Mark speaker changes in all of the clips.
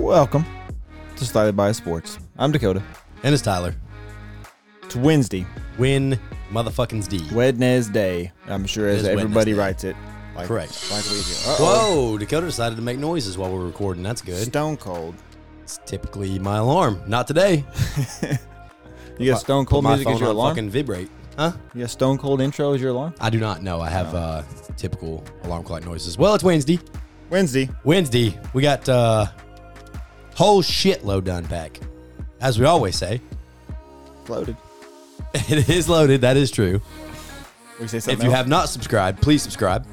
Speaker 1: welcome to Slightly Biased Sports. I'm Dakota.
Speaker 2: And it's Tyler.
Speaker 1: It's Wednesday,
Speaker 2: Win motherfuckings D.
Speaker 1: Wednesday. I'm sure as
Speaker 2: It is
Speaker 1: everybody
Speaker 2: Wednesday.
Speaker 1: writes it. Like,
Speaker 2: Correct.
Speaker 1: Like we do. Uh-oh.
Speaker 2: Whoa, Dakota decided to make noises while we're recording. That's good.
Speaker 1: Stone cold.
Speaker 2: It's typically my alarm. Not today.
Speaker 1: You got Stone Cold
Speaker 2: Put my
Speaker 1: music
Speaker 2: phone
Speaker 1: as your
Speaker 2: on
Speaker 1: alarm?
Speaker 2: Fucking vibrate. Huh?
Speaker 1: You got Stone Cold intro as your alarm?
Speaker 2: I do not know. I have uh, typical alarm clock noises. Well, it's Wednesday.
Speaker 1: Wednesday.
Speaker 2: Wednesday, we got uh, whole shitload to unpack. As we always say,
Speaker 1: Floated.
Speaker 2: it is loaded. That is true.
Speaker 1: We say
Speaker 2: If
Speaker 1: something
Speaker 2: you
Speaker 1: else?
Speaker 2: have not subscribed, please subscribe.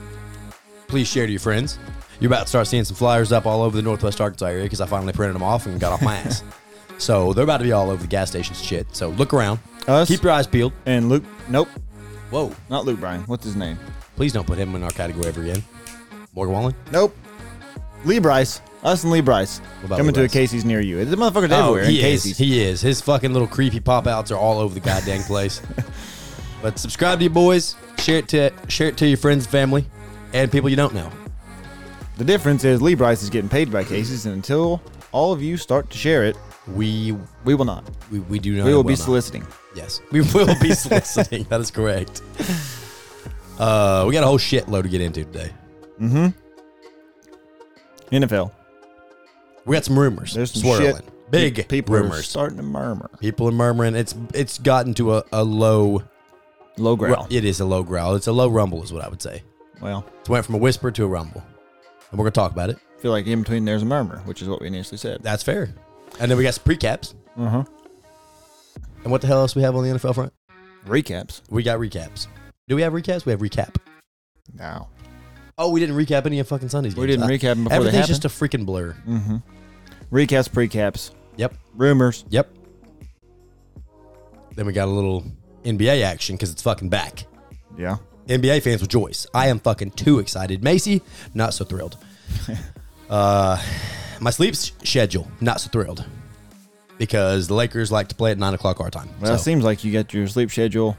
Speaker 2: Please share to your friends. You're about to start seeing some flyers up all over the Northwest Arkansas area because I finally printed them off and got off my ass. So they're about to be all over the gas stations and shit. So look around.
Speaker 1: Us?
Speaker 2: Keep your eyes peeled.
Speaker 1: And Luke. Nope.
Speaker 2: Whoa.
Speaker 1: Not Luke Bryan. What's his name?
Speaker 2: Please don't put him in our category ever again. Morgan Wallen?
Speaker 1: Nope. Lee Bryce. Us and Lee Bryce.
Speaker 2: about
Speaker 1: Coming
Speaker 2: Lee
Speaker 1: to a
Speaker 2: Bryce?
Speaker 1: Casey's near you. The motherfucker's everywhere in
Speaker 2: Oh, he is.
Speaker 1: Casey's.
Speaker 2: He is. His fucking little creepy pop outs are all over the goddamn place. but subscribe to your boys. Share it to share it to your friends and family and people you don't know.
Speaker 1: The difference is Lee Bryce is getting paid by Casey's, and until all of you start to share it,
Speaker 2: We
Speaker 1: we will not.
Speaker 2: we, we do not
Speaker 1: We Oh, will
Speaker 2: and
Speaker 1: be
Speaker 2: not.
Speaker 1: soliciting.
Speaker 2: Yes, we will be soliciting. that is correct. Uh, we got a whole shitload to get into today.
Speaker 1: NFL.
Speaker 2: We got some rumors
Speaker 1: There's some
Speaker 2: swirling,
Speaker 1: shit. Pe-
Speaker 2: big
Speaker 1: people are
Speaker 2: rumors.
Speaker 1: starting to murmur.
Speaker 2: people are murmuring. It's it's gotten to a, a low.
Speaker 1: Low growl.
Speaker 2: It is a low growl. It's a low rumble, is what I would say.
Speaker 1: Well,
Speaker 2: It went from a whisper to a rumble, and we're gonna talk about it.
Speaker 1: I feel like in between there's a murmur, which is what we initially said.
Speaker 2: That's fair. And then we got some precaps.
Speaker 1: Uh-huh.
Speaker 2: And what the hell else we have on the NFL front?
Speaker 1: Recaps.
Speaker 2: We got recaps. Do we have recaps? We have recap.
Speaker 1: Now.
Speaker 2: Oh, we didn't recap any of fucking Sunday's games.
Speaker 1: We didn't
Speaker 2: Uh,
Speaker 1: recap them before they
Speaker 2: Everything's
Speaker 1: happened.
Speaker 2: just a freaking blur.
Speaker 1: Mm-hmm. Recaps, precaps,
Speaker 2: Yep.
Speaker 1: rumors.
Speaker 2: Yep. Then we got a little NBA action because it's fucking back.
Speaker 1: Yeah.
Speaker 2: NBA fans rejoice. I am fucking too excited. Macy, not so thrilled. uh, my sleep s- schedule, not so thrilled because the Lakers like to play at nine o'clock our time.
Speaker 1: Well, it
Speaker 2: so,
Speaker 1: seems like you got your sleep schedule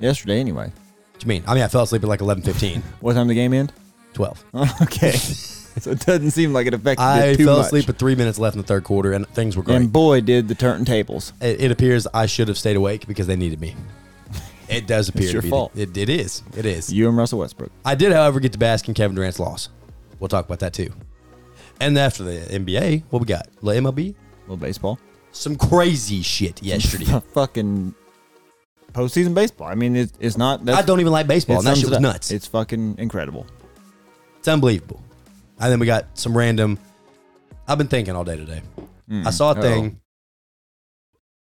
Speaker 1: yesterday anyway.
Speaker 2: what you mean? I mean, I fell asleep at like 11, 15,
Speaker 1: What time the game end?
Speaker 2: 12.
Speaker 1: okay. so it doesn't seem like it affected
Speaker 2: I
Speaker 1: it too
Speaker 2: fell
Speaker 1: much.
Speaker 2: asleep with three minutes left in the third quarter, and things were great.
Speaker 1: and boy, did the turntables.
Speaker 2: it, it appears I should have stayed awake because they needed me. It does appear
Speaker 1: your
Speaker 2: to be
Speaker 1: fault.
Speaker 2: It, it is. It is.
Speaker 1: You and Russell Westbrook.
Speaker 2: I did, however, get to bask in Kevin Durant's loss. We'll talk about that too. And after the NBA, what we got? La MLB?
Speaker 1: little baseball.
Speaker 2: Some crazy shit yesterday.
Speaker 1: F- fucking postseason baseball. I mean, it's, it's not.
Speaker 2: I
Speaker 1: That's,
Speaker 2: don't even like baseball, and that
Speaker 1: sums
Speaker 2: shit
Speaker 1: it
Speaker 2: was
Speaker 1: up.
Speaker 2: nuts. It's,
Speaker 1: It's fucking incredible.
Speaker 2: unbelievable. And then we got some random. I've been thinking all day today. I saw a
Speaker 1: Mm. uh-oh.
Speaker 2: thing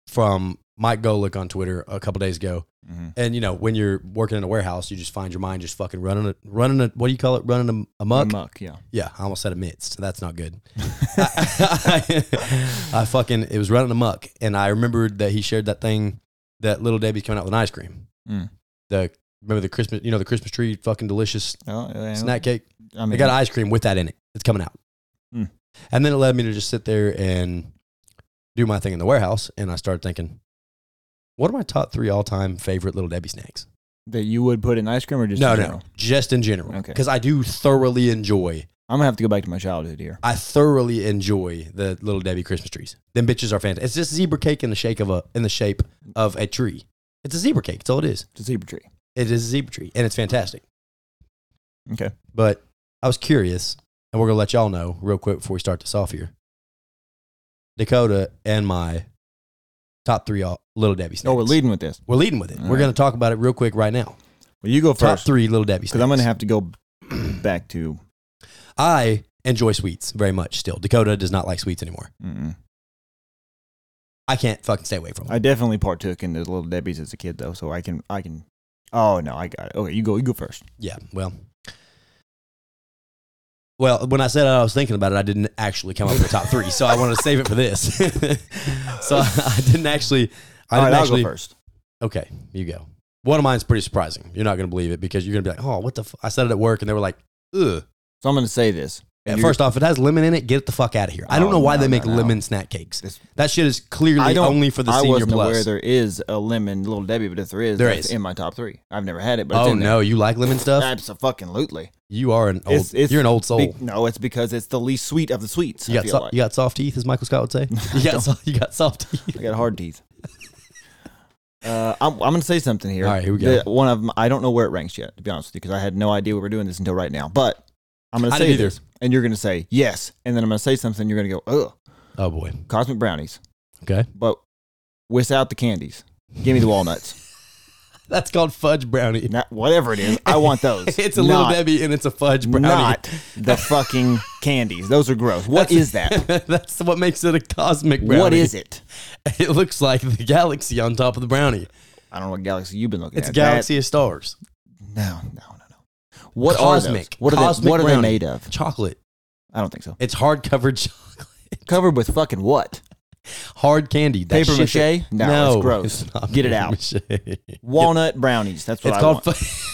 Speaker 2: from Mike Golick on Twitter a couple days ago.
Speaker 1: Mm-hmm.
Speaker 2: And you know, when you're working in a warehouse, you just find your mind just fucking running a running a what do you call it? Running a, a muck.
Speaker 1: Muck, yeah.
Speaker 2: Yeah, I almost said amidst. So that's not good. I, I fucking it was running amok, and I remembered that he shared that thing that little Debbie's coming out with an ice cream.
Speaker 1: Mm.
Speaker 2: The remember the Christmas, you know, the Christmas tree, fucking delicious
Speaker 1: Oh, yeah,
Speaker 2: snack cake.
Speaker 1: I mean,
Speaker 2: They got ice cream with that in it. It's coming out,
Speaker 1: Mm.
Speaker 2: and then it led me to just sit there and do my thing in the warehouse, and I started thinking, what are my top three all time favorite little Debbie snacks?
Speaker 1: that you would put in ice cream or just
Speaker 2: no,
Speaker 1: in
Speaker 2: no,
Speaker 1: general?
Speaker 2: just in general,
Speaker 1: Okay.
Speaker 2: because I do thoroughly enjoy
Speaker 1: I'm gonna have to go back to my childhood here.
Speaker 2: I thoroughly enjoy the little Debbie Christmas trees. Them bitches are fantastic. It's just zebra cake in the shape of a in the shape of a tree. It's a zebra cake. That's all it is.
Speaker 1: It's a zebra tree.
Speaker 2: It is a zebra tree, and it's fantastic.
Speaker 1: Okay.
Speaker 2: But I was curious, and we're gonna let y'all know real quick before we start this off here. Dakota and my top three all, little Debbie snacks.
Speaker 1: Oh, we're leading with this.
Speaker 2: We're leading with it.
Speaker 1: All
Speaker 2: we're
Speaker 1: right.
Speaker 2: gonna talk about it real quick right now.
Speaker 1: Well, you go
Speaker 2: Top
Speaker 1: first
Speaker 2: three little Debbie snacks.
Speaker 1: because I'm gonna have to go back to.
Speaker 2: I enjoy sweets very much still. Dakota does not like sweets anymore.
Speaker 1: Mm-mm.
Speaker 2: I can't fucking stay away from them.
Speaker 1: I definitely partook in the little Debbie's as a kid though, so I can I can. Oh no, I got it. Okay, you go. You go first.
Speaker 2: Yeah, well. Well, when I said I was thinking about it, I didn't actually come up with a top three, so I wanted to save it for this. so I didn't actually. I
Speaker 1: All right, I'll
Speaker 2: didn't actually.
Speaker 1: go first.
Speaker 2: Okay, you go. One of mine's pretty surprising. You're not going to believe it because you're going to be like, "Oh, what the?" F-? I said it at work, and they were like, "Ugh."
Speaker 1: So I'm gonna say this.
Speaker 2: Yeah,
Speaker 1: You're-
Speaker 2: first off, if it has lemon in it, get it the fuck out of here. I don't
Speaker 1: Oh,
Speaker 2: know why
Speaker 1: no,
Speaker 2: they make
Speaker 1: no, no.
Speaker 2: lemon snack cakes.
Speaker 1: This-
Speaker 2: That shit is clearly only for the
Speaker 1: I
Speaker 2: senior
Speaker 1: wasn't aware
Speaker 2: plus.
Speaker 1: there is a lemon little Debbie, but if there is,
Speaker 2: There
Speaker 1: that's
Speaker 2: is.
Speaker 1: in my top three. I've never had it, but it's
Speaker 2: Oh
Speaker 1: in
Speaker 2: no, you like lemon
Speaker 1: there.
Speaker 2: stuff?
Speaker 1: absolutely.
Speaker 2: You are an old.
Speaker 1: It's, it's
Speaker 2: you're an old soul.
Speaker 1: be- no, it's because it's the least sweet of the sweets.
Speaker 2: you
Speaker 1: I
Speaker 2: got
Speaker 1: feel
Speaker 2: so-
Speaker 1: like.
Speaker 2: you got soft teeth, as Michael Scott would say. You got so- you got soft teeth.
Speaker 1: I got hard teeth. Uh, I'm, I'm going to say something here.
Speaker 2: All right, here we go.
Speaker 1: The- one of 'em- I don't know where it ranks yet, to be honest with you, because I had no idea we were doing this until right now. But I'm going to
Speaker 2: I
Speaker 1: say
Speaker 2: didn't either.
Speaker 1: this, and you're going to say yes, and then I'm going to say something. You're going to go, ugh,
Speaker 2: Oh boy.
Speaker 1: cosmic brownies,
Speaker 2: Okay.
Speaker 1: but without the candies. Give me the walnuts,
Speaker 2: That's called fudge brownie.
Speaker 1: Not- whatever it is. I want those.
Speaker 2: It's a little
Speaker 1: Not-
Speaker 2: Debbie and it's a fudge brownie.
Speaker 1: Not the fucking candies. Those are gross. What is that?
Speaker 2: That's what makes it a cosmic brownie.
Speaker 1: What is it?
Speaker 2: It looks like the galaxy on top of the brownie.
Speaker 1: I don't know what galaxy you've been looking
Speaker 2: It's
Speaker 1: at.
Speaker 2: a galaxy of stars.
Speaker 1: That- no, no, no, no. What
Speaker 2: Cosmic.
Speaker 1: are those? What are
Speaker 2: Cosmic
Speaker 1: they? What are
Speaker 2: brownie.
Speaker 1: they made of?
Speaker 2: Chocolate.
Speaker 1: I don't think so.
Speaker 2: It's hard covered chocolate.
Speaker 1: Covered with fucking what?
Speaker 2: Hard candy. That
Speaker 1: Paper
Speaker 2: shit that-
Speaker 1: mache? No, it's gross.
Speaker 2: not
Speaker 1: Get it
Speaker 2: paper
Speaker 1: out.
Speaker 2: mache.
Speaker 1: Walnut brownies. That's what
Speaker 2: It's
Speaker 1: I
Speaker 2: called.
Speaker 1: want.
Speaker 2: Fu-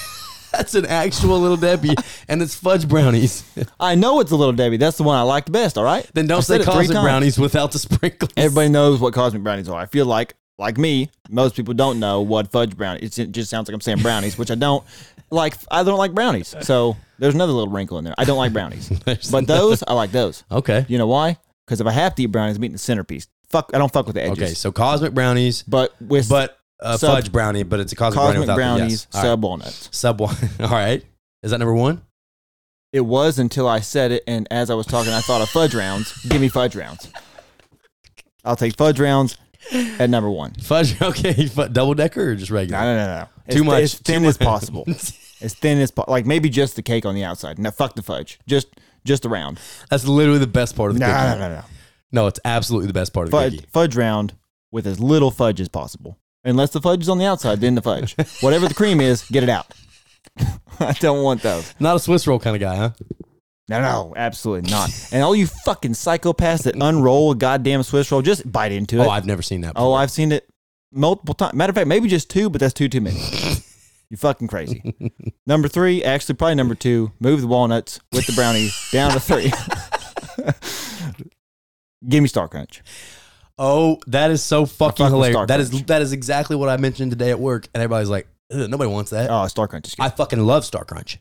Speaker 2: That's an actual little Debbie, and it's fudge brownies.
Speaker 1: I know it's a little Debbie. That's the one I like the best. All right.
Speaker 2: Then don't
Speaker 1: I said
Speaker 2: say
Speaker 1: it three
Speaker 2: cosmic
Speaker 1: times.
Speaker 2: brownies without the sprinkles.
Speaker 1: Everybody knows what cosmic brownies are. I feel like, like me, most people don't know what fudge brownies. It just sounds like I'm saying brownies, which I don't like. I don't like brownies. So there's another little wrinkle in there. I don't like brownies,
Speaker 2: There's
Speaker 1: but those I like those.
Speaker 2: Okay.
Speaker 1: You know why? Because if I have to eat brownies, I'm eating the centerpiece. Fuck, I don't fuck with the edges.
Speaker 2: Okay. So cosmic brownies,
Speaker 1: but with
Speaker 2: but a
Speaker 1: Sub-
Speaker 2: fudge brownie, but it's a cosmic,
Speaker 1: cosmic
Speaker 2: brownie
Speaker 1: brownies,
Speaker 2: without the yes. All right.
Speaker 1: sub walnuts.
Speaker 2: Sub one. All right. Is that number one?
Speaker 1: It was until I said it, and as I was talking, I thought of fudge rounds. Give me fudge rounds. I'll take fudge rounds at number one.
Speaker 2: Fudge. Okay. Fu- double decker or just
Speaker 1: No,
Speaker 2: regular?
Speaker 1: no, no, no. It's
Speaker 2: Too
Speaker 1: thi-
Speaker 2: much.
Speaker 1: As
Speaker 2: Too
Speaker 1: thin
Speaker 2: much.
Speaker 1: as possible. as thin as po- like maybe just the cake on the outside. No, fuck the fudge. Just just the round.
Speaker 2: That's literally the best part of the
Speaker 1: No, no,
Speaker 2: cookie.
Speaker 1: no, no.
Speaker 2: No, it's absolutely the best part of the
Speaker 1: Fudge,
Speaker 2: cookie.
Speaker 1: fudge round with as little fudge as possible. Unless the fudge is on the outside, then the fudge. Whatever the cream is, get it out. I don't want those.
Speaker 2: Not a Swiss roll kind of guy, huh?
Speaker 1: No, no, absolutely not. And all you fucking psychopaths that unroll a goddamn Swiss roll, just bite into it.
Speaker 2: Oh, I've never seen that.
Speaker 1: oh, I've seen it multiple times. Matter of fact, maybe just two, but that's two too many. you fucking crazy. number three, actually, probably number two, move the walnuts with the brownies down to three. Give me Star Crunch.
Speaker 2: Oh, that is so fucking
Speaker 1: with
Speaker 2: hilarious.
Speaker 1: Star
Speaker 2: That is
Speaker 1: Crunch.
Speaker 2: that is exactly what I mentioned today at work, and everybody's like, "Ugh, nobody wants that.
Speaker 1: Oh, Star Crunch is good.
Speaker 2: I fucking love Star Crunch.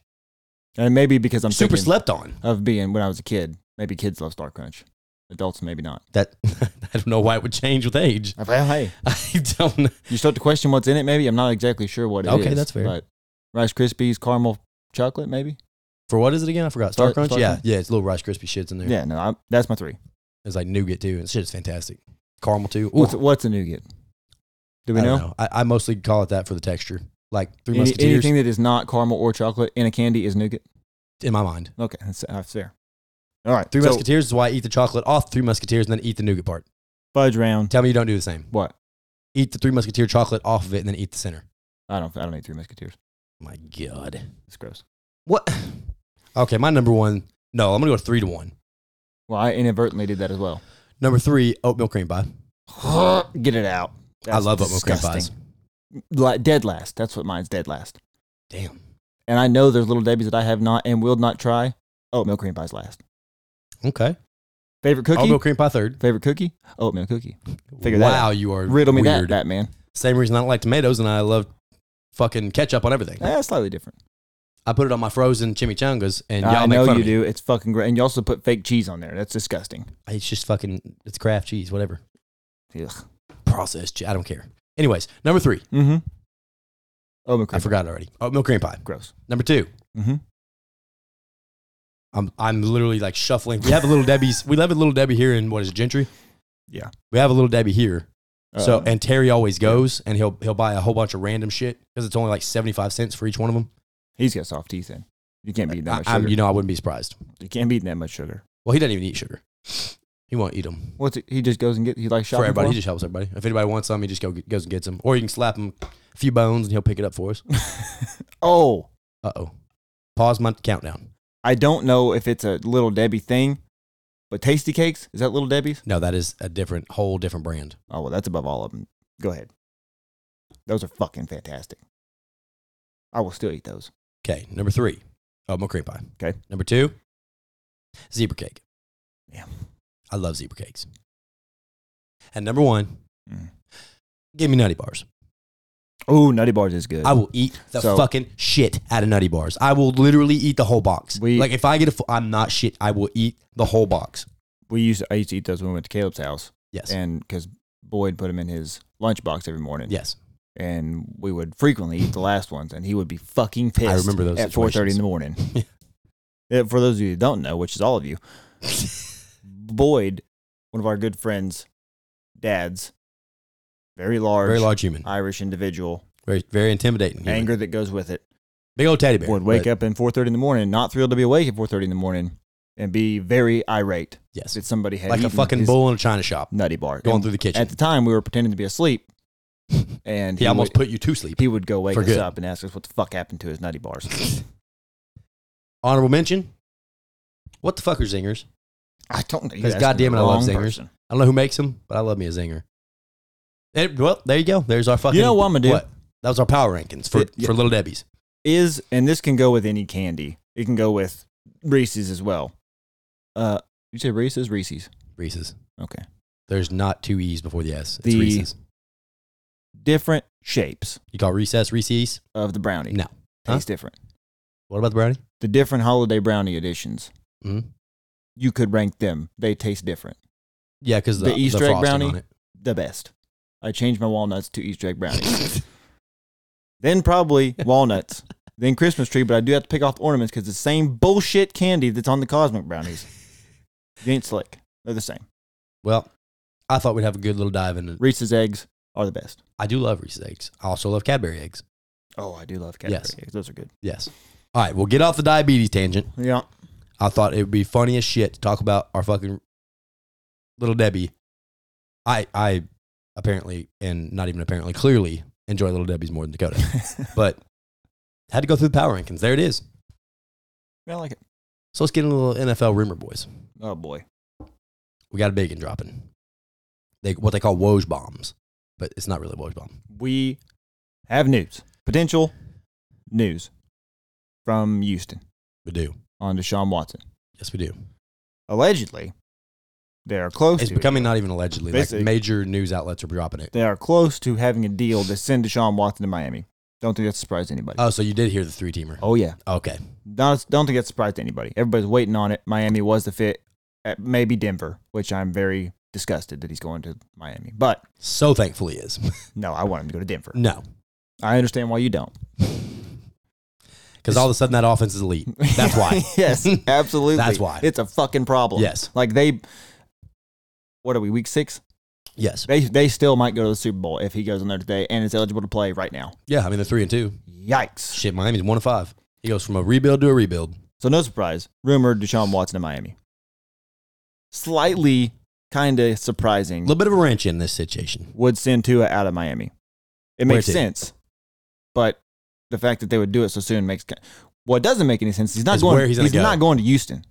Speaker 1: and maybe because I'm
Speaker 2: Super
Speaker 1: thinking
Speaker 2: slept on.
Speaker 1: of being when I was a kid. Maybe kids love Star Crunch. Adults, maybe not.
Speaker 2: That I don't know why it would change with age.
Speaker 1: Well, hey,
Speaker 2: I don't. know.
Speaker 1: you start to question what's in it. Maybe I'm not exactly sure what it is.
Speaker 2: Okay, that's fair.
Speaker 1: But Rice Krispies, caramel chocolate, maybe.
Speaker 2: For what is it again? I forgot. Star,
Speaker 1: Star-
Speaker 2: Crunch.
Speaker 1: Star
Speaker 2: yeah,
Speaker 1: Crunch?
Speaker 2: yeah. It's little Rice Krispie shits in there.
Speaker 1: Yeah, no, I, that's my three.
Speaker 2: It's like nougat too. And shit is fantastic. Caramel too. Ooh,
Speaker 1: What's what's a nougat? Do we
Speaker 2: I
Speaker 1: know?
Speaker 2: don't know. I, I mostly call it that for the texture. Like Three
Speaker 1: Any-
Speaker 2: Musketeers
Speaker 1: anything that is not caramel or chocolate in a candy is nougat.
Speaker 2: in my mind.
Speaker 1: Okay, that's, that's fair. All right,
Speaker 2: Three
Speaker 1: so
Speaker 2: Musketeers is why I eat the chocolate off Three Musketeers and then eat the nougat part.
Speaker 1: fudge round.
Speaker 2: Tell me you don't do the same.
Speaker 1: What?
Speaker 2: Eat the Three Musketeer chocolate off of it and then eat the center.
Speaker 1: I don't. I don't eat three musketeers.
Speaker 2: My God.
Speaker 1: It's gross.
Speaker 2: What? Okay, my number one. No, I'm gonna go three to one.
Speaker 1: Well, I inadvertently did that as well.
Speaker 2: Number three, oatmeal cream pie.
Speaker 1: Get it out.
Speaker 2: I
Speaker 1: That's
Speaker 2: love oatmeal cream
Speaker 1: disgusting. La- dead last. That's what mine's dead last.
Speaker 2: pies. Damn.
Speaker 1: And I know there's little Debbie's that I have not and will not try. Oatmeal cream pie's last.
Speaker 2: Okay.
Speaker 1: Favorite cookie.
Speaker 2: Oatmeal cream pie third.
Speaker 1: Favorite cookie. Oatmeal cookie. Figure
Speaker 2: wow,
Speaker 1: that out.
Speaker 2: you are
Speaker 1: Riddle me
Speaker 2: weird.
Speaker 1: that, Batman.
Speaker 2: Same reason I don't like tomatoes, and I love fucking ketchup on everything.
Speaker 1: That's slightly different.
Speaker 2: I put it on my frozen chimichangas, and y'all
Speaker 1: I
Speaker 2: make
Speaker 1: know
Speaker 2: fun
Speaker 1: you
Speaker 2: of me.
Speaker 1: do. It's fucking great. And you also put fake cheese on there. That's disgusting.
Speaker 2: It's just fucking. It's Kraft cheese, whatever.
Speaker 1: Ugh.
Speaker 2: Processed. che- I don't care. Anyways, number three.
Speaker 1: Mm-hmm. Oatmeal
Speaker 2: I
Speaker 1: cream.
Speaker 2: forgot already. Oatmeal cream pie.
Speaker 1: Gross.
Speaker 2: Number two.
Speaker 1: Mm-hmm.
Speaker 2: I'm I'm literally like shuffling. We have a little Debbie's. We have a little Debbie here in what is it, Gentry?
Speaker 1: Yeah.
Speaker 2: We have a little Debbie here. So
Speaker 1: Uh,
Speaker 2: and Terry always goes and he'll he'll buy a whole bunch of random shit because it's only like seventy five cents for each one of them.
Speaker 1: he's got soft teeth in. You can't beat that
Speaker 2: I,
Speaker 1: much
Speaker 2: I'm,
Speaker 1: sugar.
Speaker 2: you know, I wouldn't be surprised.
Speaker 1: You can't beat that much sugar.
Speaker 2: Well, he doesn't even eat sugar. He won't eat them
Speaker 1: What's it? He just goes and get. He likes
Speaker 2: for
Speaker 1: shopping
Speaker 2: everybody. He
Speaker 1: for
Speaker 2: just helps everybody. If anybody wants some, he just go, goes and gets them. Or you can slap him a few bones and he'll pick it up for us.
Speaker 1: him? oh,
Speaker 2: Uh oh. Pause my countdown.
Speaker 1: I don't know if it's a little Debbie thing, but Tasty Cakes is that little Debbie's?
Speaker 2: No, that is a different, whole different brand.
Speaker 1: Oh well, that's above all of them. Go ahead. Those are fucking fantastic. I will still eat those.
Speaker 2: Okay, number three, oatmeal cream pie.
Speaker 1: Okay.
Speaker 2: number two, zebra cake.
Speaker 1: Yeah.
Speaker 2: I love zebra cakes. And number one,
Speaker 1: Mm.
Speaker 2: give me nutty bars.
Speaker 1: Ooh, Nutty Bars is good.
Speaker 2: I will eat the
Speaker 1: So-
Speaker 2: fucking shit out of Nutty Bars. I will literally eat the whole box.
Speaker 1: We-
Speaker 2: like if I get a, fu- I'm not shit. I will eat the whole box.
Speaker 1: we used to, I used to eat those when we went to Caleb's house,
Speaker 2: Yes.
Speaker 1: and because Boyd put them in his lunchbox every morning.
Speaker 2: yes.
Speaker 1: and we would frequently eat the last ones, and he would be fucking pissed.
Speaker 2: I remember those
Speaker 1: at four thirty
Speaker 2: situations.
Speaker 1: in the morning. Uh, For those of you who don't know, which is all of you, Boyd, one of our good friends, dads, very large,
Speaker 2: Very large human.
Speaker 1: Irish individual,
Speaker 2: Very very intimidating. human.
Speaker 1: anger that goes with it,
Speaker 2: Big old teddy bear.
Speaker 1: would wake
Speaker 2: but-
Speaker 1: up in four thirty in the morning, not thrilled to be awake at four thirty in the morning, and be very irate
Speaker 2: Yes.
Speaker 1: that somebody had
Speaker 2: Like a
Speaker 1: eaten
Speaker 2: fucking
Speaker 1: his
Speaker 2: bull in a china shop
Speaker 1: nutty bar
Speaker 2: going
Speaker 1: And
Speaker 2: through the kitchen.
Speaker 1: At the time, we were pretending to be asleep, and
Speaker 2: he almost
Speaker 1: would,
Speaker 2: put you to sleep.
Speaker 1: he would go wake
Speaker 2: for
Speaker 1: us
Speaker 2: good.
Speaker 1: up and ask us what the fuck happened to his nutty bars.
Speaker 2: Honorable mention. What the fuck are zingers?
Speaker 1: I don't know.
Speaker 2: Because goddamn it, I love zingers. I don't know who makes them, but I love me a zinger. It- well, there you go. There's our fucking.
Speaker 1: You know what I'm gonna do?
Speaker 2: That was our power rankings for,
Speaker 1: Yeah.
Speaker 2: for Little Debbie's.
Speaker 1: Is and this can go with any candy. It can go with Reese's as well. Uh, you say Reese's, Reese's.
Speaker 2: Reese's.
Speaker 1: Okay.
Speaker 2: There's not two E's before the S. It's
Speaker 1: The-
Speaker 2: Reese's.
Speaker 1: Different shapes
Speaker 2: You call recess Reese's?
Speaker 1: of the brownie.
Speaker 2: No.
Speaker 1: tastes different.
Speaker 2: What about the brownie?
Speaker 1: The different holiday brownie editions.
Speaker 2: Mhm.
Speaker 1: You could rank them. They taste different.
Speaker 2: Yeah, because the,
Speaker 1: The Easter egg
Speaker 2: frosting
Speaker 1: brownie?
Speaker 2: on it.
Speaker 1: The best. I changed my walnuts to Easter egg brownies. then probably walnuts. then Christmas tree, but I do have to pick off the ornaments because the same bullshit candy that's on the cosmic brownies. You ain't slick. They're the same.
Speaker 2: well, I thought we'd have a good little dive into.
Speaker 1: Reese's eggs are the best.
Speaker 2: I do love Reese's eggs. I also love Cadbury eggs.
Speaker 1: Oh, I do love Cadbury
Speaker 2: Yes.
Speaker 1: eggs. Those are good.
Speaker 2: Yes. All right, we'll get off the diabetes tangent.
Speaker 1: Yeah.
Speaker 2: I thought it would be funny as shit to talk about our fucking little Debbie. I I apparently and not even apparently clearly enjoy little Debbie's more than Dakota, but had to go through the power rankings. There it is.
Speaker 1: I like it.
Speaker 2: So let's get into a little NFL rumor, boys.
Speaker 1: Oh boy.
Speaker 2: We got a big one dropping. They what they call Woj bombs, but it's not really Woj bomb.
Speaker 1: We have news. Potential news from Houston
Speaker 2: We do.
Speaker 1: on Deshaun Watson.
Speaker 2: Yes, we do.
Speaker 1: Allegedly, they are close
Speaker 2: It's
Speaker 1: to
Speaker 2: becoming not even allegedly. Like
Speaker 1: Basically-
Speaker 2: major news outlets are dropping it.
Speaker 1: they are close to having a deal to send Deshaun Watson to Miami. Don't think that surprised anybody.
Speaker 2: Oh, so you did hear the three teamer.
Speaker 1: oh yeah.
Speaker 2: Okay.
Speaker 1: Don't, don't think that surprised anybody. Everybody's waiting on it. Miami was the fit. At maybe Denver, which I'm very disgusted that he's going to Miami. But
Speaker 2: So thankfully is.
Speaker 1: no, I want him to go to Denver.
Speaker 2: no.
Speaker 1: I understand why you don't.
Speaker 2: Because all of a sudden that offense is elite. That's why.
Speaker 1: yes, absolutely.
Speaker 2: That's why.
Speaker 1: It's a fucking problem.
Speaker 2: Yes.
Speaker 1: Like they what are we, week six?
Speaker 2: Yes.
Speaker 1: They they still might go to the Super Bowl if he goes in there today and is eligible to play right now.
Speaker 2: Yeah. I mean, they're three and two.
Speaker 1: Yikes.
Speaker 2: Shit, Miami's one of five. He goes from a rebuild to a rebuild.
Speaker 1: So no surprise. Rumored Deshaun Watson to Miami. Slightly kinda
Speaker 2: A
Speaker 1: surprising
Speaker 2: little bit of a wrench in this situation.
Speaker 1: would send Tua out of Miami. It
Speaker 2: Where
Speaker 1: makes
Speaker 2: to?
Speaker 1: sense. But the fact that they would do it so soon makes ki- what doesn't make any sense. He's not
Speaker 2: Is
Speaker 1: going
Speaker 2: where he's gonna go.
Speaker 1: not going to Houston.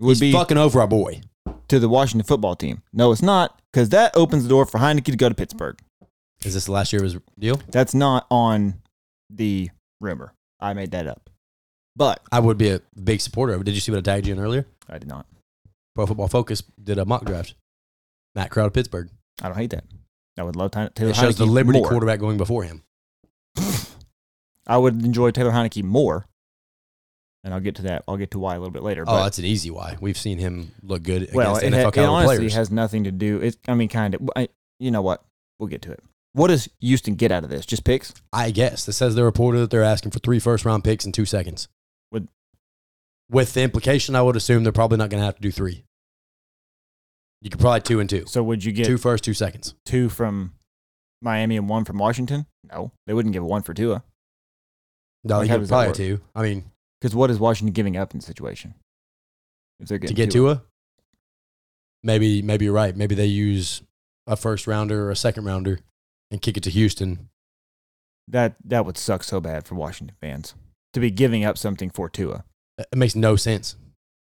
Speaker 1: Would
Speaker 2: He's fucking over our boy.
Speaker 1: to the Washington football team. No, it's not, because that opens the door for Heineke to go to Pittsburgh.
Speaker 2: Is this the last year of his deal?
Speaker 1: That's not on the rumor. I made that up. But
Speaker 2: I would be a big supporter of it. Did you see what I tagged you in earlier?
Speaker 1: I did not.
Speaker 2: Pro Football Focus did a mock draft. Matt Crowder, Pittsburgh.
Speaker 1: I don't hate that. I would love Ty- Taylor
Speaker 2: It shows
Speaker 1: Heineke
Speaker 2: the Liberty
Speaker 1: more.
Speaker 2: quarterback going before him.
Speaker 1: I would enjoy Taylor Heineke more. And I'll get to that. I'll get to why a little bit later.
Speaker 2: Oh,
Speaker 1: but
Speaker 2: that's an easy why. We've seen him look good
Speaker 1: well, it,
Speaker 2: against NFL
Speaker 1: ha- it
Speaker 2: caliber
Speaker 1: honestly
Speaker 2: players.
Speaker 1: has nothing to do. It, I mean, kind of. I, you know what? We'll get to it. What does Houston get out of this? Just picks?
Speaker 2: I guess this says they're reported that they're asking for three first round picks in two seconds.
Speaker 1: Would-
Speaker 2: with the implication, I would assume they're probably not going to have to do three. You could probably two and two,
Speaker 1: So would you get
Speaker 2: two first, two seconds.
Speaker 1: two from Miami and one from Washington? No, they wouldn't give one for Tua.
Speaker 2: No,
Speaker 1: Like,
Speaker 2: you
Speaker 1: how
Speaker 2: could
Speaker 1: does that
Speaker 2: probably
Speaker 1: work?
Speaker 2: two. I mean,
Speaker 1: Because what is Washington giving up in the situation? If they're
Speaker 2: to
Speaker 1: getting
Speaker 2: get
Speaker 1: Tua.
Speaker 2: Tua, maybe maybe you're right. Maybe they use a first rounder or a second rounder and kick it to Houston.
Speaker 1: that that would suck so bad for Washington fans to be giving up something for Tua.
Speaker 2: It makes no sense.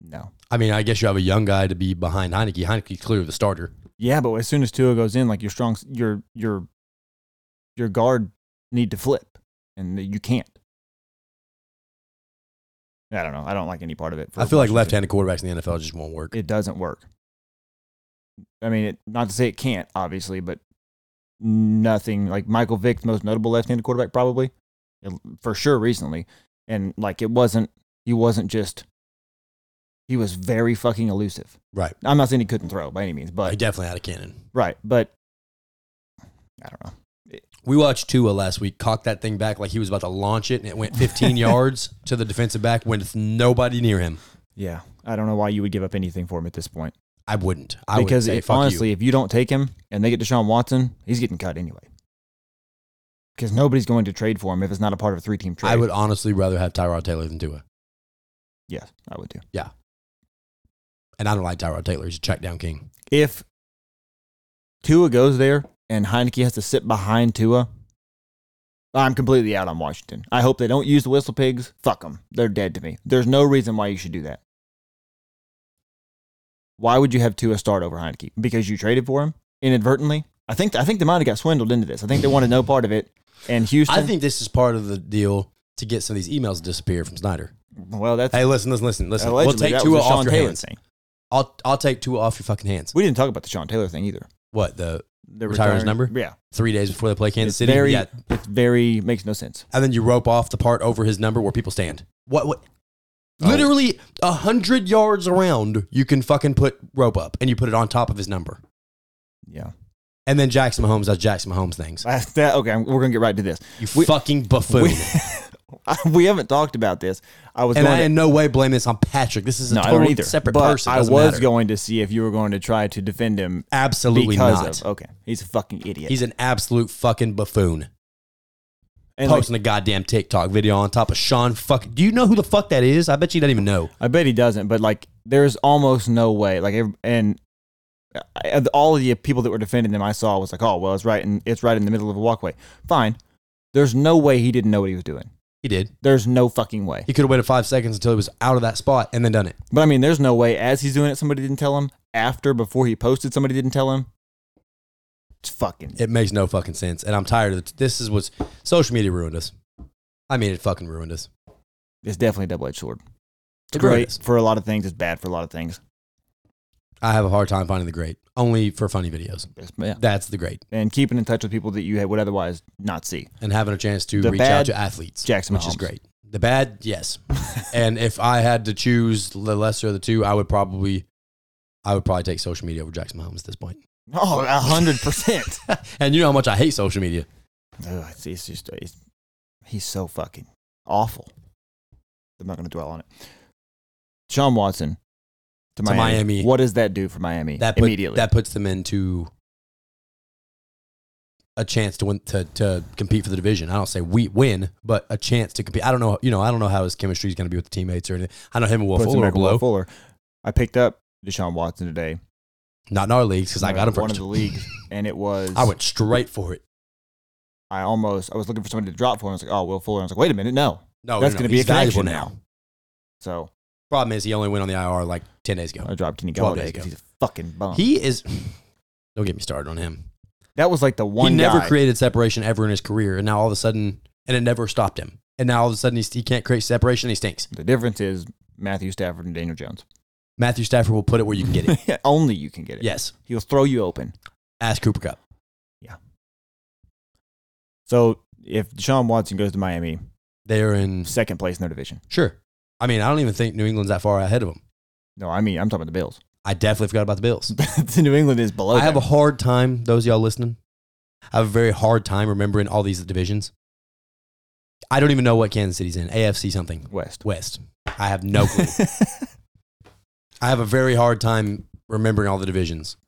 Speaker 1: No.
Speaker 2: I mean, I guess you have a young guy to be behind Heineke. Heineke's clearly the starter.
Speaker 1: Yeah, but as soon as Tua goes in, like your strong, your your your guard need to flip, and you can't. I don't know. I don't like any part of it. for
Speaker 2: I feel like
Speaker 1: Washington.
Speaker 2: left-handed quarterbacks in the NFL just won't work.
Speaker 1: It doesn't work. I mean, it, not to say it can't, obviously, but nothing. Like Michael Vick, the most notable left-handed quarterback, probably for sure recently, and like it wasn't. He wasn't just. He was very fucking elusive.
Speaker 2: Right.
Speaker 1: I'm not saying he couldn't throw by any means,
Speaker 2: He
Speaker 1: but
Speaker 2: definitely had a cannon.
Speaker 1: right, but I don't know.
Speaker 2: We watched Tua last week cock that thing back like he was about to launch it, and it went 15 yards to the defensive back with nobody near him.
Speaker 1: Yeah, I don't know why you would give up anything for him at this point.
Speaker 2: I wouldn't. I
Speaker 1: because
Speaker 2: would say,
Speaker 1: if-
Speaker 2: Fuck
Speaker 1: honestly,
Speaker 2: you.
Speaker 1: if you don't take him and they get Deshaun Watson, he's getting cut anyway. Because nobody's going to trade for him if it's not a part of a three-team trade.
Speaker 2: I would honestly rather have Tyrod Taylor than Tua.
Speaker 1: Yes, I would too.
Speaker 2: And I don't like Tyrod Taylor. He's a check down king.
Speaker 1: If Tua goes there and Heineke has to sit behind Tua, I'm completely out on Washington. I hope they don't use the whistle pigs. Fuck them. They're dead to me. There's no reason why you should do that. Why would you have Tua start over Heineke? Because you traded for him inadvertently. I think I think they might have got swindled into this. I think they wanted no part of it. And Houston,
Speaker 2: I think this is part of the deal to get some of these emails to disappear from Snyder.
Speaker 1: well, that's
Speaker 2: Hey, listen, listen, listen, listen.
Speaker 1: allegedly
Speaker 2: we'll take
Speaker 1: that was
Speaker 2: Tua
Speaker 1: the
Speaker 2: off
Speaker 1: Sean
Speaker 2: your
Speaker 1: Taylor
Speaker 2: hands.
Speaker 1: thing.
Speaker 2: I'll, I'll take Tua off your fucking hands.
Speaker 1: We didn't talk about the Sean Taylor thing either.
Speaker 2: What, the
Speaker 1: The
Speaker 2: Retire his
Speaker 1: retiring-
Speaker 2: number?
Speaker 1: Yeah,
Speaker 2: three days before they play Kansas
Speaker 1: it's
Speaker 2: City?
Speaker 1: very,
Speaker 2: yeah.
Speaker 1: it's very makes no sense.
Speaker 2: And then you rope off the part over his number where people stand. What, what?
Speaker 1: Oh.
Speaker 2: Literally a hundred yards around, you can fucking put rope up and you put it on top of his number.
Speaker 1: Yeah,
Speaker 2: And then Jackson Mahomes does Jackson Mahomes things.
Speaker 1: That's that, okay, I'm- we're gonna get right to this.
Speaker 2: You
Speaker 1: We-
Speaker 2: fucking buffoon.
Speaker 1: We, we haven't talked about this. I was
Speaker 2: and
Speaker 1: going
Speaker 2: I
Speaker 1: to,
Speaker 2: in no way blame this on Patrick. This is a
Speaker 1: no, I
Speaker 2: total
Speaker 1: don't either.
Speaker 2: separate
Speaker 1: but
Speaker 2: person.
Speaker 1: I was
Speaker 2: Doesn't matter.
Speaker 1: going to see if you were going to try to defend him
Speaker 2: Absolutely
Speaker 1: because
Speaker 2: not.
Speaker 1: of. Okay, he's a fucking idiot.
Speaker 2: He's an absolute fucking buffoon.
Speaker 1: and like,
Speaker 2: Posting a goddamn TikTok video on top of Sean fucking. Do you know who the fuck that is? I bet you don't even know.
Speaker 1: I bet he doesn't. But like, there's almost no way. Like, ev- and I, of all of the people that were defending them, I saw was like, oh well, it's right and it's right in the middle of a walkway. Fine. There's no way he didn't know what he was doing.
Speaker 2: He did.
Speaker 1: There's no fucking way.
Speaker 2: He could have waited five seconds until he was out of that spot and then done it.
Speaker 1: But I mean, there's no way as he's doing it, somebody didn't tell him. After, before he posted, somebody didn't tell him. It's fucking.
Speaker 2: It makes no fucking sense. And I'm tired of it. This is what's social media ruined us. I mean, it fucking ruined us.
Speaker 1: It's definitely a double edged sword.
Speaker 2: It
Speaker 1: It's
Speaker 2: really
Speaker 1: great
Speaker 2: is.
Speaker 1: for a lot of things. It's bad for a lot of things.
Speaker 2: I have a hard time finding the great, only for funny videos.
Speaker 1: It's- yeah.
Speaker 2: That's the great.
Speaker 1: And keeping in touch with people that you would otherwise not see.
Speaker 2: And having a chance to
Speaker 1: The
Speaker 2: reach
Speaker 1: bad
Speaker 2: out to athletes,
Speaker 1: Jackson
Speaker 2: which is
Speaker 1: Mahomes.
Speaker 2: great. The bad, yes. and if I had to choose the lesser of the two, I would probably, I would probably take social media over Jackson Mahomes at this point.
Speaker 1: Oh, a hundred percent.
Speaker 2: And you know how much I hate social media.
Speaker 1: Ugh, It's, it's just it's, he's so fucking awful. I'm not going to dwell on it. Sean Watson to,
Speaker 2: To
Speaker 1: Miami.
Speaker 2: Miami.
Speaker 1: What does that do for Miami?
Speaker 2: That put,
Speaker 1: immediately.
Speaker 2: that puts them into a chance to win to to compete for the division. I don't say we win, but a chance to compete. I don't know. You know, I don't know how his chemistry is going to be with the teammates or anything. I know him and Will
Speaker 1: puts
Speaker 2: Fuller are
Speaker 1: America below
Speaker 2: below,
Speaker 1: Fuller. I picked up Deshaun Watson today
Speaker 2: not in our leagues because I got him
Speaker 1: one of
Speaker 2: first.
Speaker 1: the leagues, and it was
Speaker 2: I went straight for it.
Speaker 1: I almost I was looking for somebody to drop for him. I was like, oh, Will Fuller. I was like, wait a minute, no. That's
Speaker 2: No, Oh, no, no,
Speaker 1: gonna be
Speaker 2: he's
Speaker 1: a connection
Speaker 2: valuable
Speaker 1: now. So
Speaker 2: Problem is, he only went on the IR like ten days ago.
Speaker 1: I dropped Kenny
Speaker 2: Twelve days
Speaker 1: Galladay
Speaker 2: ago.
Speaker 1: because he's a fucking bum.
Speaker 2: He is. Don't get me started on him.
Speaker 1: that was like the one
Speaker 2: he never
Speaker 1: guy.
Speaker 2: created separation ever in his career, and now all of a sudden, and it never stopped him. And now all of a sudden, he's, he can't create separation. and He stinks.
Speaker 1: the difference is Matthew Stafford and Daniel Jones.
Speaker 2: Matthew Stafford will put it where you can get it.
Speaker 1: Only you can get it.
Speaker 2: yes.
Speaker 1: He'll throw you open.
Speaker 2: Ask Cooper Cup.
Speaker 1: So if Deshaun Watson goes to Miami,
Speaker 2: They're in
Speaker 1: second place in their division.
Speaker 2: sure. I mean, I don't even think New England's that far ahead of them.
Speaker 1: No, I mean I'm talking about the Bills.
Speaker 2: I definitely forgot about the Bills.
Speaker 1: The New England is below.
Speaker 2: I have a
Speaker 1: them.
Speaker 2: hard time. Those of y'all listening, I have a very hard time remembering all these divisions. I don't even know what Kansas City's in. AFC something
Speaker 1: West.
Speaker 2: West. I have no clue. I have a very hard time remembering all the divisions.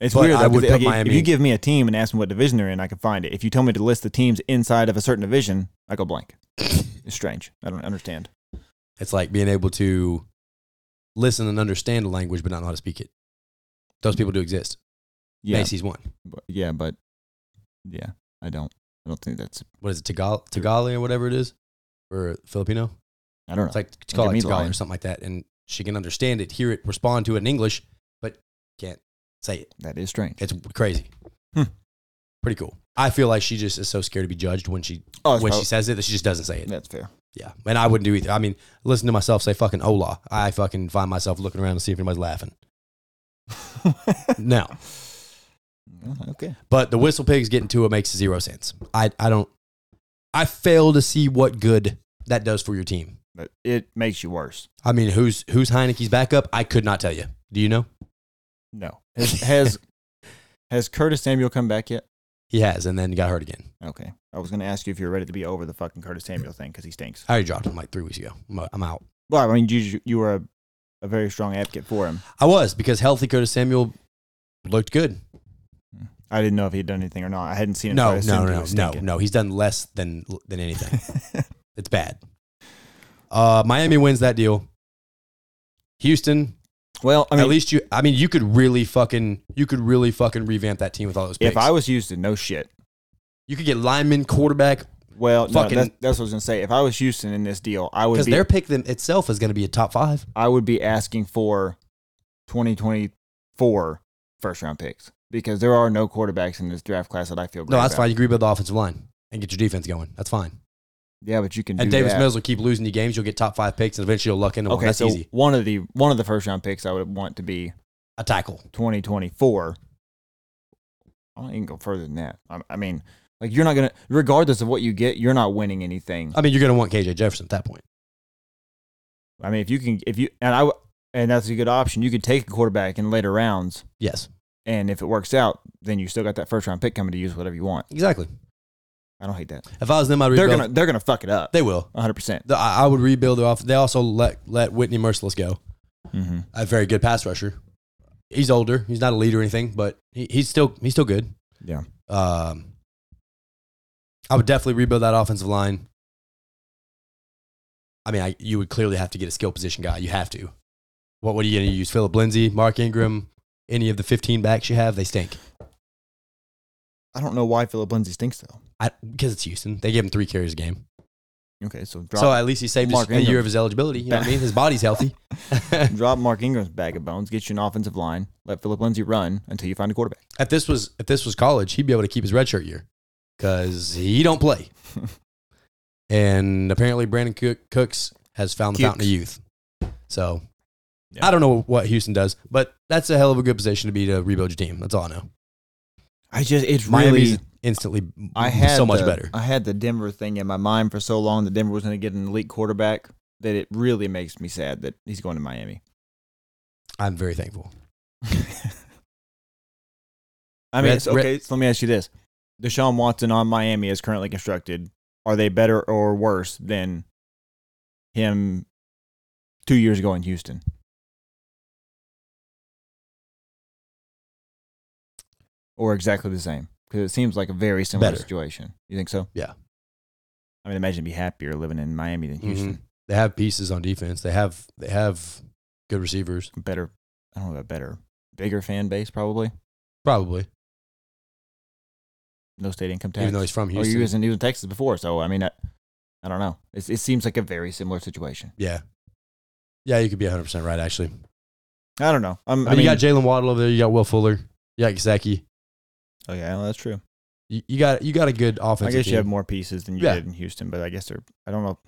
Speaker 1: It's
Speaker 2: But
Speaker 1: weird.
Speaker 2: I
Speaker 1: Though,
Speaker 2: would
Speaker 1: 'cause,
Speaker 2: put
Speaker 1: like,
Speaker 2: Miami-
Speaker 1: If you give me a team and ask me what division they're in, I can find it. If you tell me to list the teams inside of a certain division, I go blank. it's strange. I don't understand.
Speaker 2: It's like being able to listen and understand a language, but not know how to speak it. Those people do exist.
Speaker 1: Yeah,
Speaker 2: Macy's one.
Speaker 1: but, yeah, but yeah, I don't. I don't think that's.
Speaker 2: what is it, Tagal- Tagali or whatever it is, or Filipino?
Speaker 1: I don't know.
Speaker 2: It's like it's called like
Speaker 1: me
Speaker 2: Tagali
Speaker 1: lying.
Speaker 2: or something like that, and she can understand it, hear it, respond to it in English, but can't say it.
Speaker 1: that is strange.
Speaker 2: It's crazy.
Speaker 1: Hmm.
Speaker 2: Pretty cool. I feel like she just is so scared to be judged when she
Speaker 1: Oh,
Speaker 2: when she says it that she just doesn't say it.
Speaker 1: that's fair.
Speaker 2: Yeah, and I wouldn't do either. I mean, listen to myself say fucking hola. I fucking find myself looking around to see if anybody's laughing. No.
Speaker 1: Okay.
Speaker 2: But the whistle pigs getting two it makes zero sense. I I don't. I fail to see what good that does for your team.
Speaker 1: But it makes you worse.
Speaker 2: I mean, who's who's Heineke's backup? I could not tell you. Do you know?
Speaker 1: No. Has has, has Curtis Samuel come back yet?
Speaker 2: He has, and then got hurt again.
Speaker 1: Okay. I was going to ask you if you're ready to be over the fucking Curtis Samuel thing because he stinks.
Speaker 2: I already dropped him like three weeks ago. I'm out- I'm out.
Speaker 1: Well, I mean, you you were a, a very strong advocate for him.
Speaker 2: I was because healthy Curtis Samuel looked good.
Speaker 1: I didn't know if he had done anything or not. I hadn't seen him. so I
Speaker 2: No,
Speaker 1: assumed
Speaker 2: no,
Speaker 1: he
Speaker 2: no,
Speaker 1: was
Speaker 2: no,
Speaker 1: stinking.
Speaker 2: no. He's done less than than anything. it's bad. Uh, Miami wins that deal. Houston,
Speaker 1: Well, I mean,
Speaker 2: at least you. I mean, you could really fucking, you could really fucking revamp that team with all those picks.
Speaker 1: if I was Houston, no shit.
Speaker 2: you could get lineman, quarterback,
Speaker 1: Well, no,
Speaker 2: Fucking-
Speaker 1: that's, that's what I was going to say. If I was Houston in this deal, I would
Speaker 2: because
Speaker 1: be
Speaker 2: their pick them itself is going to be a top five.
Speaker 1: I would be asking for 2024 first round picks because there are no quarterbacks in this draft class that I feel great
Speaker 2: No, that's
Speaker 1: about.
Speaker 2: fine. You can rebuild the offensive line and get your defense going. That's fine.
Speaker 1: Yeah, but you can
Speaker 2: And
Speaker 1: do
Speaker 2: Davis
Speaker 1: that.
Speaker 2: Mills will keep losing you games. You'll get top five picks, and eventually you'll luck into one.
Speaker 1: Okay,
Speaker 2: That's
Speaker 1: so
Speaker 2: easy.
Speaker 1: one of the one of the first round picks I would want to be
Speaker 2: A tackle.
Speaker 1: 2024. I don't even go further than that. I, I mean, like you're not gonna, regardless of what you get, you're not winning anything.
Speaker 2: I mean, you're going to want KJ Jefferson at that point.
Speaker 1: I mean, if you can, if you and I, w- and that's a good option. You could take a quarterback in later rounds,
Speaker 2: Yes,
Speaker 1: and if it works out, then you still got that first round pick coming to use whatever you want.
Speaker 2: exactly.
Speaker 1: I don't hate that.
Speaker 2: If I was them, I'd
Speaker 1: They're
Speaker 2: rebuild.
Speaker 1: gonna, they're gonna fuck it up.
Speaker 2: they will.
Speaker 1: 100. percent
Speaker 2: The- I I would rebuild their off. They also let let Whitney Merciless go.
Speaker 1: hmm
Speaker 2: A very good pass rusher. He's older. He's not a leader or anything, but he, he's still he's still good.
Speaker 1: Yeah.
Speaker 2: Um, I would definitely rebuild that offensive line. I mean, I, you would clearly have to get a skill position guy. You have to. What what are you going to use? Philip Lindsay, Mark Ingram, any of the fifteen backs you have, they stink.
Speaker 1: I don't know why Philip Lindsay stinks though.
Speaker 2: I because it's Houston. They gave him three carries a game.
Speaker 1: Okay, so drop,
Speaker 2: So at least he saved
Speaker 1: Mark
Speaker 2: his, a
Speaker 1: Ingram.
Speaker 2: year of his eligibility. You know what I mean? His body's healthy.
Speaker 1: drop Mark Ingram's bag of bones, get you an offensive line, let Philip Lindsay run until you find a quarterback.
Speaker 2: if this was if this was college, he'd be able to keep his redshirt year because he don't play. and apparently, Brandon Cook, Cooks has found the fountain of youth. So
Speaker 1: Yeah.
Speaker 2: I don't know what Houston does, but that's a hell of a good position to be to rebuild your team. That's all I know.
Speaker 1: I just, it's
Speaker 2: Miami's instantly
Speaker 1: I had
Speaker 2: so much
Speaker 1: the-
Speaker 2: better.
Speaker 1: I had the Denver thing in my mind for so long that Denver was going to get an elite quarterback that it really makes me sad that he's going to Miami.
Speaker 2: I'm very thankful.
Speaker 1: I mean,
Speaker 2: Red-
Speaker 1: it's- okay, so let me ask you this: Deshaun Watson on Miami is currently constructed. Are they better or worse than him two years ago in Houston? Or exactly the same? Because it seems like a very similar
Speaker 2: Better.
Speaker 1: situation. You think so?
Speaker 2: Yeah.
Speaker 1: I mean, imagine it'd be happier living in Miami than Houston.
Speaker 2: Mhm. They have pieces on defense. They have they have good receivers.
Speaker 1: better I don't know about better, bigger fan base probably.
Speaker 2: Probably,
Speaker 1: No state income tax.
Speaker 2: even though he's from
Speaker 1: oh,
Speaker 2: Houston.
Speaker 1: he was in, he was in Texas before, so I mean, I, I don't know. It's, it seems like a very similar situation.
Speaker 2: yeah, yeah, you could be 100 percent right. Actually,
Speaker 1: I don't know. I'm,
Speaker 2: I mean, you got Jalen Waddle over there. You got Will Fuller. You got Gesicki.
Speaker 1: oh yeah, well, that's true.
Speaker 2: You, you got you got a good offensive.
Speaker 1: I guess
Speaker 2: team.
Speaker 1: you have more pieces than you
Speaker 2: Yeah.
Speaker 1: did in Houston, but I guess they're. I don't know.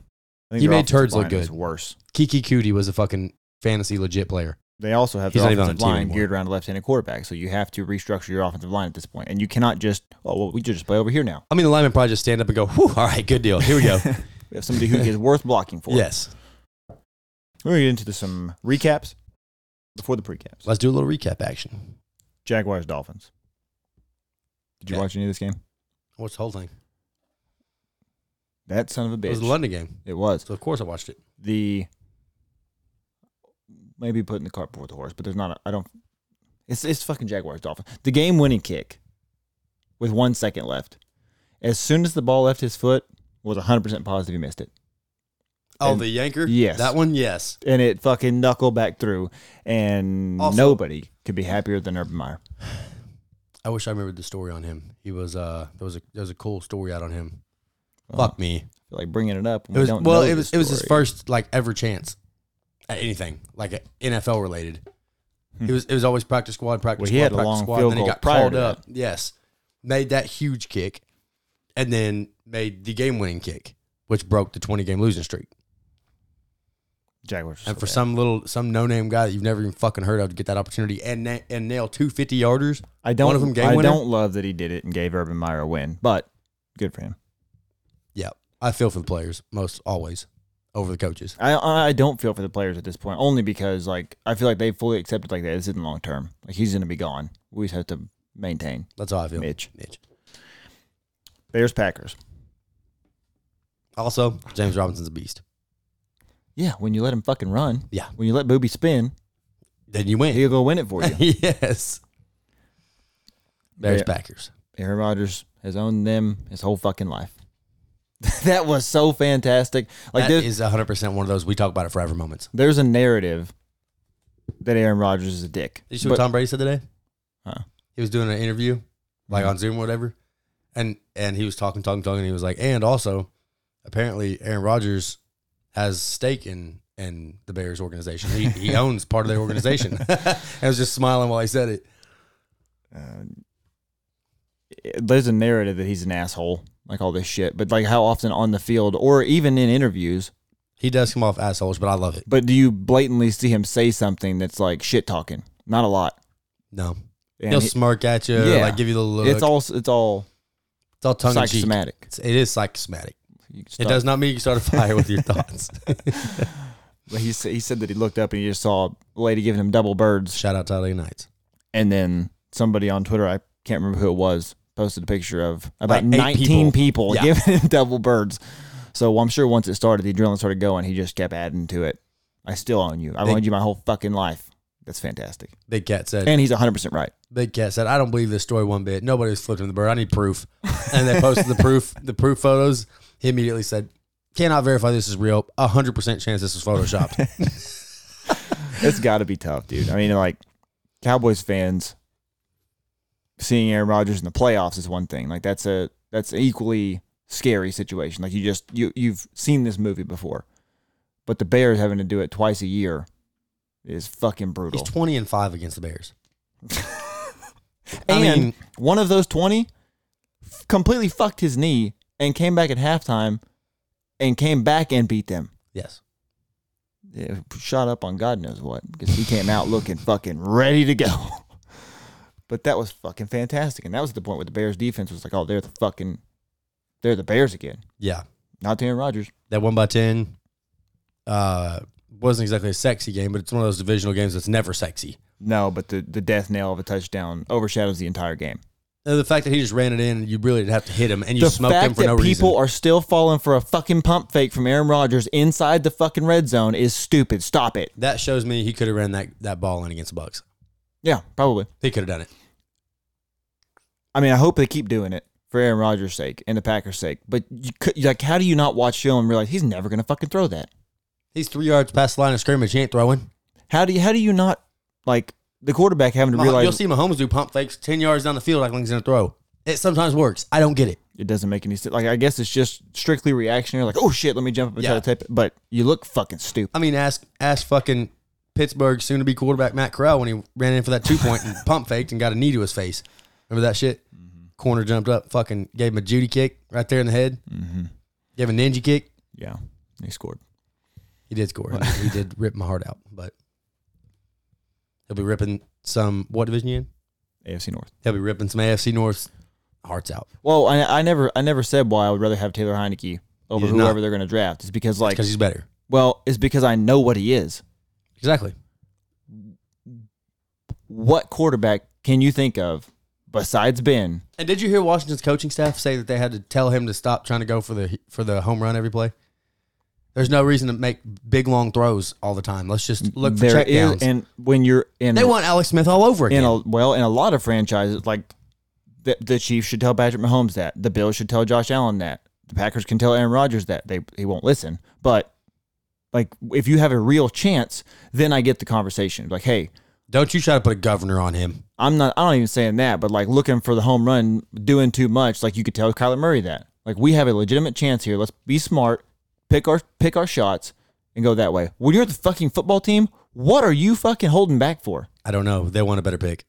Speaker 1: I
Speaker 2: He
Speaker 1: their
Speaker 2: made
Speaker 1: offensive
Speaker 2: turds look
Speaker 1: line is
Speaker 2: good.
Speaker 1: Worse.
Speaker 2: Kiki Cootie was a fucking fantasy legit player.
Speaker 1: They also have
Speaker 2: He's
Speaker 1: their
Speaker 2: not even on
Speaker 1: offensive
Speaker 2: the team
Speaker 1: line
Speaker 2: anymore.
Speaker 1: geared around a left-handed quarterback, so you have to restructure your offensive line at this point, and you cannot just oh well, we just play over here now.
Speaker 2: I mean, the lineman probably just stand up and go, "Whew, all right, good deal. Here we go."
Speaker 1: We have somebody who is worth blocking for.
Speaker 2: yes,
Speaker 1: we're gonna get into some recaps before the precaps.
Speaker 2: let's do a little recap action.
Speaker 1: Jaguars Dolphins. Did you
Speaker 2: Yeah.
Speaker 1: watch any of this game?
Speaker 2: What's the whole thing?
Speaker 1: That son of a bitch.
Speaker 2: It was the London game,
Speaker 1: It was.
Speaker 2: so of course I watched it.
Speaker 1: the maybe putting the cart before the horse, but there's not. A, I don't. It's it's fucking Jaguars Dolphins. The game winning kick with one second left. As soon as the ball left his foot, was 100 percent positive he missed it,
Speaker 2: Oh,
Speaker 1: And-
Speaker 2: the Yanker.
Speaker 1: Yes.
Speaker 2: that one. Yes.
Speaker 1: and it fucking knuckle back through, and
Speaker 2: Also-
Speaker 1: nobody could be happier than Urban Meyer.
Speaker 2: I wish I remembered the story on him. He was uh, there was a there was a cool story out on him. Fuck me.
Speaker 1: Like bringing it up. When
Speaker 2: It was
Speaker 1: we don't
Speaker 2: well,
Speaker 1: know
Speaker 2: it
Speaker 1: the
Speaker 2: was it was his
Speaker 1: story.
Speaker 2: first like ever chance at anything like NFL related. It was it was always practice squad, practice
Speaker 1: Hmm. Well,
Speaker 2: squad,
Speaker 1: he had a
Speaker 2: practice
Speaker 1: long
Speaker 2: squad.
Speaker 1: field
Speaker 2: then he
Speaker 1: goal
Speaker 2: got
Speaker 1: prior
Speaker 2: called
Speaker 1: to
Speaker 2: up. Yes, made that huge kick, and then made the game winning kick, which broke the twenty game losing streak.
Speaker 1: Jaguars. are
Speaker 2: And
Speaker 1: so
Speaker 2: for
Speaker 1: bad.
Speaker 2: some little, some no-name guy that you've never even fucking heard of to get that opportunity and na- and nail two 50 yarders.
Speaker 1: I don't.
Speaker 2: one of them game
Speaker 1: I
Speaker 2: winner?
Speaker 1: don't love that he did it and gave Urban Meyer a win, but good for him.
Speaker 2: Yeah, I feel for the players most always over the coaches.
Speaker 1: I I don't feel for the players at this point, only because like I feel like they fully accepted like that this isn't long term. Like he's gonna be gone. We just have to maintain.
Speaker 2: That's how I feel.
Speaker 1: Mitch.
Speaker 2: Mitch.
Speaker 1: Bears Packers.
Speaker 2: Also, James Robinson's a beast.
Speaker 1: Yeah, when you let him fucking run.
Speaker 2: Yeah.
Speaker 1: When you let Booby spin,
Speaker 2: Then you win.
Speaker 1: he'll go win it for you.
Speaker 2: yes. Bears
Speaker 1: Yeah.
Speaker 2: Packers.
Speaker 1: Aaron Rodgers has owned them his whole fucking life. that was so fantastic. Like
Speaker 2: That
Speaker 1: there's,
Speaker 2: is 100% one of those we talk about it forever moments.
Speaker 1: there's a narrative that Aaron Rodgers is a dick.
Speaker 2: Did you see what
Speaker 1: But-
Speaker 2: Tom Brady said today?
Speaker 1: Huh. Mm-hmm.
Speaker 2: He was doing an interview, like on Zoom or whatever, and and he was talking, talking, talking. And he was like, and also, apparently, Aaron Rodgers has stake in in the Bears organization. He he owns part of their organization. I was just smiling while he said it.
Speaker 1: uh, there's a narrative that he's an asshole, like all this shit. But like how often on the field or even in interviews,
Speaker 2: He does come off assholes, but I love it.
Speaker 1: but do you blatantly see him say something that's like shit talking? Not a lot.
Speaker 2: No,
Speaker 1: And
Speaker 2: he'll
Speaker 1: he-
Speaker 2: smirk at you,
Speaker 1: Yeah.
Speaker 2: like give you the look.
Speaker 1: it's all it's all
Speaker 2: it's all tongue in cheek.
Speaker 1: psychosomatic.
Speaker 2: It's- It is psychosomatic.
Speaker 1: You
Speaker 2: It
Speaker 1: start-
Speaker 2: does not mean you start a fire with your thoughts.
Speaker 1: But he said he said that he looked up and he just saw a lady giving him double birds,
Speaker 2: Shout out to LA Knights.
Speaker 1: and then somebody on Twitter, I can't remember who it was, posted a picture of about
Speaker 2: Like eight
Speaker 1: 19 people,
Speaker 2: Yeah.
Speaker 1: giving him double birds. So I'm sure once it started, the adrenaline started going. He just kept adding to it. I still own you. I've
Speaker 2: They-
Speaker 1: owned you my whole fucking life. That's fantastic.
Speaker 2: Big Cat said.
Speaker 1: And he's 100 percent right.
Speaker 2: Big Cat said, "I don't believe this story one bit. Nobody was flipping the bird. I need proof." And they posted the proof, the proof photos. He immediately said, "Cannot verify this is real. A hundred percent chance this was photoshopped."
Speaker 1: It's got to be tough, dude. I mean, like Cowboys fans seeing Aaron Rodgers in the playoffs is one thing. Like that's a that's an equally scary situation. Like you just you you've seen this movie before, but the Bears having to do it twice a year is fucking
Speaker 2: He's
Speaker 1: brutal.
Speaker 2: twenty and five against the Bears. I
Speaker 1: and
Speaker 2: mean-
Speaker 1: one of those twenty f- completely fucked his knee and came back at halftime and came back and beat them.
Speaker 2: Yes,
Speaker 1: Yeah, shot up on God knows what because he came out looking fucking ready to go. But that was fucking fantastic, and that was the point where the Bears defense was like, "Oh, they're the fucking, they're the Bears again."
Speaker 2: yeah,
Speaker 1: Not to Aaron Rodgers.
Speaker 2: that one by ten uh, wasn't exactly a sexy game, but it's one of those divisional games that's never sexy.
Speaker 1: No, but the the death nail of a touchdown overshadows the entire game.
Speaker 2: And the fact that he just ran it in, you really didn't have to hit him, and you
Speaker 1: the
Speaker 2: smoked him
Speaker 1: fact
Speaker 2: for
Speaker 1: that
Speaker 2: no reason.
Speaker 1: people are still falling for a fucking pump fake from Aaron Rodgers inside the fucking red zone is stupid. Stop it.
Speaker 2: that shows me he could have ran that that ball in against the Bucks.
Speaker 1: Yeah, probably.
Speaker 2: He could have done it.
Speaker 1: I mean, I hope they keep doing it for Aaron Rodgers' sake and the Packers' sake. But you could, like, how do you not watch film and realize he's never gonna fucking throw that?
Speaker 2: He's three yards past the line of scrimmage. He ain't throwing.
Speaker 1: How do you how do you not like the quarterback having to
Speaker 2: Mah- you'll
Speaker 1: realize
Speaker 2: see Mahomes do pump fakes ten yards down the field like he's gonna throw. It sometimes works. I don't get it.
Speaker 1: it doesn't make any sense? Like I guess it's just strictly reactionary. Like oh shit, let me jump up and
Speaker 2: Yeah.
Speaker 1: try to tape it. But you look fucking stupid.
Speaker 2: I mean, ask ask fucking Pittsburgh soon to be quarterback Matt Corral when he ran in for that two point and pump faked and got a knee to his face. Remember that shit? Corner jumped up, fucking gave him a Judy kick right there in the head. Gave him a ninja kick.
Speaker 1: Yeah, he scored.
Speaker 2: He did score. he did rip my heart out, but he'll be ripping some what division you in?
Speaker 1: AFC North.
Speaker 2: He'll be ripping some AFC North hearts out
Speaker 1: Well, I, I never I never said why I would rather have Taylor Heineke over
Speaker 2: You did not.
Speaker 1: whoever they're going to draft. It's because like
Speaker 2: because he's better.
Speaker 1: well, it's because I know what he is.
Speaker 2: Exactly.
Speaker 1: What quarterback can you think of besides Ben?
Speaker 2: And did you hear Washington's coaching staff say that they had to tell him to stop trying to go for the for the home run every play? There's no reason to make big long throws all the time. Let's just look for
Speaker 1: There is,
Speaker 2: checkdowns.
Speaker 1: and when you're in
Speaker 2: they want Alex Smith all over again.
Speaker 1: in a well in a lot of franchises like the, the Chiefs should tell Patrick Mahomes that the Bills should tell Josh Allen that the Packers can tell Aaron Rodgers that they he won't listen but like if you have a real chance then I get the conversation like hey
Speaker 2: Don't you try to put a governor on him.
Speaker 1: I'm not I'm not even saying that but like looking for the home run doing too much like you could tell Kyler Murray that like we have a legitimate chance here let's be smart pick our pick our shots and go that way when you're the fucking football team what are you fucking holding back for
Speaker 2: I don't know. They want a better pick.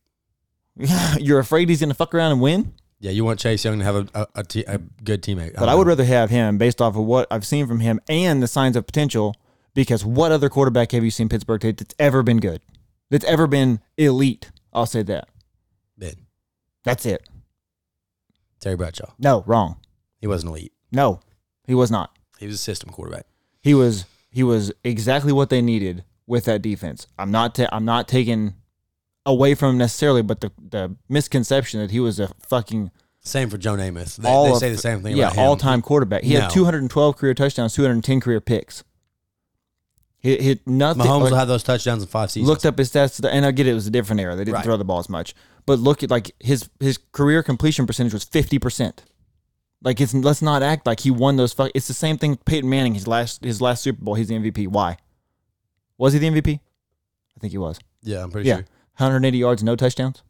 Speaker 1: you're afraid he's gonna fuck around and win
Speaker 2: Yeah, you want Chase Young to have a a, a, te- a good teammate. Um,
Speaker 1: But I would rather have him based off of what I've seen from him and the signs of potential Because what other quarterback have you seen Pittsburgh take that's ever been good? That's ever been elite? I'll say that.
Speaker 2: Ben,
Speaker 1: That's it.
Speaker 2: Terry Bradshaw.
Speaker 1: No, wrong.
Speaker 2: He wasn't elite.
Speaker 1: No, he was not.
Speaker 2: He was a system quarterback.
Speaker 1: He was he was exactly what they needed with that defense. I'm not ta- I'm not taking away from him necessarily, but the the misconception that he was a fucking
Speaker 2: Same for Joe Namath. They,
Speaker 1: all
Speaker 2: they
Speaker 1: of-
Speaker 2: say the same thing
Speaker 1: Yeah,
Speaker 2: about him.
Speaker 1: all time quarterback. He had
Speaker 2: No.
Speaker 1: 212 career touchdowns, 210 career picks. He hit nothing.
Speaker 2: Mahomes
Speaker 1: like,
Speaker 2: will have those touchdowns in five seasons.
Speaker 1: looked up his stats, and I get it, it was a different era. They didn't
Speaker 2: Right.
Speaker 1: throw the ball as much, but look at like his his career completion percentage was 50 percent. Like it's let's not act like he won those. Fuck, it's the same thing. Peyton Manning, his last his last Super Bowl, he's the MVP. Why? Was he the MVP? I think he was.
Speaker 2: yeah, I'm pretty
Speaker 1: Yeah,
Speaker 2: sure.
Speaker 1: 180 yards, no touchdowns.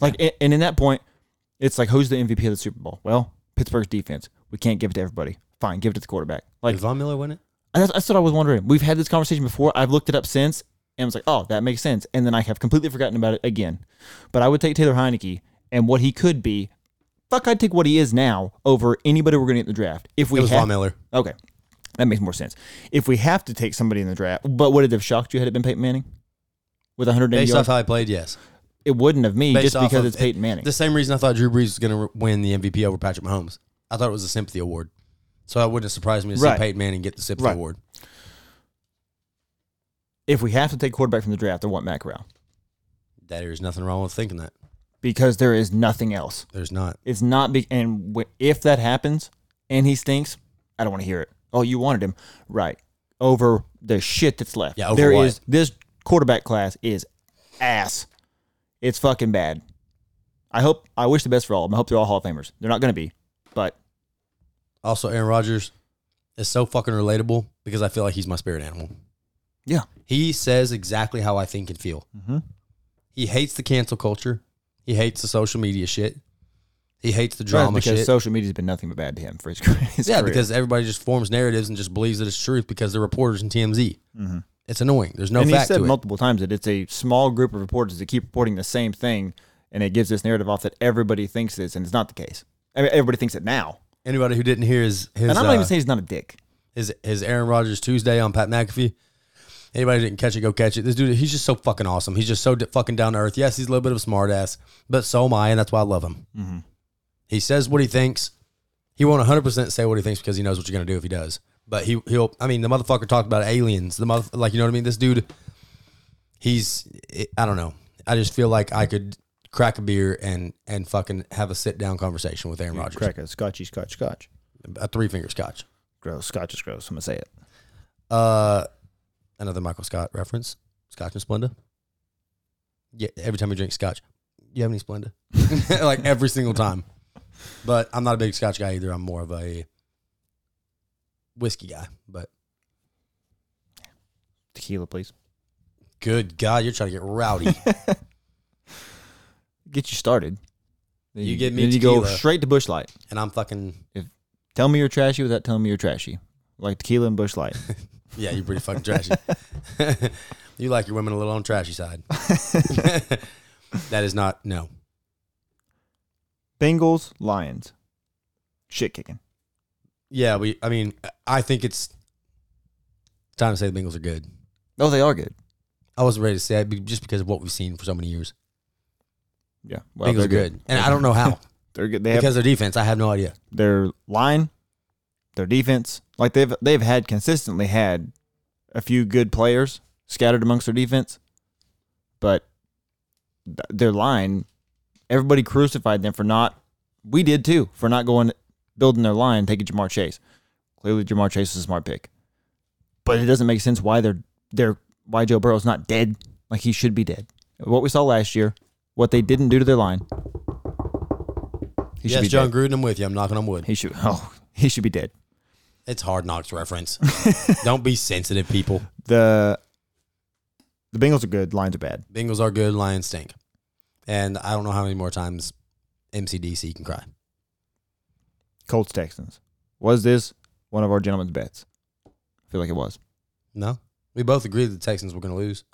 Speaker 1: Like, a- and in that point, it's like who's the MVP of the Super Bowl? Well, Pittsburgh's defense. We can't give it to everybody. Fine, give it to the quarterback. Like
Speaker 2: Did Von Miller win it?
Speaker 1: and that's, that's what I was wondering. We've had this conversation before. I've looked it up since, and I was like, oh, that makes sense. And then I have completely forgotten about it again. But I would take Taylor Heineke and what he could be. Fuck, I'd take what he is now over anybody we're going to get in the draft. If we
Speaker 2: It was
Speaker 1: have,
Speaker 2: Von Miller.
Speaker 1: okay, that makes more sense. If we have to take somebody in the draft, but would it have shocked you had it been Peyton Manning with 180
Speaker 2: Based off
Speaker 1: yards?
Speaker 2: how he played, yes.
Speaker 1: it wouldn't have me
Speaker 2: Based
Speaker 1: just
Speaker 2: off
Speaker 1: because
Speaker 2: of-
Speaker 1: it's Peyton Manning.
Speaker 2: The same reason I thought Drew Brees was going to win the MVP over Patrick Mahomes. I thought it was a sympathy award. So it wouldn't have surprised me to
Speaker 1: Right.
Speaker 2: see Peyton Manning get the sympathy
Speaker 1: Right.
Speaker 2: award.
Speaker 1: if we have to take quarterback from the draft, I want Matt Corral
Speaker 2: That there's nothing wrong with thinking that.
Speaker 1: because there is nothing else.
Speaker 2: There's not.
Speaker 1: It's not big. And wh- if that happens and he stinks, I don't want to hear it. Oh, you wanted him, right? Over the shit that's left.
Speaker 2: Yeah, over
Speaker 1: There
Speaker 2: what?
Speaker 1: is- this quarterback class is ass. It's fucking bad. I hope. I wish the best for all of them. I hope they're all Hall of Famers. They're not going to be, but
Speaker 2: Also, Aaron Rodgers is so fucking relatable because I feel like he's my spirit animal.
Speaker 1: yeah,
Speaker 2: He says exactly how I think and feel.
Speaker 1: Mm-hmm.
Speaker 2: He hates the cancel culture. He hates the social media shit. He hates the
Speaker 1: That's
Speaker 2: drama
Speaker 1: because
Speaker 2: shit.
Speaker 1: social media's been nothing but bad to him for his career. his
Speaker 2: yeah,
Speaker 1: career.
Speaker 2: because everybody just forms narratives and just believes that it's truth because they're reporters in TMZ. It's annoying. There's no
Speaker 1: Mm-hmm. and he
Speaker 2: fact
Speaker 1: said
Speaker 2: to it.
Speaker 1: multiple times that it's a small group of reporters that keep reporting the same thing, and it gives this narrative off that everybody thinks this, and it's not the case. I mean, everybody thinks it now.
Speaker 2: Anybody who didn't hear his his
Speaker 1: And I'm not
Speaker 2: uh,
Speaker 1: even saying he's not a dick.
Speaker 2: his his Aaron Rodgers Tuesday on Pat McAfee. Anybody who didn't catch it, go catch it. This dude, he's just so fucking awesome. He's just so d- fucking down to earth. Yes, he's a little bit of a smart ass, but so am I, and that's why I love him.
Speaker 1: Mm-hmm.
Speaker 2: He says what he thinks. He won't 100% say what he thinks because he knows what you're going to do if he does. But he, he'll, I mean, the motherfucker talked about aliens. The mother, like, you know what I mean? This dude, he's, I don't know. I just feel like I could crack a beer and and fucking have a sit down conversation with Aaron Rodgers.
Speaker 1: Crack a scotchy scotch scotch.
Speaker 2: A three finger scotch.
Speaker 1: Gross. Scotch is gross. I'm gonna say it.
Speaker 2: Uh, another Michael Scott reference. Scotch and Splenda. Yeah, every time you drink Scotch, you have any Splenda? like every single time. But I'm not a big Scotch guy either. I'm more of a whiskey guy. But
Speaker 1: Tequila, please.
Speaker 2: good God, you're trying to get rowdy.
Speaker 1: Get you started. Then
Speaker 2: You get me
Speaker 1: Then you go
Speaker 2: tequila.
Speaker 1: straight to Bush Light.
Speaker 2: and I'm fucking
Speaker 1: Tell me you're trashy without telling me you're trashy. Like tequila and Bush Light.
Speaker 2: yeah, you're pretty fucking trashy. you like your women a little on the trashy side. that is not no.
Speaker 1: Bengals, Lions. Shit kicking.
Speaker 2: Yeah, we I mean, I think it's time to say the Bengals are good.
Speaker 1: Oh, they are good.
Speaker 2: I wasn't ready to say it be- just because of what we've seen for so many years.
Speaker 1: Yeah. Well,
Speaker 2: Bengals are good. And I don't know how
Speaker 1: They're good. They have
Speaker 2: because their defense. I have no idea.
Speaker 1: their line, their defense. Like they've they've had consistently had a few good players scattered amongst their defense, but th- their line, everybody crucified them for not. We did too for not going building their line, taking Jamar Chase. Clearly, Jamar Chase is a smart pick, but it doesn't make sense why they're they're why Joe Burrow's not dead like he should be dead. What we saw last year, what they didn't do to their line. He
Speaker 2: yes,
Speaker 1: be
Speaker 2: John
Speaker 1: dead.
Speaker 2: Gruden, I'm with you. I'm knocking on wood.
Speaker 1: He should. Oh, he should be dead.
Speaker 2: It's hard knocks reference. don't be sensitive, people.
Speaker 1: The the Bengals are good. Lions are bad.
Speaker 2: Bengals are good. Lions stink. And I don't know how many more times MCDC can cry.
Speaker 1: Colts Texans. Was this one of our gentlemen's bets? I feel like it was.
Speaker 2: No, we both agreed that the Texans were going to lose.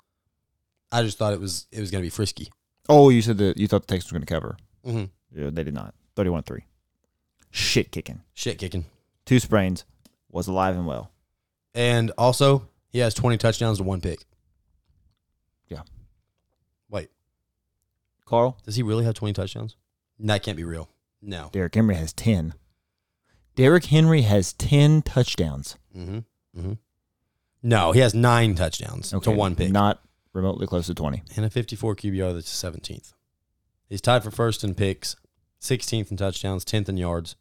Speaker 2: I just thought it was it was going to be frisky.
Speaker 1: Oh, you said that you thought the Texans were going to cover.
Speaker 2: Mm-hmm.
Speaker 1: Yeah, they did not. Thirty-one three. Shit kicking.
Speaker 2: Shit kicking.
Speaker 1: Two sprains. Was alive and well.
Speaker 2: And also, he has 20 touchdowns to one pick.
Speaker 1: Yeah.
Speaker 2: Wait,
Speaker 1: Carl,
Speaker 2: does he really have 20 touchdowns? That can't be real. No.
Speaker 1: Derrick Henry has 10. Derrick Henry has 10 touchdowns.
Speaker 2: Mm-hmm. Mm-hmm. No, he has nine touchdowns to one pick.
Speaker 1: Not remotely close to 20.
Speaker 2: and a 54 QBR that's 17th. He's tied for first in picks, 16th in touchdowns, 10th in yards.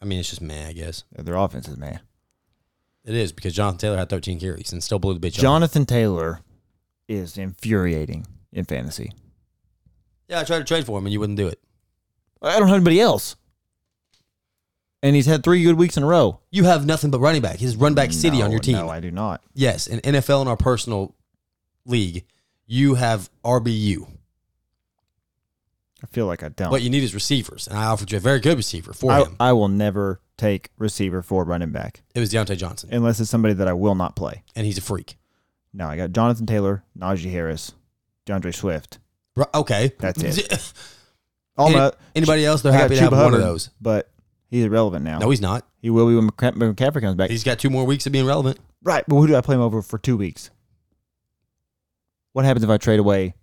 Speaker 2: I mean, it's just meh, I guess.
Speaker 1: Their offense is man.
Speaker 2: It is because Jonathan Taylor had 13 carries and still blew the bitch up.
Speaker 1: Jonathan Taylor is infuriating in fantasy.
Speaker 2: Yeah, I tried to trade for him and you wouldn't do it.
Speaker 1: I don't have anybody else. And he's had three good weeks in a row.
Speaker 2: You have nothing but running back. His run back city
Speaker 1: No,
Speaker 2: on your team.
Speaker 1: No, I do not.
Speaker 2: yes, in NFL and our personal league, you have RBU.
Speaker 1: I feel like I don't.
Speaker 2: What you need is receivers, and I offered you a very good receiver for
Speaker 1: I,
Speaker 2: him.
Speaker 1: I will never take receiver for running back
Speaker 2: It was Deontay Johnson,
Speaker 1: unless it's somebody that I will not play.
Speaker 2: and he's a freak.
Speaker 1: No, I got Jonathan Taylor, Najee Harris, DeAndre Swift.
Speaker 2: Bru- Okay,
Speaker 1: That's it.
Speaker 2: Any-
Speaker 1: Almost.
Speaker 2: anybody else? They're
Speaker 1: I got
Speaker 2: happy to have
Speaker 1: Chuba
Speaker 2: one of
Speaker 1: Hubbard,
Speaker 2: those.
Speaker 1: But he's irrelevant now.
Speaker 2: No, he's not.
Speaker 1: he will be when McCa- McCaffrey comes back.
Speaker 2: He's got two more weeks of being relevant.
Speaker 1: Right, but who do I play him over for two weeks? What happens if I trade away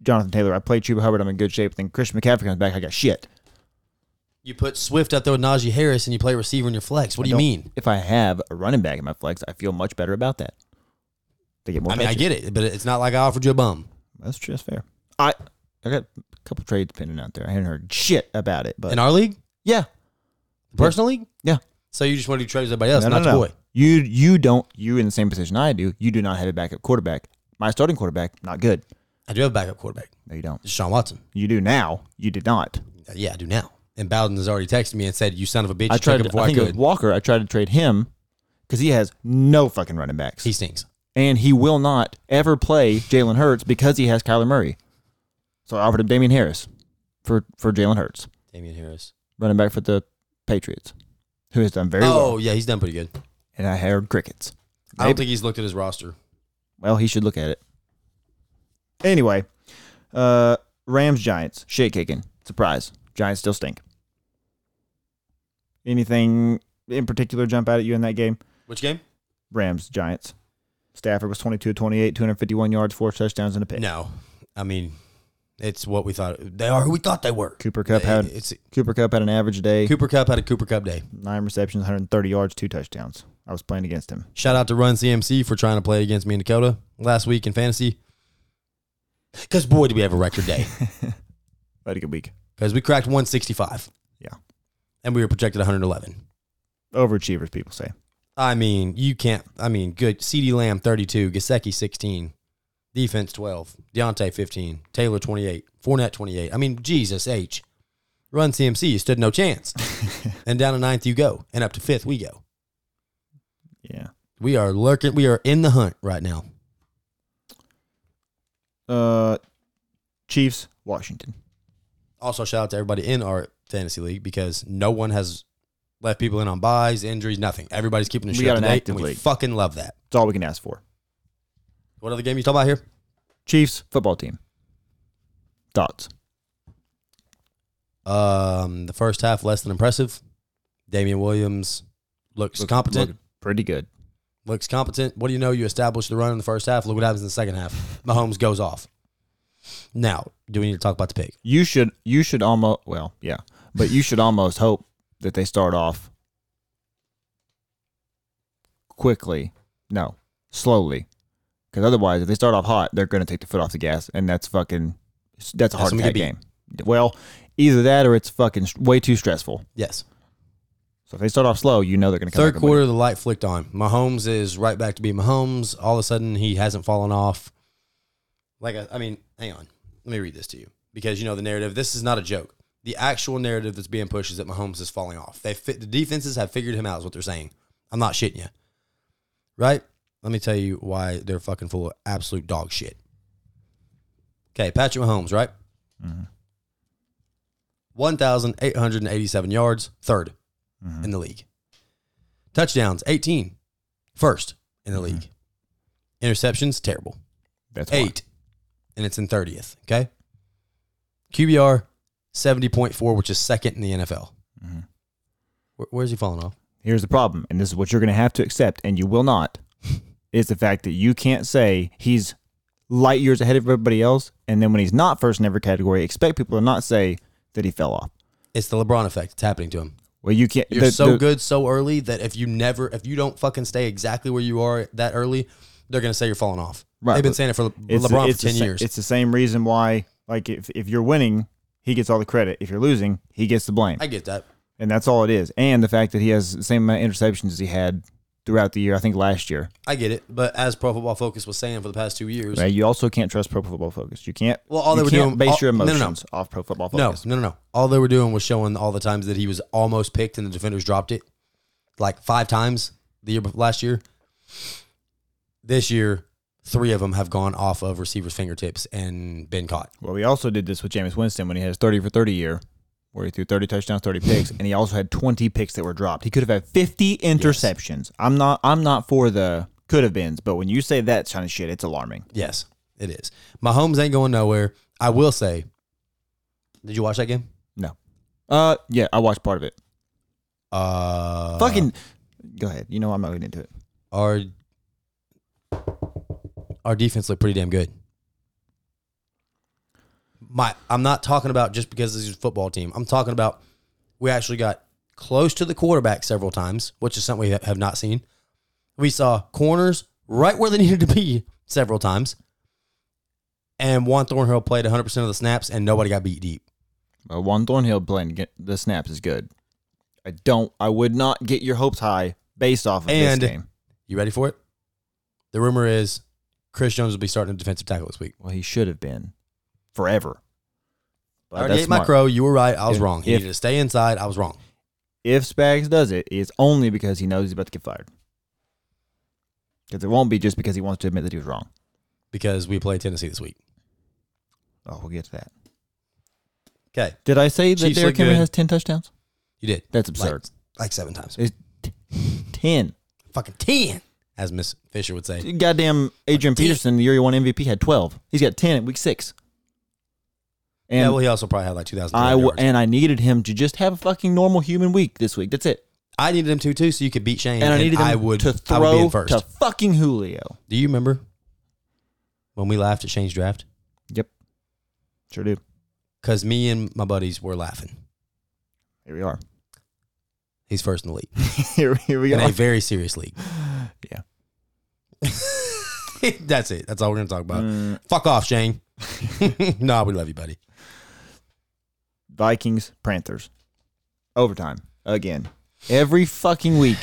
Speaker 1: Jonathan Taylor? I play Chuba Hubbard. I'm in good shape. Then Christian McCaffrey comes back. I got shit.
Speaker 2: You put Swift out there with Najee Harris and you play receiver in your flex. What do
Speaker 1: I
Speaker 2: you
Speaker 1: don't-
Speaker 2: mean?
Speaker 1: If I have a running back in my flex, I feel much better about that. They get more.
Speaker 2: I mean, I
Speaker 1: catches.
Speaker 2: get it, but it's not like I offered you a bum.
Speaker 1: that's true. That's fair. I I got a couple trades pending out there. I haven't heard shit about it, but
Speaker 2: In our league?
Speaker 1: yeah,
Speaker 2: Personal league?
Speaker 1: yeah.
Speaker 2: So you just want to do trades with everybody else, not your boy.
Speaker 1: You you don't you in the same position I do. You do not have a backup quarterback. My starting quarterback, not good.
Speaker 2: I do have a backup quarterback.
Speaker 1: No, you don't.
Speaker 2: It's Sean Watson.
Speaker 1: You do now. You did not.
Speaker 2: Uh, Yeah, I do now. And Bowden has already texted me and said, You son of a bitch,
Speaker 1: I
Speaker 2: you took
Speaker 1: tried.
Speaker 2: him
Speaker 1: To,
Speaker 2: before
Speaker 1: I
Speaker 2: I,
Speaker 1: think it was
Speaker 2: could.
Speaker 1: Walker. I tried to trade him because he has no fucking running backs,
Speaker 2: He stinks.
Speaker 1: and he will not ever play Jalen Hurts because he has Kyler Murray. So I offered him Damian Harris for for Jalen Hurts,
Speaker 2: Damian Harris.
Speaker 1: running back for the Patriots, who has done very
Speaker 2: oh,
Speaker 1: well.
Speaker 2: yeah, he's done pretty good.
Speaker 1: And I heard crickets.
Speaker 2: I don't
Speaker 1: Maybe-
Speaker 2: think he's looked at his roster.
Speaker 1: Well, he should look at it. Anyway, uh, Rams Giants shit kicking surprise. Giants still stink. Anything in particular jump out at you in that game?
Speaker 2: Which game?
Speaker 1: Rams, Giants. Stafford was 22 28, 251 yards, four touchdowns, and a pick.
Speaker 2: No. I mean, it's what we thought. They are who we thought they were.
Speaker 1: Cooper Cup had
Speaker 2: It's,
Speaker 1: Cooper Cup had an average day,
Speaker 2: Cooper Cup had a Cooper Cup day.
Speaker 1: nine receptions, 130 yards, two touchdowns. I was playing against him.
Speaker 2: Shout out to Run CMC for trying to play against me and Dakota last week in fantasy. Because boy, did we have a record day.
Speaker 1: Had a good week.
Speaker 2: Because we cracked 165.
Speaker 1: Yeah.
Speaker 2: And we were projected 111.
Speaker 1: Overachievers, people say.
Speaker 2: I mean, you can't. I mean, good. CD Lamb 32, Gasecki 16, defense 12, Deontay 15, Taylor 28, Fournette 28. I mean, Jesus H. Run CMC, you stood no chance. and down to ninth you go, and up to fifth we go.
Speaker 1: Yeah.
Speaker 2: We are lurking. We are in the hunt right now.
Speaker 1: Uh, Chiefs, Washington.
Speaker 2: Also, shout out to everybody in our fantasy league because no one has left people in on buys, injuries, nothing. Everybody's keeping the
Speaker 1: We
Speaker 2: shit
Speaker 1: got
Speaker 2: up to
Speaker 1: an
Speaker 2: date,
Speaker 1: active
Speaker 2: and we
Speaker 1: league.
Speaker 2: fucking love that.
Speaker 1: It's all we can ask for.
Speaker 2: What other game you talking about here?
Speaker 1: Chiefs, football team. Thoughts?
Speaker 2: Um, the first half less than impressive. Damian Williams looks competent.
Speaker 1: Look pretty good.
Speaker 2: Looks competent. What do you know? You establish the run in the first half. Look what happens in the second half. Mahomes goes off. Now, do we need to talk about the pick?
Speaker 1: You should, you should almost, well, yeah, but you should almost hope that they start off quickly. No, slowly. Because otherwise, if they start off hot, they're going to take the foot off the gas, and that's fucking, that's a hard
Speaker 2: when we
Speaker 1: attack
Speaker 2: get
Speaker 1: game. Well, either that or it's fucking s- way too stressful.
Speaker 2: Yes.
Speaker 1: So if they start off slow, you know they're going to come
Speaker 2: Third
Speaker 1: back and win.
Speaker 2: quarter, the light flicked on. Mahomes is right back to be Mahomes. All of a sudden, he hasn't fallen off. Like, I, I mean, hang on. Let me read this to you because you know the narrative. This is not a joke. The actual narrative that's being pushed is that Mahomes is falling off. They fit, the defenses have figured him out. Is what they're saying. I'm not shitting you, right? Let me tell you why they're fucking full of absolute dog shit. Okay, Patrick Mahomes, right?
Speaker 1: Mm-hmm.
Speaker 2: 1,887 yards, 3rd
Speaker 1: Mm-hmm.
Speaker 2: in the league. Touchdowns, 18, first in the league. Interceptions, terrible,
Speaker 1: That's why.
Speaker 2: eight, and it's in 30th. Okay. QBR, 70.4, which is second in the NFL. Where, where's he falling off?
Speaker 1: Here's the problem, and this is what you're going to have to accept, and you will not, is the fact that you can't say he's light years ahead of everybody else, and then when he's not first in every category, expect people to not say that he fell off.
Speaker 2: It's the LeBron effect. It's happening to him.
Speaker 1: Well, you can't.
Speaker 2: You're
Speaker 1: the-
Speaker 2: so
Speaker 1: the-
Speaker 2: good so early that if you never, if you don't fucking stay exactly where you are that early, they're gonna say you're falling off.
Speaker 1: Right,
Speaker 2: They've been
Speaker 1: but
Speaker 2: saying it for Le- LeBron
Speaker 1: it's
Speaker 2: for ten
Speaker 1: the, sa-
Speaker 2: years.
Speaker 1: It's the same reason why, like, if, if you're winning, he gets all the credit. If you're losing, he gets the blame.
Speaker 2: I get that.
Speaker 1: and that's all it is. And the fact that he has the same amount of interceptions as he had throughout the year, I think last year.
Speaker 2: I get it. But as Pro Football Focus was saying for the past two years,
Speaker 1: Right? You also can't trust Pro Football Focus. You can't.
Speaker 2: Well, all they
Speaker 1: you
Speaker 2: were
Speaker 1: can't
Speaker 2: doing-
Speaker 1: base
Speaker 2: all-
Speaker 1: your
Speaker 2: no, no, no.
Speaker 1: emotions off Pro Football
Speaker 2: no,
Speaker 1: Focus.
Speaker 2: no, no, no. All they were doing was showing all the times that he was almost picked and the defenders dropped it, like five times the year bef- last year. This year, three of them have gone off of receivers' fingertips and been caught.
Speaker 1: Well, we also did this with Jameis Winston when he had his thirty for thirty year, where he threw thirty touchdowns, thirty picks, and he also had twenty picks that were dropped. He could have had fifty interceptions. I'm not. I'm not for the could have beens, but when you say that kind of shit, it's alarming.
Speaker 2: Yes, it is. Mahomes ain't going nowhere. I will say. Did you watch that game?
Speaker 1: No. Uh, yeah, I watched part of it.
Speaker 2: Uh,
Speaker 1: Fucking. Go ahead. You know I'm not getting into it.
Speaker 2: our our defense looked pretty damn good. My, I'm not talking about just because this is a football team. I'm talking about we actually got close to the quarterback several times, which is something we have not seen. We saw corners right where they needed to be several times, and Juan Thornhill played 100 percent of the snaps, and nobody got beat deep.
Speaker 1: Uh, Juan Thornhill playing get- the snaps is good. I don't. I would not get your hopes high based off of
Speaker 2: And-
Speaker 1: this game.
Speaker 2: You ready for it? The rumor is Chris Jones will be starting a defensive tackle this week.
Speaker 1: Well, he should have been forever. But
Speaker 2: I already
Speaker 1: that's
Speaker 2: ate my
Speaker 1: smart.
Speaker 2: crow. You were right. I was
Speaker 1: If-
Speaker 2: wrong. He
Speaker 1: if-
Speaker 2: needed to stay inside. I was wrong.
Speaker 1: if Spags does it, it's only because he knows he's about to get fired. Because it won't be just because he wants to admit that he was wrong.
Speaker 2: because we play Tennessee this week.
Speaker 1: Oh, we'll get to that.
Speaker 2: Okay,
Speaker 1: Did I say that
Speaker 2: Chiefs
Speaker 1: Derrick
Speaker 2: look
Speaker 1: Henry
Speaker 2: good.
Speaker 1: has 10 touchdowns?
Speaker 2: you did
Speaker 1: That's absurd.
Speaker 2: like, like seven times,
Speaker 1: It's t- 10.
Speaker 2: fucking ten, as Miss Fisher would say.
Speaker 1: Goddamn Adrian Peterson, the year he won MVP, had 12. He's got 10 at week six.
Speaker 2: yeah,
Speaker 1: And
Speaker 2: well, he also probably had like two thousand.
Speaker 1: I
Speaker 2: I
Speaker 1: w- and I needed him to just have a fucking normal human week this week. That's it.
Speaker 2: I needed him to too, so you could beat Shane.
Speaker 1: And, I needed him
Speaker 2: I would
Speaker 1: to
Speaker 2: I would be
Speaker 1: throw
Speaker 2: in first.
Speaker 1: to fucking Julio.
Speaker 2: Do you remember when we laughed at Shane's draft?
Speaker 1: Yep. Sure do.
Speaker 2: Because me and my buddies were laughing.
Speaker 1: Here we are.
Speaker 2: He's first in the league
Speaker 1: here, here we
Speaker 2: in
Speaker 1: are.
Speaker 2: a very serious league.
Speaker 1: Yeah.
Speaker 2: That's it. That's all we're gonna talk about.
Speaker 1: Mm,
Speaker 2: Fuck off, Shane. nah, we love you, buddy.
Speaker 1: Vikings, Panthers. Overtime. Again. Every fucking week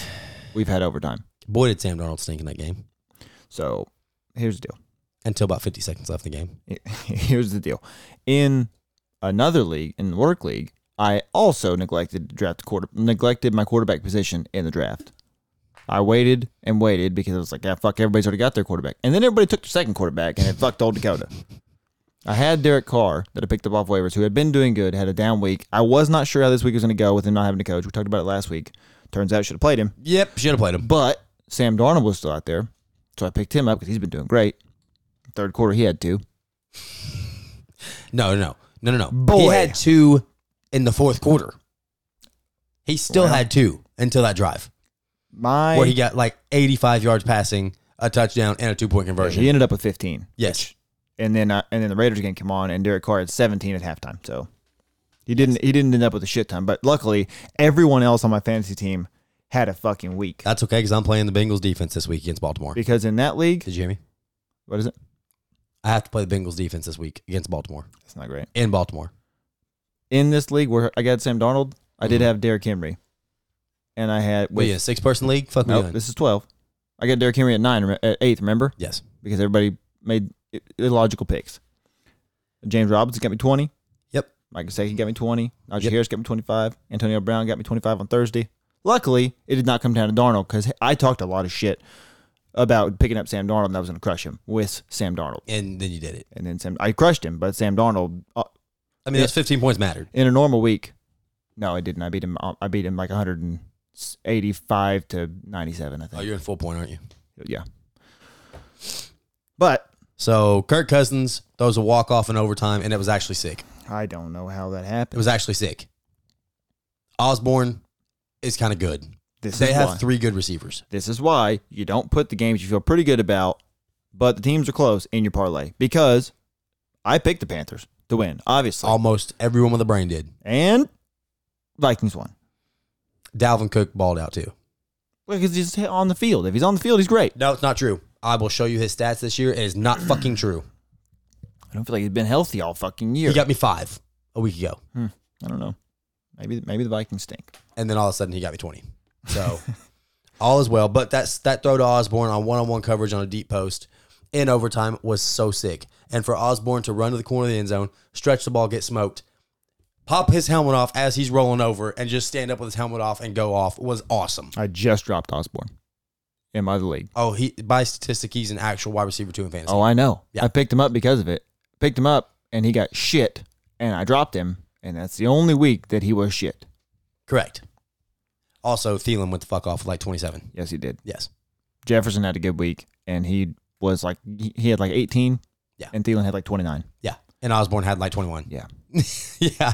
Speaker 1: we've had overtime.
Speaker 2: Boy, did Sam Donald stink in that game
Speaker 1: So here's the
Speaker 2: until about fifty seconds left in the game.
Speaker 1: deal. Here's the deal. In another league, in the work league, I also neglected to draft quarter neglected my quarterback position in the draft. I waited and waited because I was like, ah, fuck, everybody's already got their quarterback. And then everybody took their second quarterback and it fucked old Dakota. I had Derek Carr that I picked up off waivers, who had been doing good, had a down week. I was not sure how this week was going to go with him not having a coach. We talked about it last week. Turns out I should have played him.
Speaker 2: Yep, should have played him.
Speaker 1: But Sam Darnold was still out there, so I picked him up because he's been doing great. Third quarter, he had two.
Speaker 2: No, no, no, no, no.
Speaker 1: Boy.
Speaker 2: He had two in the fourth quarter. He still
Speaker 1: Well.
Speaker 2: had two until that drive
Speaker 1: My
Speaker 2: where he got like 85 yards passing, a touchdown, and a two point conversion.
Speaker 1: he ended up with 15,
Speaker 2: yes.
Speaker 1: and then uh, and then the Raiders game came on, and Derek Carr had 17 at halftime. So he didn't he didn't end up with a shit ton, but luckily everyone else on my fantasy team had a fucking week
Speaker 2: That's okay because I'm playing the Bengals defense this week against Baltimore.
Speaker 1: because in that league,
Speaker 2: Did you hear me?
Speaker 1: what is it?
Speaker 2: I have to play the Bengals defense this week against Baltimore.
Speaker 1: That's not great.
Speaker 2: In Baltimore.
Speaker 1: In this league where I got Sam Darnold, I did have Derek Henry, and I had
Speaker 2: Wait,
Speaker 1: wait,
Speaker 2: yeah, six person league? Fuck me.
Speaker 1: nope, this is 12. I got Derek Henry at nine, re- at eighth. Remember?
Speaker 2: yes.
Speaker 1: because everybody made i- illogical picks. James Robinson got me 20.
Speaker 2: Yep.
Speaker 1: Mike Gesicki got me 20. Najee
Speaker 2: Yep.
Speaker 1: Harris got me 25. Antonio Brown got me 25 on Thursday. Luckily, it did not come down to Darnold because I talked a lot of shit about picking up Sam Darnold and I was going to crush him with Sam Darnold.
Speaker 2: And then you did it.
Speaker 1: And then Sam, I crushed him, but Sam Darnold uh,
Speaker 2: I mean, those 15 points mattered.
Speaker 1: in a normal week, no, I didn't. I beat him. uh, I beat him like 185 to 97, I
Speaker 2: Oh,
Speaker 1: think.
Speaker 2: you're in full point, aren't you?
Speaker 1: yeah. But
Speaker 2: So Kirk Cousins throws a walk off in overtime, and it was actually sick.
Speaker 1: I don't know how that
Speaker 2: It
Speaker 1: happened.
Speaker 2: was actually sick. Osborne is kind of good.
Speaker 1: This
Speaker 2: They
Speaker 1: is
Speaker 2: have
Speaker 1: why.
Speaker 2: three good receivers.
Speaker 1: This is why you don't put the games you feel pretty good about, but the teams are close in your parlay because I picked the Panthers to win, obviously,
Speaker 2: Almost everyone with a brain did.
Speaker 1: and Vikings won
Speaker 2: Dalvin Cook balled out too.
Speaker 1: because he's on the field. If he's on the field, he's great.
Speaker 2: No, it's not true. I will show you his stats this year. It is not fucking true.
Speaker 1: I don't feel like he's been healthy all fucking year.
Speaker 2: He got me five a week ago,
Speaker 1: I don't know. Maybe maybe the Vikings stink.
Speaker 2: and then all of a sudden he got me twenty. So all is well. But that's that throw to Osborne on one-on-one coverage on a deep post in overtime was so sick. And for Osborne to run to the corner of the end zone, stretch the ball, get smoked, pop his helmet off as he's rolling over, and just stand up with his helmet off and go off was awesome.
Speaker 1: I just dropped Osborne in my league.
Speaker 2: Oh, he by statistic he's an actual wide receiver two in fantasy.
Speaker 1: Oh, I know.
Speaker 2: Yeah.
Speaker 1: I picked him up because of it. Picked him up and he got shit, and I dropped him, and that's the only week that he was shit.
Speaker 2: Correct. Also, Thielen went the fuck off with like twenty-seven.
Speaker 1: Yes, he did.
Speaker 2: Yes.
Speaker 1: Jefferson had a good week, and he was like he- he had like 18.
Speaker 2: Yeah.
Speaker 1: And Thielen had like 29.
Speaker 2: Yeah. And Osborne had like 21.
Speaker 1: Yeah.
Speaker 2: yeah.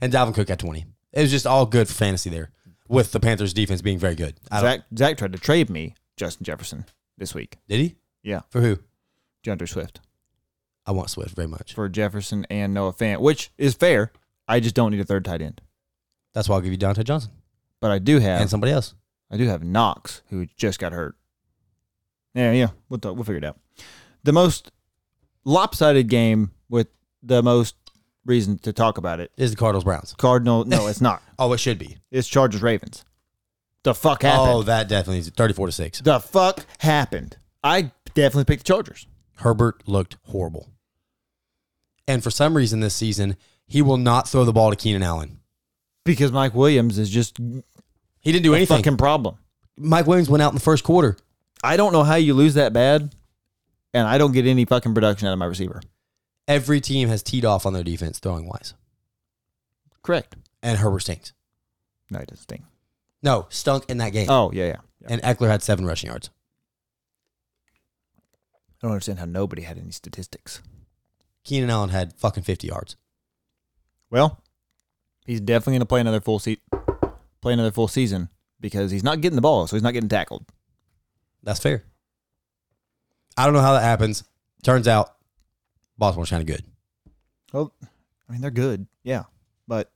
Speaker 2: And Dalvin Cook had 20. It was just all good for fantasy there with the Panthers defense being very good. I don't,
Speaker 1: Zach Zach tried to trade me Justin Jefferson this week.
Speaker 2: did he?
Speaker 1: Yeah.
Speaker 2: For who?
Speaker 1: DeAndre Swift
Speaker 2: I want Swift very much.
Speaker 1: for Jefferson and Noah Fant, which is fair. I just don't need a third tight end,
Speaker 2: That's why I'll give you Dante Johnson
Speaker 1: but I do have
Speaker 2: and somebody else.
Speaker 1: I do have Knox, who just got hurt. Yeah, yeah, we'll talk, we'll figure it out. The most lopsided game with the most reason to talk about it.
Speaker 2: Is the Cardinals Browns?
Speaker 1: Cardinal? No, it's not.
Speaker 2: Oh, it should be.
Speaker 1: It's Chargers Ravens. The fuck
Speaker 2: Oh,
Speaker 1: happened?
Speaker 2: that definitely is 34 to 6.
Speaker 1: The fuck happened? I definitely picked the Chargers.
Speaker 2: Herbert looked horrible. And for some reason this season, he will not throw the ball to Keenan Allen.
Speaker 1: Because Mike Williams is just
Speaker 2: He didn't do
Speaker 1: a
Speaker 2: anything.
Speaker 1: fucking problem.
Speaker 2: Mike Williams went out in the first quarter.
Speaker 1: I don't know how you lose that bad, and I don't get any fucking production out of my receiver.
Speaker 2: Every team has teed off on their defense throwing wise.
Speaker 1: Correct.
Speaker 2: And Herbert stinks.
Speaker 1: No, it doesn't stink.
Speaker 2: No, stunk in that game.
Speaker 1: Oh yeah, yeah. yeah.
Speaker 2: And Eckler had seven rushing yards.
Speaker 1: I don't understand how nobody had any statistics.
Speaker 2: Keenan Allen had fucking 50 yards.
Speaker 1: Well, he's definitely going to play another full seat, play another full season because he's not getting the ball, so he's not getting tackled.
Speaker 2: That's fair. I don't know how that happens. Turns out Baltimore's kind of good.
Speaker 1: Well, I mean they're good, yeah, but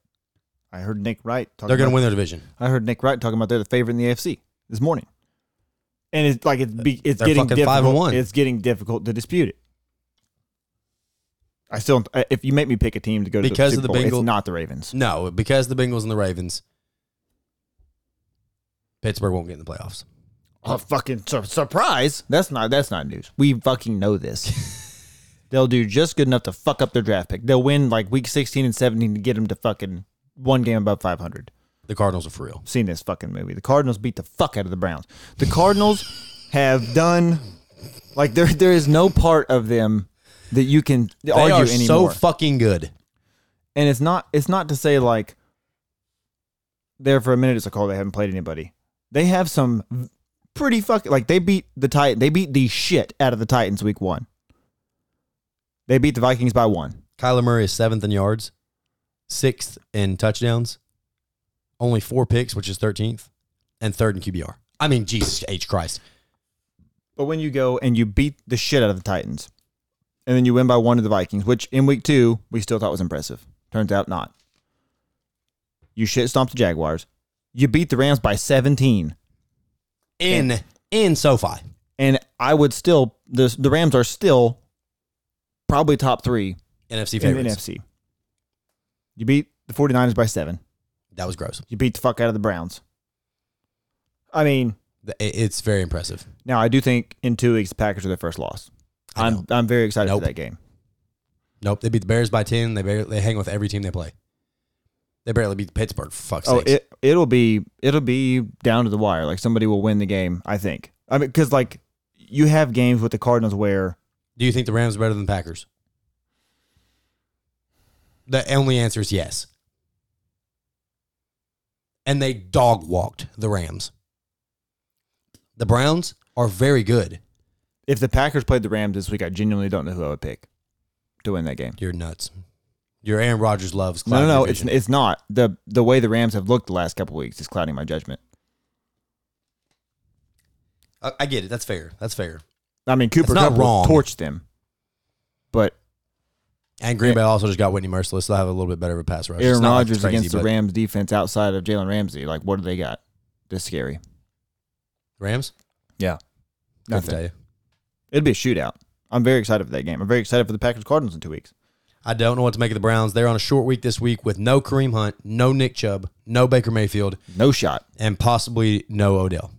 Speaker 1: I heard Nick Wright. Talking
Speaker 2: They're going to
Speaker 1: about-
Speaker 2: win their division.
Speaker 1: I heard Nick Wright talking about they're the favorite in the AFC this morning, and it's like it's be, it's
Speaker 2: They're
Speaker 1: getting
Speaker 2: fucking five and
Speaker 1: difficult-
Speaker 2: one.
Speaker 1: It's getting difficult to dispute it. I still, I- if you make me pick a team to go to
Speaker 2: Because
Speaker 1: the Super
Speaker 2: of the
Speaker 1: Bowl,
Speaker 2: Bengal-
Speaker 1: it's not the Ravens.
Speaker 2: No, because the Bengals and the Ravens, Pittsburgh won't get in the playoffs.
Speaker 1: A fucking sur- surprise! That's not that's not news. We fucking know this. They'll do just good enough to fuck up their draft pick. They'll win like week sixteen and seventeen to get them to fucking one game above five hundred.
Speaker 2: The Cardinals are for real.
Speaker 1: Seen this fucking movie. The Cardinals beat the fuck out of the Browns. The Cardinals have done like there there is no part of them that you can
Speaker 2: They
Speaker 1: argue
Speaker 2: are so
Speaker 1: anymore.
Speaker 2: fucking good.
Speaker 1: and it's not it's not to say like there for a minute it's like oh they haven't played anybody. They have some v- pretty fucking like they beat the Titan they beat the shit out of the Titans week one. They beat the Vikings by one.
Speaker 2: Kyler Murray is seventh in yards, sixth in touchdowns, only four picks, which is 13th, and third in QBR. I mean, Jesus H. Christ.
Speaker 1: But when you go and you beat the shit out of the Titans, and then you win by one to the Vikings, which in week two we still thought was impressive. Turns out not. You shit stomped the Jaguars. You beat the Rams by seventeen.
Speaker 2: in in SoFi.
Speaker 1: and I would still the the Rams are still probably top three
Speaker 2: NFC
Speaker 1: in the
Speaker 2: favorites.
Speaker 1: NFC. You beat the 49ers by seven.
Speaker 2: That was gross.
Speaker 1: You beat the fuck out of the Browns. I mean,
Speaker 2: Th- it- It's very impressive.
Speaker 1: now I do think in two weeks the Packers are their first loss.
Speaker 2: I
Speaker 1: I'm
Speaker 2: know.
Speaker 1: I'm very excited
Speaker 2: Nope.
Speaker 1: for that game.
Speaker 2: Nope, they beat the Bears by ten. They barely, they hang with every team they play. They barely beat Pittsburgh. For fuck's
Speaker 1: Oh,
Speaker 2: sake.
Speaker 1: it it'll be it'll be down to the wire. Like somebody will win the game. I think. I mean, because like you have games with the Cardinals where
Speaker 2: Do you think the Rams are better than the Packers? The only answer is yes. And they dog walked the Rams. The Browns are very good.
Speaker 1: if the Packers played the Rams this week, I genuinely don't know who I would pick to win that game.
Speaker 2: You're nuts. Your Aaron Rodgers loves.
Speaker 1: No,
Speaker 2: cloud
Speaker 1: no, no, it's
Speaker 2: division.
Speaker 1: it's not the the way the Rams have looked the last couple weeks is clouding my judgment.
Speaker 2: I, I get it. That's fair. That's fair.
Speaker 1: I mean, Cooper
Speaker 2: not
Speaker 1: Cup
Speaker 2: wrong.
Speaker 1: torched them, but
Speaker 2: And Green Bay also just got Whitney Merciless. They'll have a little bit better of a pass rush. It's
Speaker 1: Aaron
Speaker 2: not like it's
Speaker 1: Rodgers
Speaker 2: crazy,
Speaker 1: against the
Speaker 2: but-
Speaker 1: Rams defense outside of Jalen Ramsey, like what do they got? That's scary.
Speaker 2: Rams.
Speaker 1: Yeah,
Speaker 2: Couldn't tell
Speaker 1: nothing.
Speaker 2: you.
Speaker 1: It'd be a shootout. I'm very excited for that game. I'm very excited for the Packers Cardinals in two weeks.
Speaker 2: I don't know what to make of the Browns. They're on a short week this week with no Kareem Hunt, no Nick Chubb, no Baker Mayfield,
Speaker 1: No shot.
Speaker 2: and possibly no Odell.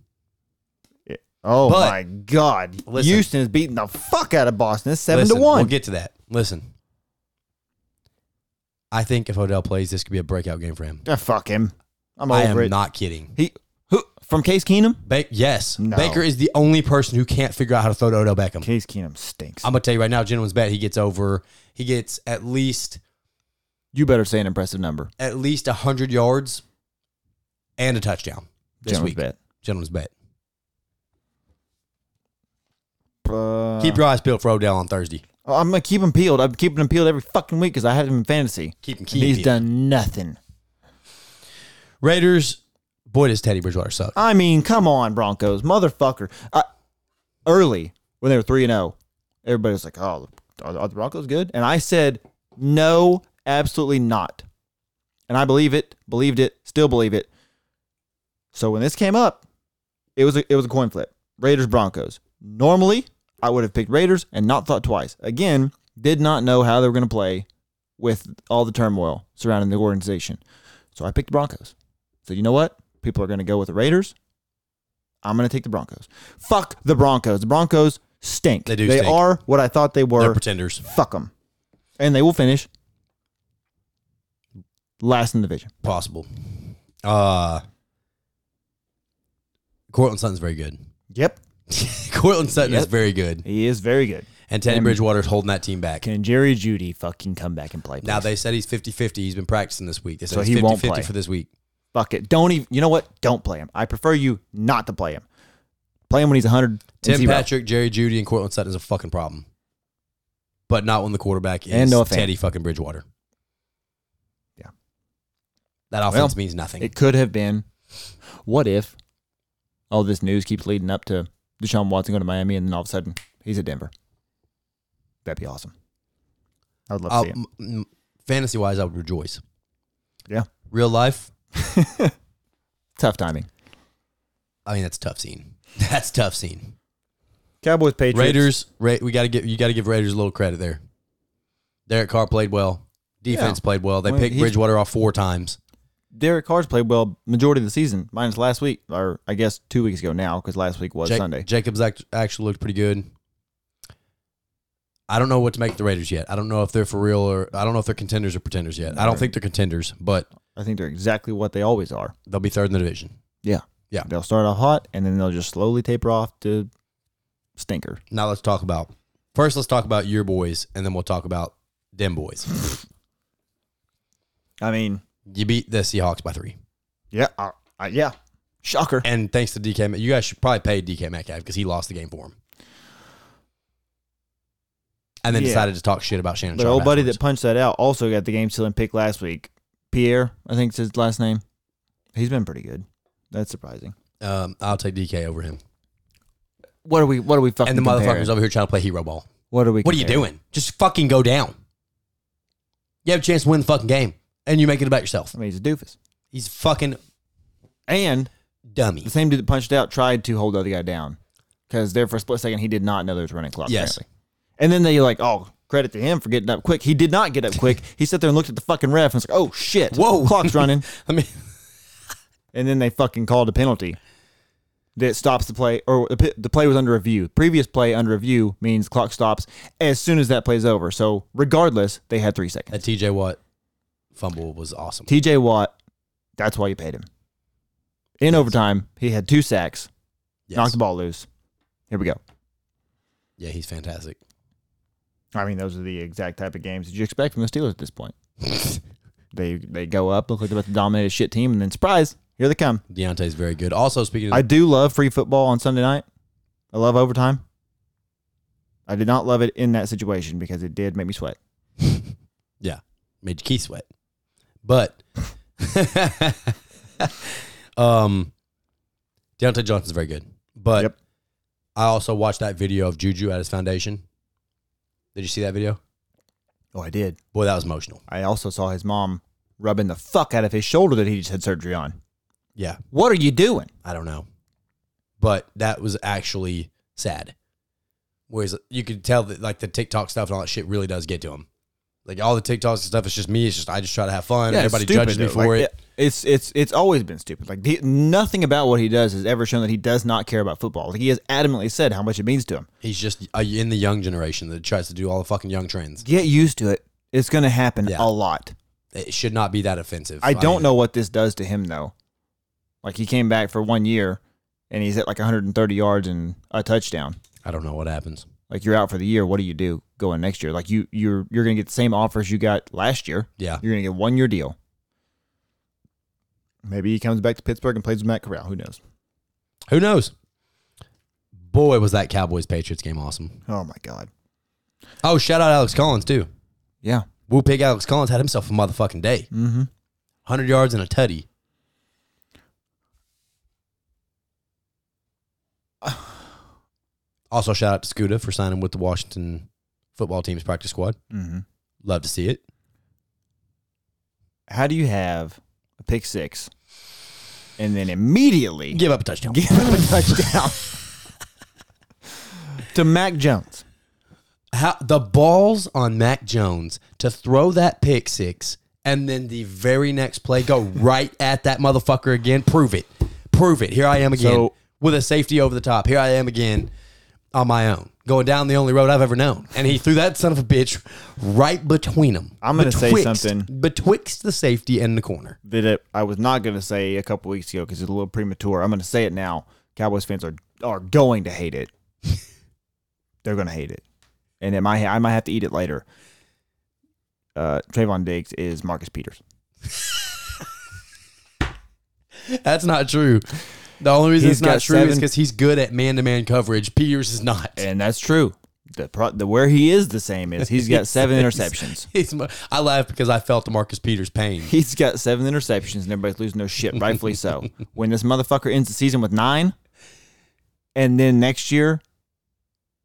Speaker 1: Oh
Speaker 2: But-
Speaker 1: my God!
Speaker 2: Listen.
Speaker 1: Houston is beating the fuck out of Boston. It's seven
Speaker 2: Listen,
Speaker 1: to one.
Speaker 2: We'll get to that. Listen, I think if Odell plays, this could be a breakout game for him.
Speaker 1: Ah, fuck him. I'm
Speaker 2: I
Speaker 1: over
Speaker 2: am
Speaker 1: it.
Speaker 2: not kidding.
Speaker 1: he who from Case Keenum.
Speaker 2: Ba- yes,
Speaker 1: No.
Speaker 2: Baker is the only person who can't figure out how to throw to Odell Beckham.
Speaker 1: Case Keenum stinks.
Speaker 2: I'm gonna tell you right now, Gentleman's bet he gets over. He gets at least
Speaker 1: you better say an impressive number.
Speaker 2: at least hundred yards and a touchdown this
Speaker 1: Gentlemen's
Speaker 2: week.
Speaker 1: bet.
Speaker 2: Gentleman's bet.
Speaker 1: Uh,
Speaker 2: Keep your eyes peeled for Odell on Thursday.
Speaker 1: I'm gonna keep him peeled. I'm keeping him peeled every fucking week because I had him in fantasy.
Speaker 2: Keep him
Speaker 1: And he's
Speaker 2: keep.
Speaker 1: done nothing.
Speaker 2: Raiders. Boy, does Teddy Bridgewater suck.
Speaker 1: I mean, come on, Broncos, motherfucker. I, early when they were three and zero, everybody was like, "Oh, are, are the Broncos good?" And I said, "No, absolutely not." And I believe it, believed it, still believe it. So when this came up, it was a, it was a coin flip. Raiders Broncos. Normally, I would have picked Raiders and not thought twice. Again, did not know how they were going to play with all the turmoil surrounding the organization. So I picked the Broncos. So you know what? People are going to go with the Raiders. I'm going to take the Broncos. Fuck the Broncos. The Broncos stink.
Speaker 2: They do
Speaker 1: They
Speaker 2: stink.
Speaker 1: are what I thought they
Speaker 2: They're
Speaker 1: were.
Speaker 2: pretenders.
Speaker 1: Fuck them. And they will finish last in the division.
Speaker 2: Possible. Uh Cortland Sutton's very good.
Speaker 1: Yep.
Speaker 2: Cortland Sutton is
Speaker 1: Yep.
Speaker 2: very good.
Speaker 1: He is very good.
Speaker 2: And Teddy
Speaker 1: And-
Speaker 2: Bridgewater's holding that team back.
Speaker 1: Can Jerry Judy fucking come back and play?
Speaker 2: Now
Speaker 1: please?
Speaker 2: they said he's 50-50. He's been practicing this week. They said
Speaker 1: So
Speaker 2: he's
Speaker 1: he
Speaker 2: 50
Speaker 1: won't
Speaker 2: 50
Speaker 1: play.
Speaker 2: for this week.
Speaker 1: Fuck it. Don't even. You know what? Don't play him. I prefer you not to play him. Play him when he's 100.
Speaker 2: Tim
Speaker 1: and zero.
Speaker 2: Patrick, Jerry Judy, and Cortland Sutton is a fucking problem. But not when the quarterback is
Speaker 1: And Noah Fant.
Speaker 2: Teddy fucking Bridgewater.
Speaker 1: Yeah.
Speaker 2: That offense means nothing.
Speaker 1: It could have been. What if all this news keeps leading up to Deshaun Watson going to Miami, and then all of a sudden he's at Denver? That'd be awesome. I would love
Speaker 2: Uh,
Speaker 1: to see him.
Speaker 2: fantasy wise, I would rejoice.
Speaker 1: Yeah.
Speaker 2: Real life,
Speaker 1: Tough timing.
Speaker 2: I mean that's a tough scene. That's a tough scene.
Speaker 1: Cowboys, Patriots,
Speaker 2: Raiders, Ra- we got to give you got to give Raiders a little credit there. Derek Carr played well. Defense
Speaker 1: Yeah.
Speaker 2: played well. They
Speaker 1: Well,
Speaker 2: picked
Speaker 1: he's-
Speaker 2: Bridgewater off four times.
Speaker 1: Derek Carr's played well majority of the season, minus last week, or I guess two weeks ago now, because last week was
Speaker 2: Ja-
Speaker 1: Sunday.
Speaker 2: Jacobs act- actually looked pretty good. I don't know what to make of the Raiders yet. I don't know if they're for real or I don't know if they're contenders or pretenders yet. I don't think they're contenders, but
Speaker 1: I think they're exactly what they always are.
Speaker 2: they'll be third in the division.
Speaker 1: Yeah.
Speaker 2: Yeah.
Speaker 1: They'll start off hot and then they'll just slowly taper off to stinker.
Speaker 2: Now let's talk about first. Let's talk about your boys, and then we'll talk about them boys.
Speaker 1: I mean,
Speaker 2: You beat the Seahawks by three,
Speaker 1: yeah. Uh, uh, yeah. Shocker.
Speaker 2: and thanks to DK, Met- you guys should probably pay DK Metcalf because he lost the game for him, and then
Speaker 1: Yeah.
Speaker 2: decided to talk shit about Shannon.
Speaker 1: Their
Speaker 2: Sharp
Speaker 1: old buddy that
Speaker 2: afterwards.
Speaker 1: punched that out also got the game stealing pick last week. Pierre, I think it's his last name. He's been pretty good. That's surprising.
Speaker 2: um, I'll take DK over him,
Speaker 1: What are we? What are we fucking?
Speaker 2: and the motherfuckers
Speaker 1: comparing?
Speaker 2: over here trying to play hero ball.
Speaker 1: What are we?
Speaker 2: What are you
Speaker 1: comparing?
Speaker 2: doing? Just fucking go down. You have a chance to win the fucking game, and you make it about yourself.
Speaker 1: I mean, he's a doofus.
Speaker 2: He's fucking
Speaker 1: And
Speaker 2: dummy.
Speaker 1: the same dude that punched out tried to hold the other guy down because there for a split second he did not know there was running clock.
Speaker 2: Yes.
Speaker 1: apparently. And then they like, oh, credit to him for getting up quick. He did not get up quick. He sat there and looked at the fucking ref and was like, oh shit,
Speaker 2: Whoa.
Speaker 1: clock's running.
Speaker 2: I mean,
Speaker 1: And then they fucking called a penalty that stops the play, or the, p- the play was under review. Previous play under review means clock stops as soon as that play's over. So regardless, they had three seconds.
Speaker 2: that TJ Watt fumble was awesome.
Speaker 1: T.J. Watt, that's why you paid him. In overtime, he had two sacks,
Speaker 2: Yes.
Speaker 1: knocked the ball loose. Here we go.
Speaker 2: Yeah, he's fantastic.
Speaker 1: I mean, those are the exact type of games that you expect from the Steelers at this point. they they go up, look like they're about to dominate a shit team, and then surprise, here they come.
Speaker 2: Deontay's very good. Also, speaking of
Speaker 1: I do love free football on Sunday night. I love overtime. I did not love it in that situation because it did make me sweat.
Speaker 2: yeah, made Keith sweat, but um, Deontay Johnson's very good. But
Speaker 1: Yep.
Speaker 2: I also watched that video of Juju at his foundation. Did you see that video?
Speaker 1: Oh, I did.
Speaker 2: Boy, that was emotional.
Speaker 1: I also saw his mom rubbing the fuck out of his shoulder that he just had surgery on.
Speaker 2: Yeah,
Speaker 1: What are you doing?
Speaker 2: I don't know, but that was actually sad. Whereas you could tell that like the TikTok stuff and all that shit really does get to him. Like all the TikToks and stuff, it's just me. It's just I just try to have fun.
Speaker 1: Yeah, it's
Speaker 2: Everybody
Speaker 1: stupid,
Speaker 2: judges me
Speaker 1: though.
Speaker 2: for
Speaker 1: Like,
Speaker 2: it.
Speaker 1: It's it's it's always been stupid. Like the, nothing about what he does has ever shown that he does not care about football. Like he has adamantly said how much it means to him.
Speaker 2: He's just uh, in the young generation that tries to do all the fucking young trends.
Speaker 1: Get used to it. It's going to happen
Speaker 2: Yeah.
Speaker 1: a lot.
Speaker 2: It should not be that offensive.
Speaker 1: I don't
Speaker 2: mean,
Speaker 1: know what this does to him though. Like he came back for one year and he's at like 130 yards and a touchdown.
Speaker 2: I don't know what happens.
Speaker 1: Like you're out for the year. What do you do going next year? Like you you're you're going to get the same offers you got last year.
Speaker 2: Yeah,
Speaker 1: You're going to get one year deal. Maybe he comes back to Pittsburgh and plays with Matt Corral. Who knows?
Speaker 2: who knows? Boy, was that Cowboys Patriots game awesome.
Speaker 1: Oh my God.
Speaker 2: Oh, shout out Alex Collins too.
Speaker 1: Yeah.
Speaker 2: Woo pig Alex Collins had himself a motherfucking day.
Speaker 1: Mm-hmm.
Speaker 2: Hundred yards and a tutty. Also, shout out to Scuda for signing with the Washington football team's practice squad.
Speaker 1: Mm-hmm.
Speaker 2: Love to see it.
Speaker 1: How do you have a pick six and then immediately
Speaker 2: Give up a touchdown.
Speaker 1: give him a touchdown to Mac Jones?
Speaker 2: How, the balls on Mac Jones to throw that pick six and then the very next play go right at that motherfucker again. Prove it. Prove it. Here I am again
Speaker 1: So-
Speaker 2: with a safety over the top. Here I am again on my own, going down the only road I've ever known. And he threw that son of a bitch right between them.
Speaker 1: I'm gonna say something.
Speaker 2: Betwixt the safety and the corner.
Speaker 1: That it, I was not going to say a couple weeks ago because it's a little premature. I'm going to say it now. Cowboys fans are are going to hate it. They're going to hate it, and it might I might have to eat it later. Uh, Trayvon Diggs is Marcus Peters.
Speaker 2: That's not true. The only reason
Speaker 1: He's
Speaker 2: it's not
Speaker 1: got
Speaker 2: true is
Speaker 1: seven-
Speaker 2: because he's good at man to man coverage. Peters is not.
Speaker 1: And that's true. The, pro, the where he is the same is he's got seven interceptions.
Speaker 2: He's, I laugh because I felt the Marcus Peters pain.
Speaker 1: He's got seven interceptions and everybody's losing their shit, rightfully so. When this motherfucker ends the season with nine, and then next year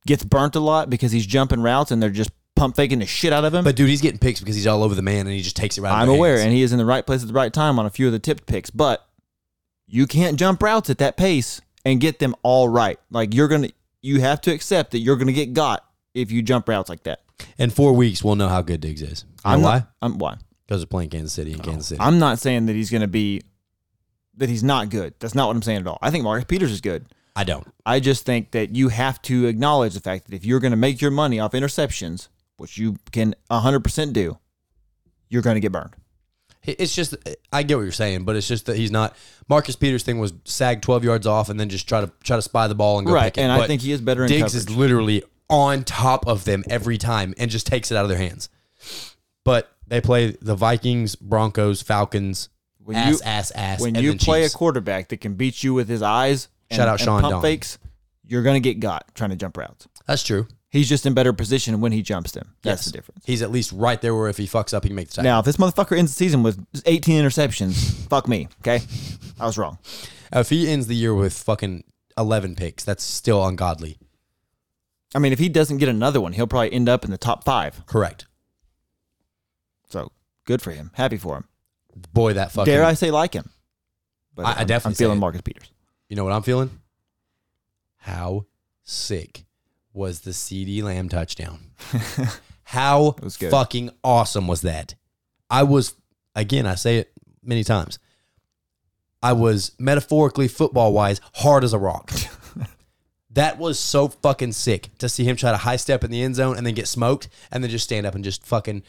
Speaker 1: gets burnt a lot because he's jumping routes and they're just pump faking the shit out of him.
Speaker 2: But dude, he's getting picks because he's all over the man and he just takes it right. out of
Speaker 1: I'm
Speaker 2: their
Speaker 1: aware,
Speaker 2: hands.
Speaker 1: and he is in the right place at the right time on a few of the tipped picks. But you can't jump routes at that pace and get them all right. Like you're gonna, you have to accept that you're gonna get got if you jump routes like that.
Speaker 2: In four weeks, we'll know how good Diggs is. You know why?
Speaker 1: Not, I'm why.
Speaker 2: Because they're playing Kansas City and Kansas City.
Speaker 1: I'm not saying that he's going to be that he's not good. That's not what I'm saying at all. I think Marcus Peters is good.
Speaker 2: I don't.
Speaker 1: I just think that you have to acknowledge the fact that if you're going to make your money off interceptions, which you can 100% do, you're going to get burned.
Speaker 2: It's just I get what you're saying, but it's just that he's not. Marcus Peters' thing was sag 12 yards off and then just try to try to spy the ball and go
Speaker 1: right,
Speaker 2: pick it.
Speaker 1: and I
Speaker 2: But
Speaker 1: think he is better in
Speaker 2: Diggs
Speaker 1: coverage.
Speaker 2: is literally on top of them every time and just takes it out of their hands. But they play the Vikings, Broncos, Falcons,
Speaker 1: when
Speaker 2: ass,
Speaker 1: you
Speaker 2: ass, ass.
Speaker 1: when
Speaker 2: and
Speaker 1: you
Speaker 2: then
Speaker 1: play
Speaker 2: Chiefs.
Speaker 1: a quarterback that can beat you with his eyes, and,
Speaker 2: Shout out
Speaker 1: and
Speaker 2: Sean
Speaker 1: pump
Speaker 2: Don.
Speaker 1: fakes, you're going to get got trying to jump routes.
Speaker 2: that's true.
Speaker 1: He's just in better position when he jumps them. That's
Speaker 2: Yes.
Speaker 1: the difference.
Speaker 2: He's at least right there where if he fucks up, he can make the tackle.
Speaker 1: Now, if this motherfucker ends the season with 18 interceptions, fuck me. Okay, I was wrong.
Speaker 2: If he ends the year with fucking 11 picks, that's still ungodly.
Speaker 1: I mean, if he doesn't get another one, he'll probably end up in the top five.
Speaker 2: Correct.
Speaker 1: So good for him. Happy for him.
Speaker 2: Boy, that fucking.
Speaker 1: Dare I say like him? But
Speaker 2: I- I
Speaker 1: I'm-
Speaker 2: definitely
Speaker 1: I'm feeling
Speaker 2: say it.
Speaker 1: Marcus Peters.
Speaker 2: You know what I'm feeling? How sick was the CD Lamb touchdown? How
Speaker 1: was good.
Speaker 2: fucking awesome was that? I was, again, I say it many times. I was metaphorically, football wise, hard as a rock. that was so fucking sick to see him try to high step in the end zone and then get smoked and then just stand up and just fucking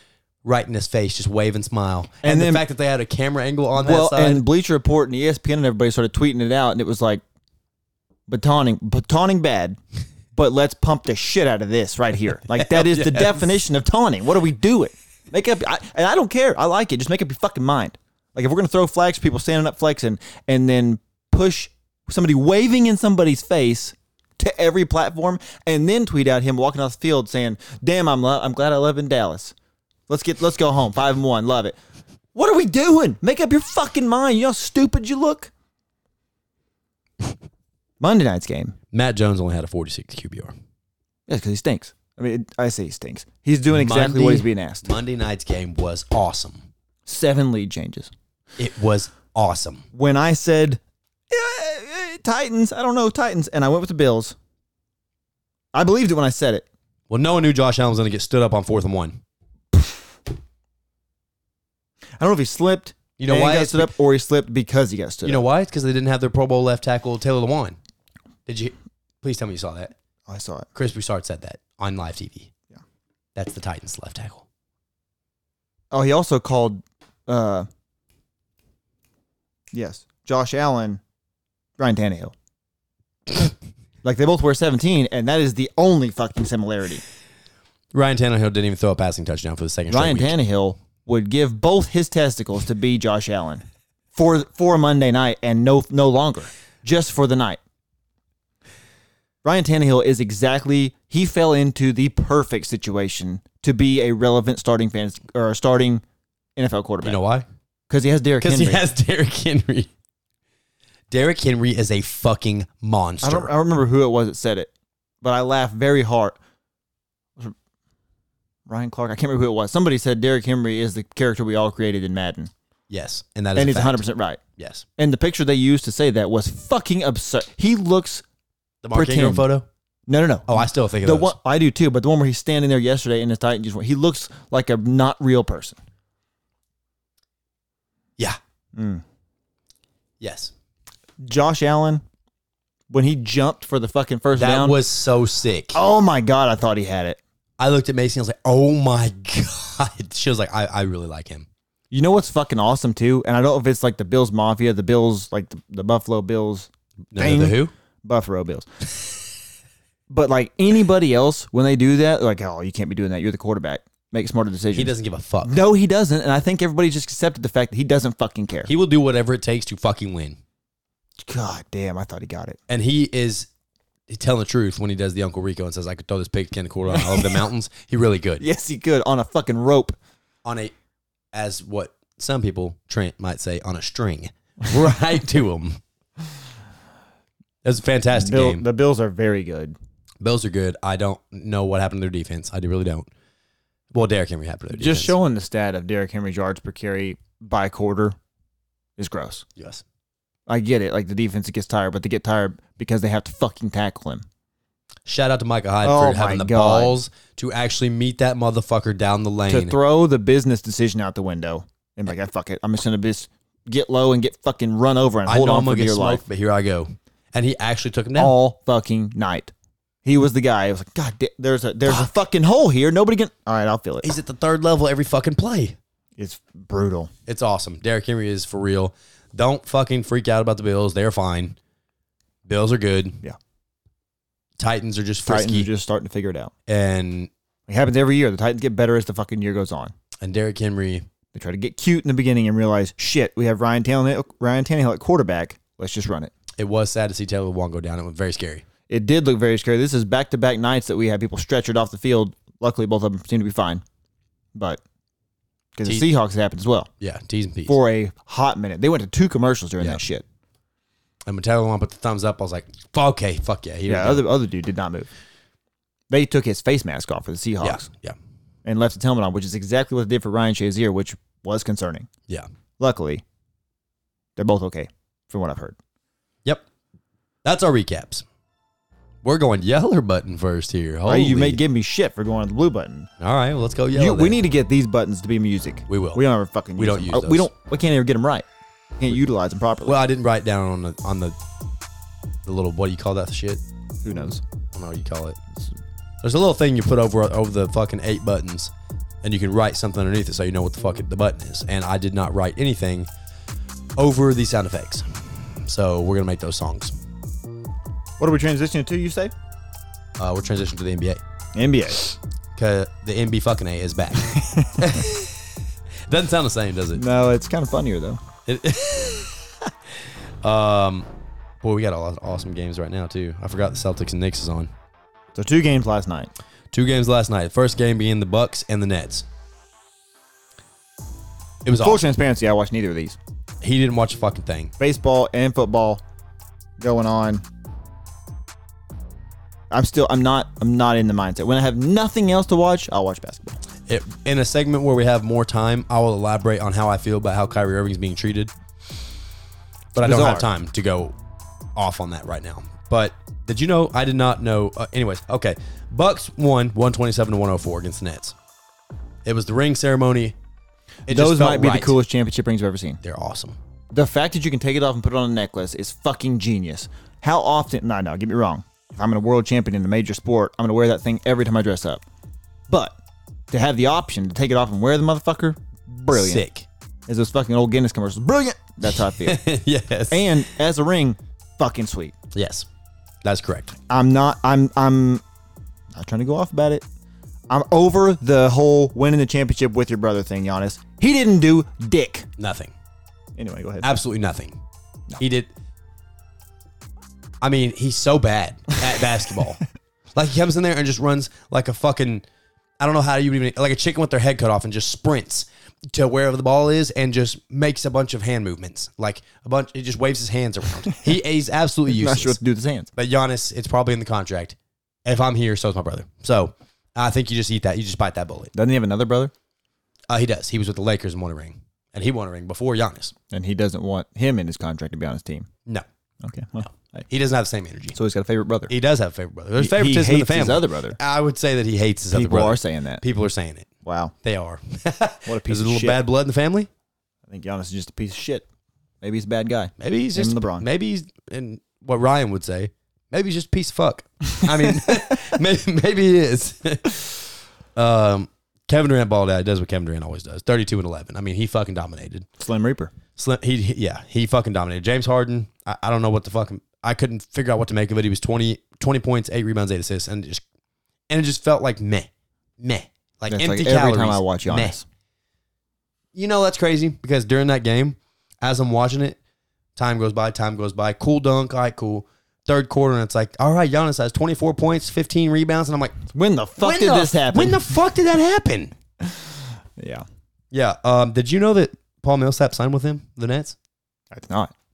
Speaker 2: right in his face, just wave and smile. And,
Speaker 1: And
Speaker 2: the
Speaker 1: then-
Speaker 2: fact that they had a camera angle on
Speaker 1: Well,
Speaker 2: that side.
Speaker 1: and Bleacher Report and E ESPN and everybody started tweeting it out, and it was like batoning, batoning bad, but let's pump the shit out of this right here. Like that is the
Speaker 2: Yes.
Speaker 1: definition of taunting. What are we doing? Make up, I, and I don't care. I like it. Just make up your fucking mind. Like if we're gonna throw flags, people standing up flexing, and then push somebody waving in somebody's face to every platform, and then tweet out him walking off the field saying, "Damn, I'm lo- I'm glad I live in Dallas. Let's get let's go home. Five and one, love it." What are we doing? Make up your fucking mind. You know how stupid you look. Monday night's game.
Speaker 2: Matt Jones only had a 46 QBR.
Speaker 1: Yes, because he stinks. I mean, it, I say he stinks. He's doing exactly what
Speaker 2: Monday-
Speaker 1: he's being asked.
Speaker 2: Monday night's game was awesome.
Speaker 1: Seven lead changes.
Speaker 2: It was awesome.
Speaker 1: When I said "Eh, eh, Titans, I don't know Titans, and I went with the Bills. I believed it when I said it.
Speaker 2: Well, no one knew Josh Allen was going to get stood up on fourth and one.
Speaker 1: I don't know if he slipped.
Speaker 2: You know
Speaker 1: and
Speaker 2: why?
Speaker 1: He got
Speaker 2: It's
Speaker 1: stood up, or he slipped because he got stood
Speaker 2: You know why? It's because they didn't have their Pro Bowl left tackle Taylor Lewan. Did you? Please tell me you saw that.
Speaker 1: up. Oh, I saw it.
Speaker 2: Chris Broussard said that on live TV.
Speaker 1: Yeah.
Speaker 2: That's the Titans left tackle.
Speaker 1: Oh, he also called. uh Yes, Josh Allen, Ryan Tannehill. like they both wear seventeen, and that is the only fucking similarity.
Speaker 2: Ryan Tannehill didn't even throw a passing touchdown for the second
Speaker 1: Ryan
Speaker 2: straight week.
Speaker 1: Tannehill would give both his testicles to be Josh Allen for for Monday night and no no longer, just for the night. Ryan Tannehill is exactly he fell into the perfect situation to be a relevant starting fans or starting NFL
Speaker 2: you
Speaker 1: quarterback
Speaker 2: know why?
Speaker 1: because he has Derrick
Speaker 2: Because
Speaker 1: Henry.
Speaker 2: he has Derrick Henry. Derrick Henry is a fucking monster.
Speaker 1: I don't I don't remember who it was that said it, but I laughed very hard. Was it Ryan Clark, I can't remember who it was. Somebody said Derrick Henry is the character we all created in Madden,
Speaker 2: yes, and that is
Speaker 1: and
Speaker 2: a
Speaker 1: he's
Speaker 2: fact.
Speaker 1: 100 percent right.
Speaker 2: Yes,
Speaker 1: And the picture they used to say that was fucking absurd. He looks
Speaker 2: the Mark
Speaker 1: Pretend.
Speaker 2: Ingram photo.
Speaker 1: no no no.
Speaker 2: Oh, I still think of
Speaker 1: the
Speaker 2: those.
Speaker 1: one I do too, but the one where he's standing there yesterday in his Titan just he looks like a not real person.
Speaker 2: yeah.
Speaker 1: Mm.
Speaker 2: Yes.
Speaker 1: Josh Allen, when he jumped for the fucking first
Speaker 2: That
Speaker 1: down,
Speaker 2: was so sick.
Speaker 1: oh my god, I thought he had it.
Speaker 2: I looked at Macy and I was like, oh my God. She was like, I, I really like him.
Speaker 1: You know what's fucking awesome too, and I don't know if it's like the Bills Mafia, the Bills like the, the Buffalo Bills,
Speaker 2: No, no, the
Speaker 1: Dang.
Speaker 2: who?
Speaker 1: Buffalo Bills. but like anybody else, when they do that, like oh, you can't be doing that. You're the quarterback. Make smarter decisions.
Speaker 2: He doesn't give a fuck.
Speaker 1: No, he doesn't. And I think everybody just accepted the fact that he doesn't fucking care.
Speaker 2: He will do whatever it takes to fucking win.
Speaker 1: God damn, I thought he got it.
Speaker 2: And he is telling the truth when he does the Uncle Rico and says, I could throw this pigskin quarter on all over the mountains. He really good.
Speaker 1: Yes, he could on a fucking rope.
Speaker 2: On a, as what some people, Trent might say, on a string. Right to him. That was a fantastic
Speaker 1: Bill-
Speaker 2: game.
Speaker 1: the Bills are very good.
Speaker 2: Bills are good. I don't know what happened to their defense. I really don't. Well, Derrick Henry happened to their
Speaker 1: Just
Speaker 2: defense.
Speaker 1: showing the stat of Derrick Henry's yards per carry by quarter is gross.
Speaker 2: Yes.
Speaker 1: I get it. Like the defense gets tired, but they get tired because they have to fucking tackle him.
Speaker 2: Shout out to Micah Hyde
Speaker 1: Oh
Speaker 2: for having
Speaker 1: my
Speaker 2: the
Speaker 1: God.
Speaker 2: balls to actually meet that motherfucker down the lane.
Speaker 1: To throw the business decision out the window and be like, "Ah, fuck it. I'm just going to just get low and get fucking run over and
Speaker 2: I
Speaker 1: hold
Speaker 2: know
Speaker 1: on
Speaker 2: I'm
Speaker 1: for
Speaker 2: gonna get
Speaker 1: dear
Speaker 2: smoked,
Speaker 1: life. Oh.
Speaker 2: but here I go. And he actually took him down.
Speaker 1: all fucking night. He was the guy. I was like, God, da- there's a there's a fucking hole here. Nobody can. All right, I'll feel it.
Speaker 2: He's at the third level every fucking play.
Speaker 1: It's brutal.
Speaker 2: It's awesome. Derrick Henry is for real. Don't fucking freak out about the Bills. They're fine. Bills are good.
Speaker 1: Yeah.
Speaker 2: Titans are just
Speaker 1: Titans
Speaker 2: frisky.
Speaker 1: are just starting to figure it out.
Speaker 2: and
Speaker 1: It happens every year. The Titans get better as the fucking year goes on.
Speaker 2: and Derrick Henry.
Speaker 1: They try to get cute in the beginning and realize, shit, we have Ryan Tannehill, Ryan Tannehill at quarterback. Let's just run it.
Speaker 2: It was sad to see Taylor Lewan go down. It was very scary.
Speaker 1: It did look very scary. This is back to back nights that we had people stretchered off the field. Luckily, both of them seem to be fine. But because the
Speaker 2: T-
Speaker 1: Seahawks it happened as well
Speaker 2: Yeah, T's and P's.
Speaker 1: for a hot minute. They went to two commercials during
Speaker 2: Yeah.
Speaker 1: that shit.
Speaker 2: And when Taylor Lewan put the thumbs up, I was like, "Fuck, okay, fuck yeah. He
Speaker 1: Yeah, other other dude did not move. They took his face mask off for the
Speaker 2: yeah,
Speaker 1: Seahawks
Speaker 2: yeah,
Speaker 1: and left his helmet on, which is exactly what they did for Ryan Shazier, which was concerning.
Speaker 2: yeah.
Speaker 1: Luckily, they're both okay, from what I've heard.
Speaker 2: Yep. That's our recaps. We're going yeller button first here.
Speaker 1: Right,
Speaker 2: Holy.
Speaker 1: you may give me shit for going on the blue button.
Speaker 2: All right, well, let's go yeller.
Speaker 1: You, we
Speaker 2: then.
Speaker 1: need to get these buttons to be music.
Speaker 2: We will.
Speaker 1: We don't ever fucking.
Speaker 2: We
Speaker 1: use
Speaker 2: don't
Speaker 1: them.
Speaker 2: use
Speaker 1: Uh,
Speaker 2: those.
Speaker 1: We don't. We can't ever get them right. We can't utilize them properly.
Speaker 2: Well, I didn't write down on the on the the little what do you call that shit?
Speaker 1: Who knows?
Speaker 2: I don't know what you call it. There's a little thing you put over over the fucking eight buttons, and you can write something underneath it so you know what the fuck the button is. And I did not write anything over the sound effects, so we're gonna make those songs.
Speaker 1: What are we transitioning to? You say
Speaker 2: Uh, we're transitioning to the NBA.
Speaker 1: NBA?
Speaker 2: Cause the NB fucking A is back. Doesn't sound the same, does it?
Speaker 1: No, it's kind of funnier though.
Speaker 2: Um, boy, we got all awesome games right now too. I forgot the Celtics and Knicks is on.
Speaker 1: So two games last night.
Speaker 2: Two games last night. First game being the Bucks and the Nets. It was
Speaker 1: Full
Speaker 2: awesome.
Speaker 1: transparency, I watched neither of these.
Speaker 2: He didn't watch a fucking thing.
Speaker 1: baseball and football going on. I'm still I'm not I'm not in the mindset. When I have nothing else to watch, I'll watch basketball.
Speaker 2: It, in a segment where we have more time, I will elaborate on how I feel about how Kyrie Irving is being treated. But I don't have
Speaker 1: bizarre.
Speaker 2: time to go off on that right now. But did you know? I did not know. Uh, anyways, okay. Bucks won 127 to 104 against the Nets. It was the ring ceremony. It just
Speaker 1: Those
Speaker 2: felt
Speaker 1: might be
Speaker 2: right.
Speaker 1: the coolest championship rings I've ever seen.
Speaker 2: They're awesome.
Speaker 1: The fact that you can take it off and put it on a necklace is fucking genius. How often? No, no, get me wrong. If I'm a world champion in a major sport, I'm gonna wear that thing every time I dress up. But to have the option to take it off and wear the motherfucker, brilliant.
Speaker 2: Sick.
Speaker 1: As those fucking old Guinness commercials, brilliant. That's how I feel.
Speaker 2: yes.
Speaker 1: and as a ring, fucking sweet.
Speaker 2: yes. That's correct.
Speaker 1: I'm not. I'm. I'm not trying to go off about it. I'm over the whole winning the championship with your brother thing, Giannis. He didn't do dick.
Speaker 2: Nothing.
Speaker 1: Anyway, go ahead.
Speaker 2: Absolutely nothing. He did. I mean, he's so bad at basketball. Like he comes in there and just runs like a fucking. I don't know how you would even like a chicken with their head cut off and just sprints to wherever the ball is and just makes a bunch of hand movements. Like a bunch, he just waves his hands around. He he's absolutely
Speaker 1: not
Speaker 2: useless.
Speaker 1: sure what to do with his hands.
Speaker 2: But Giannis, it's probably in the contract. If I'm here, so's my brother. So I think you just eat that. You just bite that bullet.
Speaker 1: Doesn't he have another brother?
Speaker 2: Uh, he does. He was with the Lakers and won a ring, and he won a ring before Giannis.
Speaker 1: And he doesn't want him in his contract to be on his team.
Speaker 2: No,
Speaker 1: Okay. Well, hey.
Speaker 2: he doesn't have the same energy.
Speaker 1: So he's got a favorite brother.
Speaker 2: He does have a favorite brother. There's
Speaker 1: He- he
Speaker 2: favoritism in the
Speaker 1: hates
Speaker 2: family.
Speaker 1: his other brother.
Speaker 2: I would say that he hates his other
Speaker 1: People
Speaker 2: brother.
Speaker 1: are saying that.
Speaker 2: People are saying it.
Speaker 1: Wow.
Speaker 2: They are.
Speaker 1: What a piece
Speaker 2: Is it
Speaker 1: of
Speaker 2: a little
Speaker 1: shit.
Speaker 2: bad blood in the family?
Speaker 1: I think Giannis is just a piece of shit. Maybe he's a bad guy.
Speaker 2: Maybe he's
Speaker 1: Him
Speaker 2: just
Speaker 1: and LeBron.
Speaker 2: Maybe he's and what Ryan would say. Maybe he's just a piece of fuck. I mean, maybe, maybe he is. um, Kevin Durant balled out. He Does what Kevin Durant always does. Thirty-two and eleven. I mean, he fucking dominated.
Speaker 1: Slim Reaper.
Speaker 2: Slim, he, he- yeah, he fucking dominated. James Harden, I, I don't know what the fuck I couldn't figure out what to make of it. He was 20, 20 points, eight rebounds, eight assists, and it just and it just felt like meh, meh, like
Speaker 1: That's
Speaker 2: empty
Speaker 1: like every
Speaker 2: calories.
Speaker 1: time I watch
Speaker 2: meh.
Speaker 1: Giannis.
Speaker 2: You know that's crazy because during that game, as I'm watching it, time goes by, time goes by. Cool dunk, all right, cool. Third quarter, and it's like, all right, Giannis has twenty four points, fifteen rebounds, and I'm like,
Speaker 1: When the fuck
Speaker 2: when
Speaker 1: did
Speaker 2: the-
Speaker 1: this happen?
Speaker 2: When the fuck did that happen?
Speaker 1: yeah.
Speaker 2: Yeah. Um. Did you know that Paul Millsap signed with him, the Nets?
Speaker 1: I did not.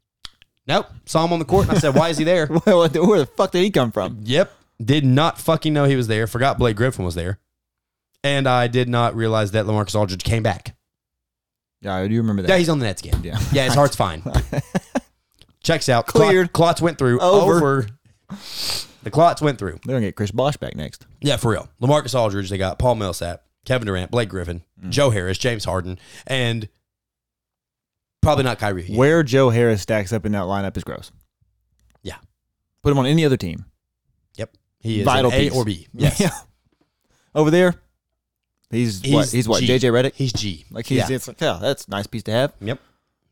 Speaker 2: Nope. Saw him on the court, and I said, why is he there?
Speaker 1: Where the fuck did he come from?
Speaker 2: Yep. Did not fucking know he was there. Forgot Blake Griffin was there. And I did not realize that Lamarcus Aldridge came back.
Speaker 1: Yeah, I do remember that.
Speaker 2: Yeah, he's on the Nets game.
Speaker 1: Yeah.
Speaker 2: Yeah, his heart's fine. Checks out.
Speaker 1: Cleared.
Speaker 2: Clots went through.
Speaker 1: Over.
Speaker 2: The clots went through.
Speaker 1: They're gonna get Chris Bosch back next.
Speaker 2: Yeah, for real. Lamarcus Aldridge, they got Paul Millsap, Kevin Durant, Blake Griffin,
Speaker 1: Mm.
Speaker 2: Joe Harris, James Harden, and probably not Kyrie. again.
Speaker 1: Where Joe Harris stacks up in that lineup is gross.
Speaker 2: Yeah.
Speaker 1: Put him on any other team.
Speaker 2: Yep. He is
Speaker 1: Vital
Speaker 2: an A
Speaker 1: piece.
Speaker 2: or B. Yes.
Speaker 1: Yeah. Over there, he's, what? He's what?
Speaker 2: G.
Speaker 1: JJ Reddick.
Speaker 2: He's G.
Speaker 1: Like he's
Speaker 2: Yeah.
Speaker 1: it's like, yeah, that's a nice piece to have.
Speaker 2: Yep.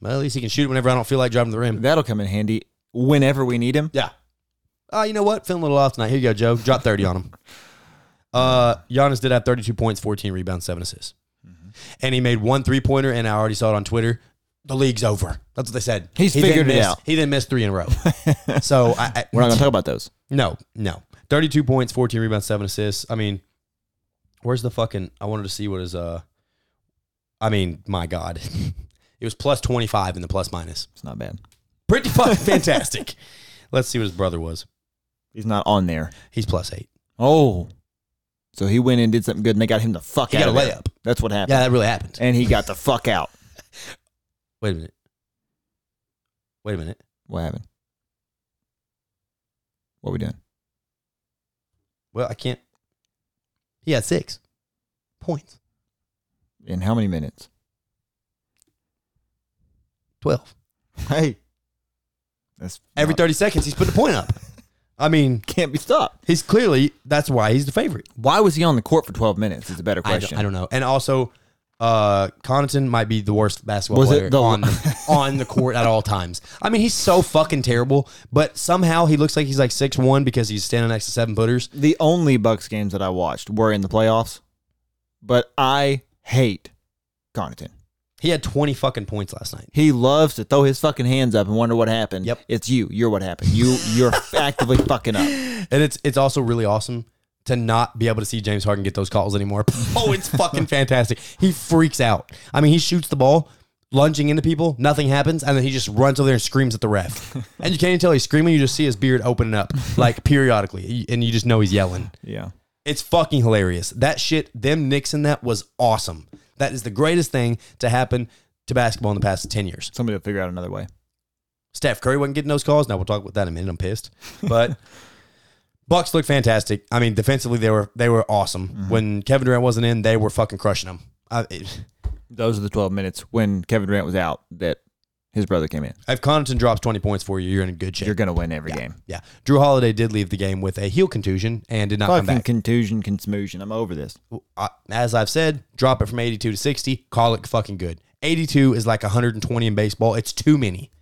Speaker 2: Well, at least he can shoot whenever I don't feel like driving to the rim.
Speaker 1: That'll come in handy whenever we need him.
Speaker 2: Yeah. Uh, you know what? Feeling a little off tonight. Here you go, Joe. Drop 30 on him. Uh, Giannis did have 32 points, 14 rebounds, 7 assists.
Speaker 1: Mm-hmm.
Speaker 2: And he made one three pointer, and I already saw it on Twitter. The league's over. That's what they said.
Speaker 1: He's
Speaker 2: then
Speaker 1: figured it
Speaker 2: missed-
Speaker 1: out.
Speaker 2: He didn't miss three in a row. so, I, I,
Speaker 1: We're not gonna talk about those.
Speaker 2: no, no. 32 points, 14 rebounds, 7 assists. I mean, where's the fucking. I wanted to see what is. uh. I mean, my God. it was plus 25 in the plus minus.
Speaker 1: It's not bad.
Speaker 2: Pretty fucking fantastic. Let's see what his brother was.
Speaker 1: He's not on there.
Speaker 2: He's plus 8.
Speaker 1: Oh, so he went in did something good, and they got him the fuck
Speaker 2: He
Speaker 1: out.
Speaker 2: got
Speaker 1: of
Speaker 2: a
Speaker 1: there.
Speaker 2: layup.
Speaker 1: That's what happened.
Speaker 2: Yeah, that really happened.
Speaker 1: And he got the fuck out.
Speaker 2: Wait a minute. Wait a minute.
Speaker 1: What happened? What we doing?
Speaker 2: Well, I can't. He had six points.
Speaker 1: In how many minutes?
Speaker 2: Twelve.
Speaker 1: Hey, that's
Speaker 2: Every
Speaker 1: not-
Speaker 2: thirty seconds, he's putting a point up. I mean,
Speaker 1: can't be stopped.
Speaker 2: he's clearly that's why he's the favorite.
Speaker 1: Why was he on the court for twelve minutes? Is a better
Speaker 2: I don't,
Speaker 1: question.
Speaker 2: I don't know. And also, uh, Connaughton might be the worst basketball
Speaker 1: Was it
Speaker 2: player
Speaker 1: the-
Speaker 2: on the, on the court at all times. I mean, he's so fucking terrible. But somehow he looks like he's like six one because he's standing next to seven footers.
Speaker 1: the only Bucks games that I watched were in the playoffs, but I hate Connaughton.
Speaker 2: He had twenty fucking points last night.
Speaker 1: He loves to throw his fucking hands up and wonder what happened.
Speaker 2: Yep.
Speaker 1: it's you. You're what happened. You you're actively fucking up.
Speaker 2: And it's it's also really awesome to not be able to see James Harden get those calls anymore. Oh, it's fucking fantastic. He freaks out. I mean, he shoots the ball lunging into people. Nothing happens, and then he just runs over there and screams at the ref. and you can't even tell he's screaming. You just see his beard opening up like periodically, and you just know he's yelling.
Speaker 1: Yeah.
Speaker 2: It's fucking hilarious. That shit, them nixing that was awesome. That is the greatest thing to happen to basketball in the past ten years.
Speaker 1: Somebody will figure out another way.
Speaker 2: Steph Curry wasn't getting those calls. Now we'll talk about that in a minute. I'm pissed, but Bucks look fantastic. I mean, defensively they were they were awesome. When Kevin Durant wasn't in, they were fucking crushing them. I, it,
Speaker 1: Those are the 12 minutes when Kevin Durant was out that his brother came in.
Speaker 2: if Connaughton drops 20 points for you, you're in a good shape.
Speaker 1: You're going to win every game.
Speaker 2: yeah, Drew Holiday did leave the game with a heel contusion and did not come
Speaker 1: Fucking
Speaker 2: back.
Speaker 1: contusion, consmoosion. I'm over this.
Speaker 2: I- As I've said, drop it from 82 to 60. Call it fucking good. 82 is like 120 in baseball. It's too many.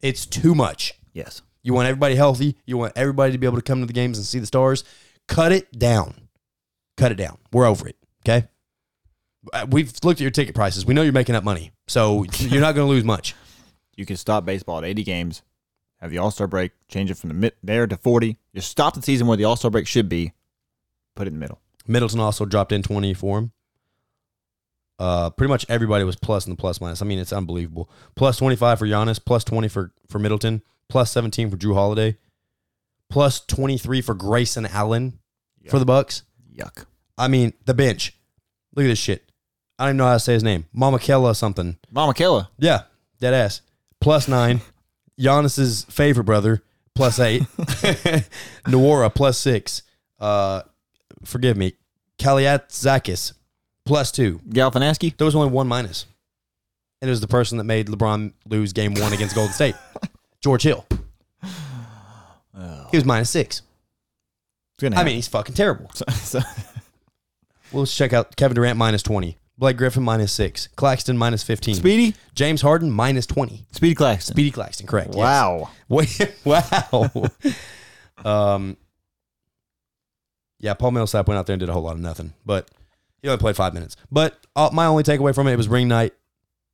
Speaker 2: It's too much.
Speaker 1: Yes.
Speaker 2: You want everybody healthy. You want everybody to be able to come to the games and see the stars. Cut it down. Cut it down. We're over it. Okay. Uh, We've looked at your ticket prices. We know you're making up money, so you're not going to lose much.
Speaker 1: You can stop baseball at 80 games, have the All Star break, change it from the mid there to 40. You stop the season where the All Star break should be, put it in the middle.
Speaker 2: Middleton also dropped in 20 for him. Uh, pretty much everybody was plus in the plus minus. I mean, it's unbelievable. Plus 25 for Giannis, plus 20 for, for Middleton, plus 17 for Drew Holiday, plus 23 for Grayson Allen for the Bucks.
Speaker 1: Yuck.
Speaker 2: I mean, the bench. Look at this shit. I don't even know how to say his name. Mama Kella something.
Speaker 1: Mama Killa.
Speaker 2: Yeah, dead ass. Plus nine. Giannis's favorite brother, plus eight. Nawara, plus six. Uh, forgive me. Kaliatzakis, plus two.
Speaker 1: Galfinaski.
Speaker 2: There was only one minus. And it was the person that made LeBron lose game one against Golden State, George Hill. He was minus six.
Speaker 1: It's gonna
Speaker 2: I mean, he's fucking terrible.
Speaker 1: happen. So-
Speaker 2: Well, let's check out Kevin Durant minus 20, Blake Griffin minus six, Claxton minus 15,
Speaker 1: Speedy?
Speaker 2: James Harden minus 20.
Speaker 1: Speedy Claxton.
Speaker 2: Speedy Claxton, correct. yes.
Speaker 1: Wow.
Speaker 2: Wait, wow. um, yeah, Paul Millsap went out there and did a whole lot of nothing, but he only played five minutes. But uh, my only takeaway from it, it was ring night.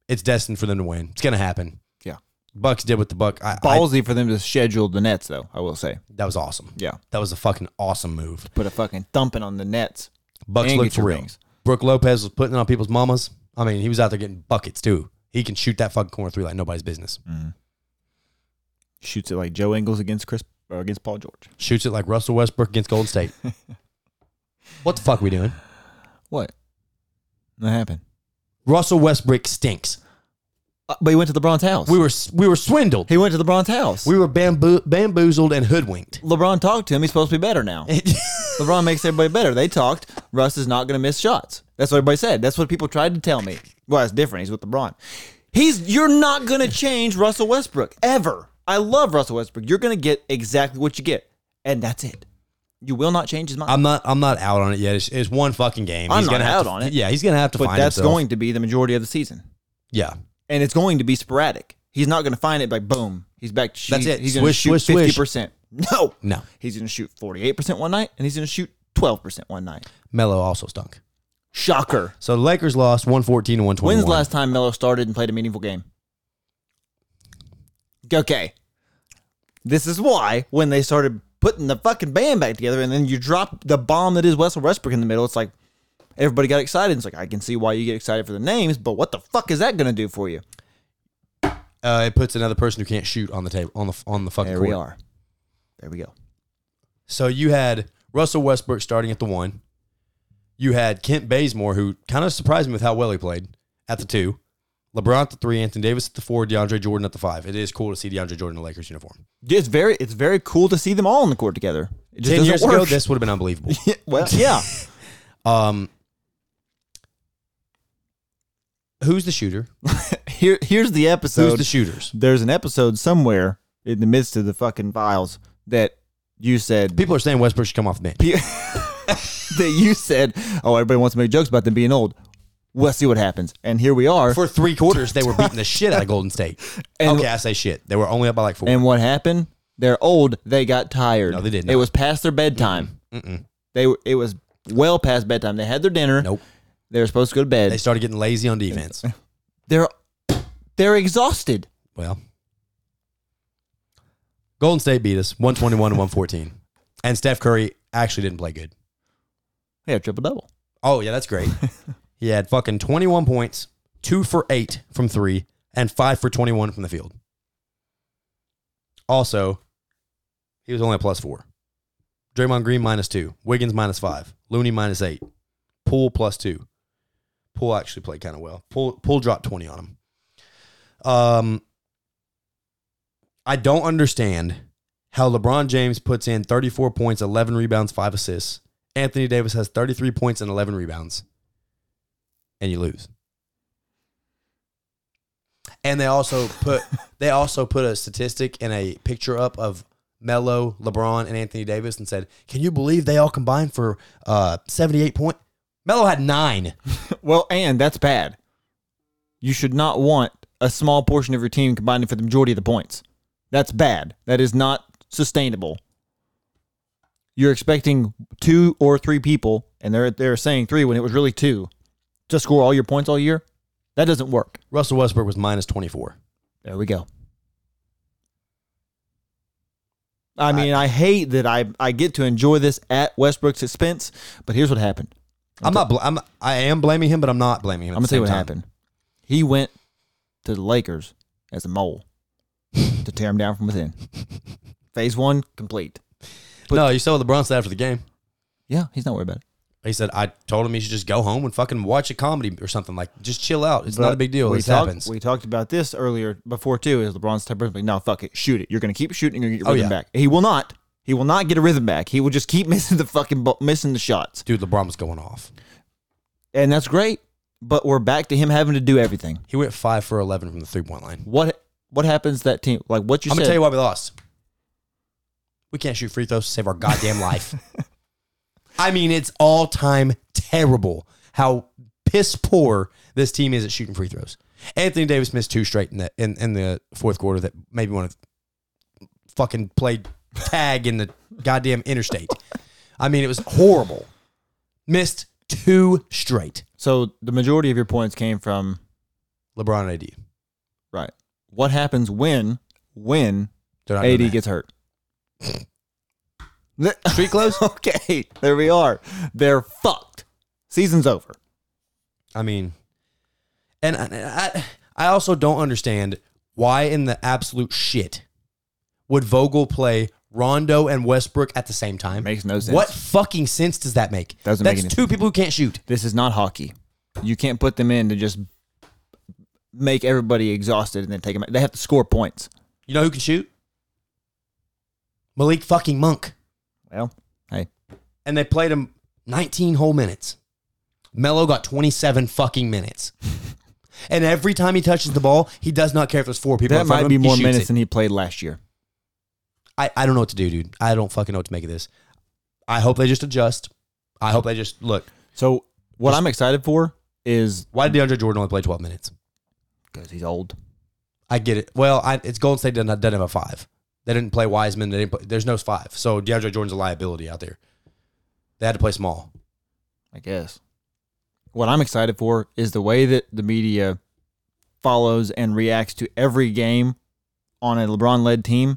Speaker 2: It's destined for them to win. It's gonna happen.
Speaker 1: Yeah.
Speaker 2: Bucks did what the buck. I, I-
Speaker 1: Ballsy for them to schedule the Nets, though, I will say.
Speaker 2: that was awesome.
Speaker 1: Yeah.
Speaker 2: That was a fucking awesome move.
Speaker 1: Put a fucking thumping on the Nets.
Speaker 2: Bucks
Speaker 1: And
Speaker 2: looked
Speaker 1: get your
Speaker 2: for real.
Speaker 1: rings.
Speaker 2: Brooke Lopez was putting it on people's mamas. I mean, he was out there getting buckets too. He can shoot that fucking corner three like nobody's business.
Speaker 1: Mm. Shoots it like Joe Ingles against Chris or against Paul George.
Speaker 2: Shoots it like Russell Westbrook against Golden State. what the fuck we doing?
Speaker 1: What? That happened.
Speaker 2: Russell Westbrook stinks.
Speaker 1: Uh, but he went to LeBron's house.
Speaker 2: We were we were swindled.
Speaker 1: he went to LeBron's house.
Speaker 2: We were bamboo, bamboozled and hoodwinked.
Speaker 1: LeBron talked to him. He's supposed to be better now. LeBron makes everybody better. They talked. Russ is not going to miss shots. That's what everybody said. That's what people tried to tell me. Well, it's different. He's with LeBron. He's you're not going to change Russell Westbrook ever. I love Russell Westbrook. You're going to get exactly what you get, and that's it. You will not change his mind.
Speaker 2: I'm not I'm not out on it yet. It's, it's one fucking game.
Speaker 1: I'm not
Speaker 2: gonna have
Speaker 1: out
Speaker 2: to-
Speaker 1: on it.
Speaker 2: Yeah, he's gonna have to
Speaker 1: but
Speaker 2: find
Speaker 1: that's
Speaker 2: himself.
Speaker 1: going to be the majority of the season,
Speaker 2: Yeah,
Speaker 1: and it's going to be sporadic. He's not going to find it like boom. He's back. To shoot.
Speaker 2: That's it.
Speaker 1: He's going to
Speaker 2: Swish,
Speaker 1: shoot
Speaker 2: swish, swish.
Speaker 1: fifty percent. No,
Speaker 2: no.
Speaker 1: he's going to shoot forty-eight percent one night, and he's going to shoot twelve percent one night.
Speaker 2: Melo also stunk.
Speaker 1: Shocker.
Speaker 2: So the Lakers lost 114 to 121.
Speaker 1: When's the last time Melo started and played a meaningful game? Okay. This is why when they started putting the fucking band back together and then you drop the bomb that is Russell Westbrook in the middle, it's like everybody got excited. It's like, I can see why you get excited for the names, but what the fuck is that going to do for you?
Speaker 2: Uh, it puts another person who can't shoot on the table on the on the fucking
Speaker 1: There
Speaker 2: court.
Speaker 1: we are. There we go.
Speaker 2: So you had Russell Westbrook starting at the one. You had Kent Bazemore, who kind of surprised me with how well he played at the two. LeBron at the three, Anthony Davis at the four, DeAndre Jordan at the five. It is cool to see DeAndre Jordan in a Lakers uniform.
Speaker 1: It's very, it's very cool to see them all on the court together. It just
Speaker 2: Ten
Speaker 1: doesn't
Speaker 2: years
Speaker 1: work.
Speaker 2: ago, this would have been unbelievable.
Speaker 1: well, yeah.
Speaker 2: Um, who's the shooter?
Speaker 1: Here, here's the episode.
Speaker 2: Who's the shooters?
Speaker 1: there's an episode somewhere in the midst of the fucking files that you said
Speaker 2: People are saying Westbrook should come off the bench.
Speaker 1: pe- that you said, oh, everybody wants to make jokes about them being old. We'll see what happens. And here we are.
Speaker 2: For three quarters, they were beating the shit out of Golden State.
Speaker 1: And-
Speaker 2: okay, I say shit. They were only up by like four.
Speaker 1: and what happened? They're old. They got tired.
Speaker 2: No, they did
Speaker 1: It
Speaker 2: not.
Speaker 1: was past their bedtime. They were. It was well past bedtime. They had their dinner.
Speaker 2: nope.
Speaker 1: They were supposed to go to bed.
Speaker 2: They started getting lazy on defense.
Speaker 1: they're they're exhausted.
Speaker 2: Well, Golden State beat us 121 to 114. And Steph Curry actually didn't play good.
Speaker 1: They have triple double.
Speaker 2: Oh, yeah, that's great. he had fucking 21 points, two for eight from three, and five for 21 from the field. Also, he was only a plus four. Draymond Green minus two, Wiggins minus five, Looney minus eight, Poole plus two. Poole actually played kind of well. Poole, Poole dropped 20 on him. Um, I don't understand how LeBron James puts in 34 points, 11 rebounds, 5 assists. Anthony Davis has 33 points and 11 rebounds. And you lose. And they also put they also put a statistic and a picture up of Melo, LeBron, and Anthony Davis and said, "Can you believe they all combined for uh, 78 point?" Melo had 9.
Speaker 1: Well, and that's bad. You should not want a small portion of your team combining for the majority of the points. That's bad. That is not sustainable. You're expecting two or three people, and they're they're saying three when it was really two, to score all your points all year. That doesn't work.
Speaker 2: Russell Westbrook was minus 24.
Speaker 1: There we go. I mean, I, hate that I, I get to enjoy this at Westbrook's expense, but here's what happened.
Speaker 2: I'm not. Bl- I'm. I am blaming him, but I'm not blaming him.
Speaker 1: I'm gonna tell you what happened. He went to the Lakers as a mole to tear him down from within. Phase one complete.
Speaker 2: no, you saw what LeBron said after the game.
Speaker 1: Yeah, he's not worried about it.
Speaker 2: He said, "I told him he should just go home and fucking watch a comedy or something. Like, just chill out. It's not a big deal.
Speaker 1: We
Speaker 2: This
Speaker 1: talked-
Speaker 2: happens."
Speaker 1: We talked about this earlier before too. Is LeBron's type of person, like, no, fuck it, shoot it. You're gonna keep shooting. You're gonna get your
Speaker 2: Oh,
Speaker 1: rhythm
Speaker 2: yeah.
Speaker 1: back. He will not. He will not get a rhythm back. He will just keep missing the fucking bo- missing the shots,
Speaker 2: Dude, LeBron was going off.
Speaker 1: and that's great. But we're back to him having to do everything.
Speaker 2: He went five for eleven from the three point line.
Speaker 1: What what happens to that team? Like what you
Speaker 2: I'm
Speaker 1: said.
Speaker 2: gonna tell you why we lost. We can't shoot free throws to save our goddamn life. I mean, it's all time terrible how piss poor this team is at shooting free throws. Anthony Davis missed two straight in the in, in the fourth quarter that made me want to fucking play tag in the goddamn interstate. I mean, it was horrible. Missed two straight.
Speaker 1: so the majority of your points came from
Speaker 2: LeBron and AD.
Speaker 1: right. What happens when when
Speaker 2: They're not doing
Speaker 1: AD
Speaker 2: that.
Speaker 1: gets hurt. Th-
Speaker 2: street clothes.
Speaker 1: okay, there we are. They're fucked. Season's over.
Speaker 2: I mean, and I, I I also don't understand why in the absolute shit would Vogel play Rondo and Westbrook at the same time?
Speaker 1: Makes no sense.
Speaker 2: What fucking sense does that make?
Speaker 1: Doesn't make
Speaker 2: That's
Speaker 1: any
Speaker 2: two people who can't shoot.
Speaker 1: This is not hockey. You can't put them in to just make everybody exhausted and then take them. They have to score points.
Speaker 2: You know who can shoot? Malik fucking Monk.
Speaker 1: Well, hey,
Speaker 2: And they played him 19 whole minutes. Melo got 27 fucking minutes. And every time he touches the ball, he does not care if there's four people.
Speaker 1: that
Speaker 2: in front
Speaker 1: might
Speaker 2: of
Speaker 1: be
Speaker 2: him, he
Speaker 1: more
Speaker 2: shoots
Speaker 1: minutes
Speaker 2: it.
Speaker 1: than he played last year.
Speaker 2: I, I don't know what to do, dude. I don't fucking know what to make of this. I hope they just adjust. I hope they just look.
Speaker 1: So what I'm excited for is
Speaker 2: Why did DeAndre Jordan only play 12 minutes?
Speaker 1: because he's old.
Speaker 2: I get it. Well, I, it's Golden State doesn't, doesn't have a five. They didn't play Wiseman. They didn't play, there's no five. So DeAndre Jordan's a liability out there. They had to play small.
Speaker 1: I guess. What I'm excited for is the way that the media follows and reacts to every game on a LeBron led team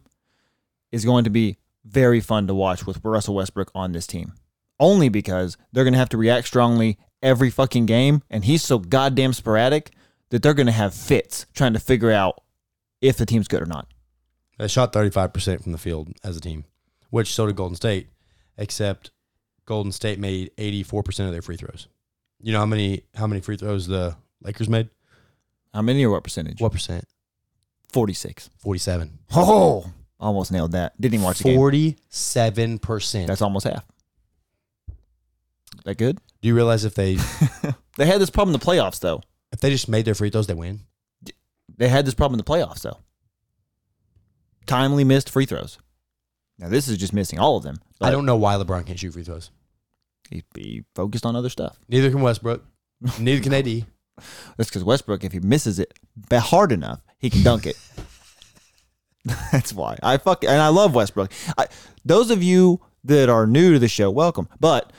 Speaker 1: is going to be very fun to watch with Russell Westbrook on this team. Only because they're going to have to react strongly every fucking game, and he's so goddamn sporadic that they're going to have fits trying to figure out if the team's good or not.
Speaker 2: They shot 35% from the field as a team, which so did Golden State, except Golden State made 84% of their free throws. You know how many how many free throws the Lakers made?
Speaker 1: How many or what percentage?
Speaker 2: What percent?
Speaker 1: 46.
Speaker 2: 47.
Speaker 1: Oh, almost nailed that. Didn't even watch the game.
Speaker 2: 47%.
Speaker 1: That's almost half. That good?
Speaker 2: Do you realize if they
Speaker 1: They had this problem in the playoffs, though.
Speaker 2: if they just made their free throws, they win?
Speaker 1: They had this problem in the playoffs, though. Timely missed free throws. Now this is just missing all of them. but
Speaker 2: I don't know why LeBron can't shoot free throws.
Speaker 1: He'd be focused on other stuff.
Speaker 2: Neither can Westbrook. Neither can AD.
Speaker 1: That's because Westbrook, if he misses it ba- hard enough, he can dunk it. That's why I fuck and I love Westbrook. I, those of you that are new to the show, welcome. But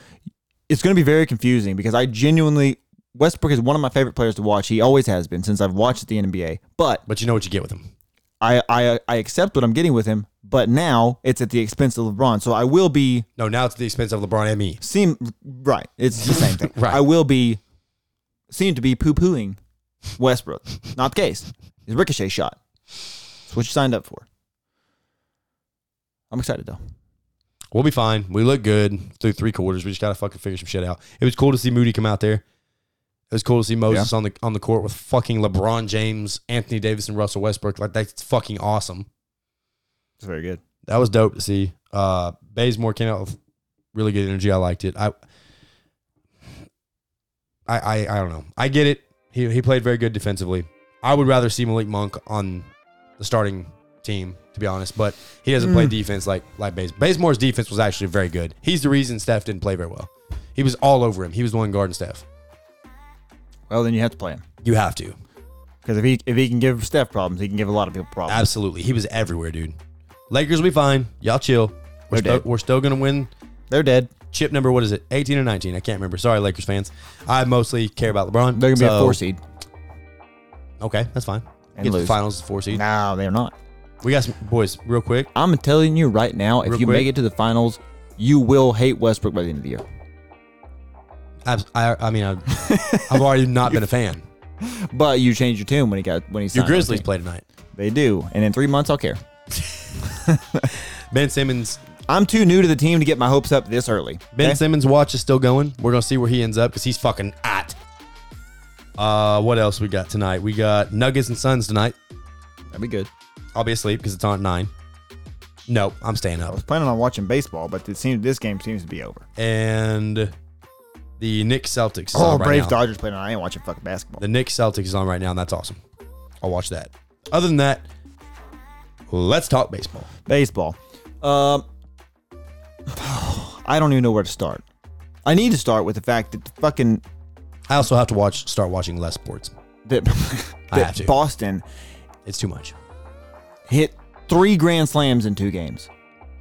Speaker 1: it's going to be very confusing because I genuinely Westbrook is one of my favorite players to watch. He always has been since I've watched the NBA. But
Speaker 2: But you know what you get with him.
Speaker 1: I, I I accept what I'm getting with him, but now it's at the expense of LeBron. So I will be
Speaker 2: No, now it's at the expense of LeBron and me.
Speaker 1: seem right. It's the same thing.
Speaker 2: Right.
Speaker 1: I will be seem to be poo pooing Westbrook. Not the case. It's Ricochet shot. It's what you signed up for. I'm excited though.
Speaker 2: We'll be fine. We look good through three quarters. We just gotta fucking figure some shit out. It was cool to see Moody come out there. It was cool to see Moses on the on the court with fucking LeBron James, Anthony Davis, and Russell Westbrook. Like that's fucking awesome.
Speaker 1: It's very good.
Speaker 2: That was dope to see. Uh Bazemore came out with really good energy. I liked it. I I I, I don't know. I get it. He he played very good defensively. I would rather see Malik Monk on the starting team, to be honest, but he doesn't play defense like like Baze. Bazemore's defense was actually very good. He's the reason Steph didn't play very well. He was all over him. He was the one guarding Steph.
Speaker 1: Well, then you have to play him
Speaker 2: You have to.
Speaker 1: because if he if he can give Steph problems, he can give a lot of people problems.
Speaker 2: Absolutely. He was everywhere, dude. Lakers will be fine. Y'all chill.
Speaker 1: They're
Speaker 2: We're, still,
Speaker 1: dead.
Speaker 2: we're still gonna win
Speaker 1: They're dead.
Speaker 2: chip number what is it 18 or 19 i can't remember sorry lakers fans i mostly care about lebron
Speaker 1: They're gonna be a
Speaker 2: so-
Speaker 1: four seed.
Speaker 2: okay that's fine
Speaker 1: And
Speaker 2: get to the
Speaker 1: lose.
Speaker 2: finals four seed
Speaker 1: No, they're not.
Speaker 2: we got some boys real quick
Speaker 1: I'm telling you right now, if
Speaker 2: Real
Speaker 1: you
Speaker 2: quick.
Speaker 1: make it to the finals, you will hate Westbrook by the end of the year.
Speaker 2: i, I, I mean I've, I've already not been a fan
Speaker 1: But you change your tune when he got when he
Speaker 2: your
Speaker 1: signed.
Speaker 2: grizzlies play tonight
Speaker 1: They do, and in three months, I'll care.
Speaker 2: ben simmons
Speaker 1: I'm too new to the team to get my hopes up this early.
Speaker 2: ben
Speaker 1: okay?
Speaker 2: simmons watch is still going we're gonna see where he ends up because he's fucking at uh what else we got tonight we got nuggets and suns tonight
Speaker 1: That'd be good.
Speaker 2: i'll be asleep because it's on at nine no i'm staying
Speaker 1: I
Speaker 2: up
Speaker 1: was planning on watching baseball, but it seems this game seems to be over.
Speaker 2: and the Knicks Celtics. is
Speaker 1: Oh,
Speaker 2: on right
Speaker 1: Braves
Speaker 2: now.
Speaker 1: Dodgers playing, and I ain't watching fucking basketball.
Speaker 2: The Knicks Celtics is on right now, and that's awesome. I'll watch that. Other than that, let's talk baseball.
Speaker 1: baseball. Um, I don't even know where to start. I need to start with the fact that the fucking
Speaker 2: I also have to watch, start watching less sports.
Speaker 1: that,
Speaker 2: I have
Speaker 1: that
Speaker 2: to.
Speaker 1: Boston
Speaker 2: It's too much.
Speaker 1: hit three grand slams in two games.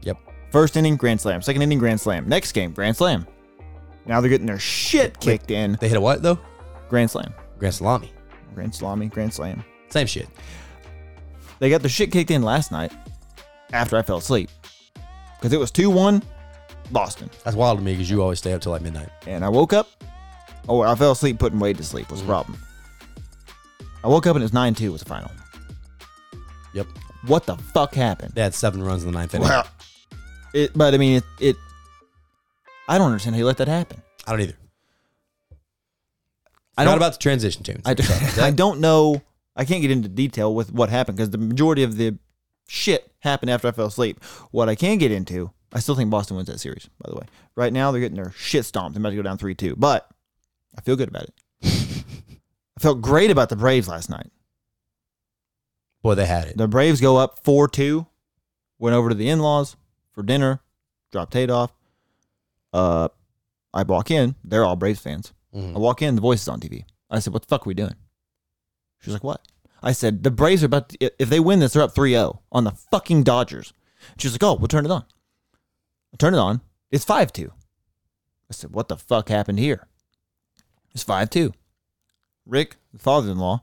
Speaker 2: Yep.
Speaker 1: First inning, grand slam. Second inning, grand slam. Next game, grand slam. Now they're getting their shit kicked in.
Speaker 2: They hit a what though?
Speaker 1: Grand slam,
Speaker 2: Grand salami.
Speaker 1: grand salami, grand slam.
Speaker 2: Same shit.
Speaker 1: They got their shit kicked in last night after I fell asleep because it was two one Boston,
Speaker 2: That's wild to me because you always stay up till like midnight.
Speaker 1: and I woke up. Oh, I fell asleep putting Wade to sleep was the problem. I woke up and it was nine two was the final.
Speaker 2: Yep.
Speaker 1: What the fuck happened?
Speaker 2: They had seven runs in the ninth inning.
Speaker 1: Well, it, but I mean, it, it. I don't understand how you let that happen.
Speaker 2: I don't either.
Speaker 1: I
Speaker 2: I Not
Speaker 1: don't.
Speaker 2: about the transition tunes.
Speaker 1: I, don't- I don't know. I can't get into detail with what happened because the majority of the shit happened after I fell asleep. What I can get into, I still think Boston wins that series. By the way, right now they're getting their shit stomped. They're about to go down three two, but I feel good about it. I felt great about the Braves last night.
Speaker 2: Boy, they had it.
Speaker 1: The Braves go up four two. Went over to the in laws for dinner. Dropped Tate off. Uh, I walk in. They're all Braves fans. I
Speaker 2: Mhm.
Speaker 1: walk in, the voice is on TV. I said, What the fuck are we doing? She was like, What? I said, The Braves are about to, if they win this, they're up 3 0 on the fucking Dodgers. She was like, Oh, we'll turn it on. I turn it on. It's 5 2. I said, What the fuck happened here? It's 5 2. Rick, the father in law,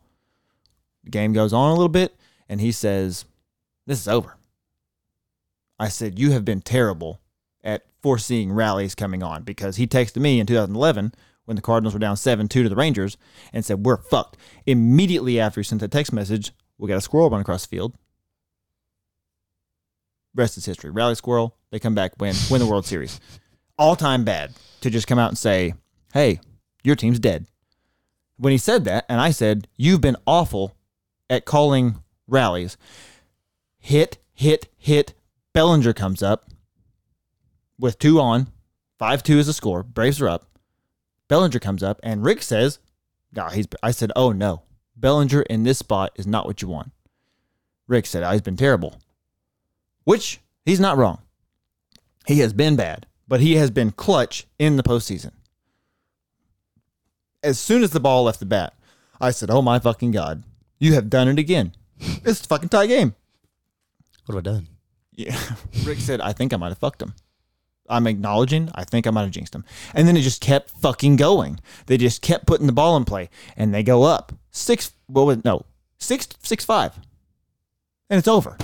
Speaker 1: the game goes on a little bit, and he says, This is over. I said, You have been terrible at foreseeing rallies coming on because he texted me in 2011 when the Cardinals were down 7 2 to the Rangers and said, We're fucked. Immediately after he sent that text message, we got a squirrel run across the field. Rest is history. Rally squirrel, they come back, win, win the World Series. All time bad to just come out and say, Hey, your team's dead. When he said that, and I said, You've been awful at calling rallies. Hit, hit, hit. Bellinger comes up with two on. 5 2 is the score. Braves are up. Bellinger comes up and Rick says, "Nah, he's." I said, "Oh no, Bellinger in this spot is not what you want." Rick said, "Ah, "He's been terrible," which he's not wrong. He has been bad, but he has been clutch in the postseason. As soon as the ball left the bat, I said, "Oh my fucking god, you have done it again! It's a fucking tie game."
Speaker 2: What have I done?
Speaker 1: Yeah. Rick said, I think I might have fucked him. I'm acknowledging, I think I might have jinxed him. And then it just kept fucking going. They just kept putting the ball in play and they go up six, what was, no, six, six, five. And it's over.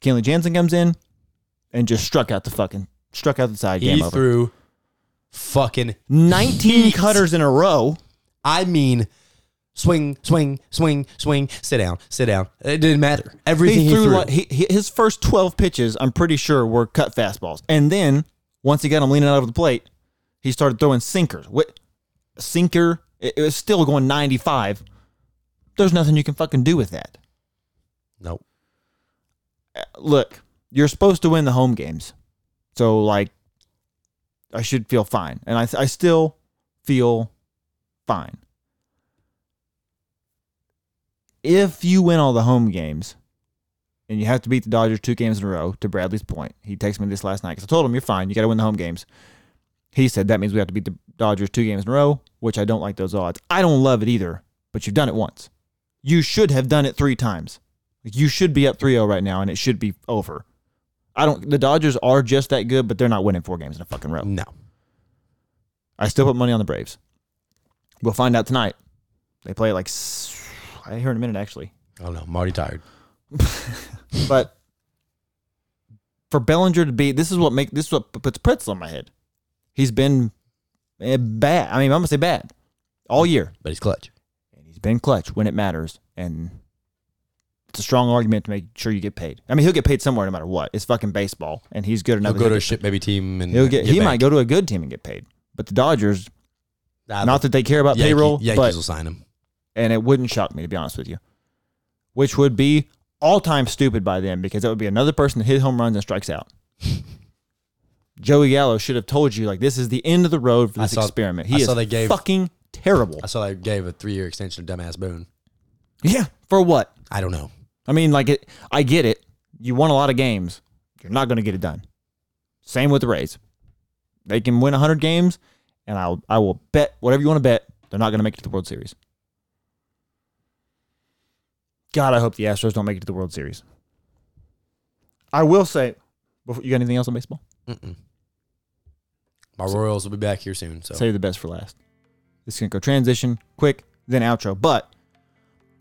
Speaker 1: Kenley Jansen comes in and just struck out the fucking, struck out the side game
Speaker 2: He
Speaker 1: over.
Speaker 2: threw fucking
Speaker 1: 19 cutters in a row.
Speaker 2: I mean, swing, swing, swing, swing, sit down, sit down. It didn't matter. Everything
Speaker 1: He threw, like he, he, his first twelve pitches. I'm pretty sure were cut fastballs, and then once he got him leaning out of the plate, he started throwing sinkers. What sinker? It, it was still going 95. There's nothing you can fucking do with that. Uh,
Speaker 2: nope.
Speaker 1: Look, you're supposed to win the home games, so like, I should feel fine, and I I still feel fine. If you win all the home games, and you have to beat the Dodgers two games in a row, to Bradley's point, he texted me this last night because I told him, You're fine. You got to win the home games. He said, That means we have to beat the Dodgers two games in a row, which I don't like those odds. I don't love it either, but you've done it once. You should have done it three times. Like, you should be up 3 0 right now, and it should be over. I don't, the Dodgers are just that good, but they're not winning four games in a fucking row.
Speaker 2: No.
Speaker 1: I still put money on the Braves. We'll find out tonight. They play like, s- I hear in a minute actually.
Speaker 2: I don't know. I'm already tired.
Speaker 1: But for Bellinger to be, this is what make this is what p- puts pretzel in my head. He's been eh, bad. I mean, I'm gonna say bad all year,
Speaker 2: But he's clutch.
Speaker 1: and he's been clutch when it matters. And it's a strong argument to make sure you get paid. I mean, he'll get paid somewhere no matter what. It's fucking baseball, and he's good
Speaker 2: He'll
Speaker 1: enough.
Speaker 2: go to a shit baby team and
Speaker 1: he'll get. he might go to a good team and get paid. But the Dodgers, not that they care about payroll,
Speaker 2: Yankees
Speaker 1: but
Speaker 2: will sign him.
Speaker 1: and it wouldn't shock me to be honest with you. Which would be all time stupid by them because that would be another person that hit home runs and strikes out. Joey Gallo should have told you like this is the end of the road for
Speaker 2: I
Speaker 1: this
Speaker 2: saw-
Speaker 1: experiment.
Speaker 2: I
Speaker 1: He
Speaker 2: saw
Speaker 1: is
Speaker 2: they gave-
Speaker 1: fucking terrible.
Speaker 2: I saw they gave a three year extension to dumbass Boone.
Speaker 1: Yeah, for what?
Speaker 2: I don't know.
Speaker 1: I mean, like it. I get it. You won a lot of games. You're not going to get it done. Same with the Rays. They can win 100 games, and I'll I will bet whatever you want to bet they're not going to make it to the World Series. God, I hope the Astros don't make it to the World Series. I will say, before, you got anything else on baseball?
Speaker 2: Mm-mm. My Royals will be back here soon. So
Speaker 1: Save the best for last. This is gonna go transition quick, then outro. But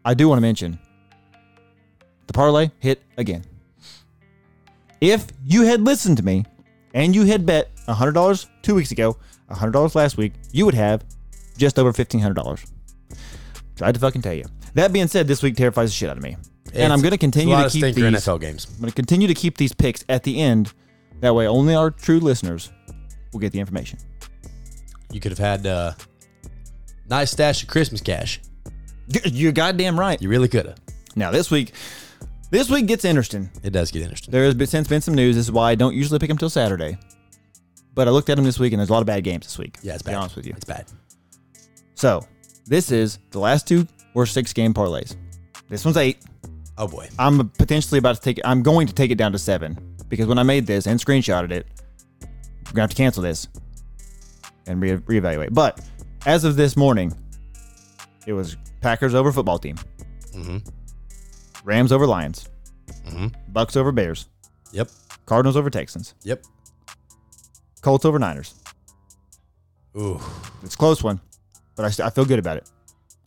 Speaker 1: I do want to mention the parlay hit again. If you had listened to me and you had bet hundred dollars two weeks ago, hundred dollars last week, you would have just over fifteen hundred dollars. Tried to fucking tell you. That being said, this week terrifies the shit out of me, and
Speaker 2: It's-
Speaker 1: I'm gonna
Speaker 2: a
Speaker 1: continue
Speaker 2: lot
Speaker 1: to
Speaker 2: of
Speaker 1: keep
Speaker 2: stinker
Speaker 1: these.
Speaker 2: NFL games.
Speaker 1: I'm going to continue to keep these picks at the end. That way, only our true listeners will get the information.
Speaker 2: You could have had uh, nice stash of Christmas cash.
Speaker 1: Y- You're goddamn right.
Speaker 2: You really could have.
Speaker 1: Now this week, this week gets interesting.
Speaker 2: It does get interesting.
Speaker 1: There has been, since been some news. This is why I don't usually pick them till Saturday. But I looked at them this week, and there's a lot of bad games this week.
Speaker 2: Yeah, it's
Speaker 1: to be
Speaker 2: bad.
Speaker 1: honest with you.
Speaker 2: It's bad.
Speaker 1: So this is the last two or six game parlays. This one's eight.
Speaker 2: Oh boy.
Speaker 1: I'm potentially about to take. I'm going to take it down to seven because when I made this and screenshotted it, we're gonna have to cancel this and re- reevaluate. But as of this morning, it was Packers over football team,
Speaker 2: Mhm.
Speaker 1: Rams over Lions,
Speaker 2: Mhm.
Speaker 1: Bucks over Bears,
Speaker 2: Yep.
Speaker 1: Cardinals over Texans,
Speaker 2: Yep.
Speaker 1: Colts over Niners.
Speaker 2: Ooh.
Speaker 1: It's a close one, but I, st- I feel good about it.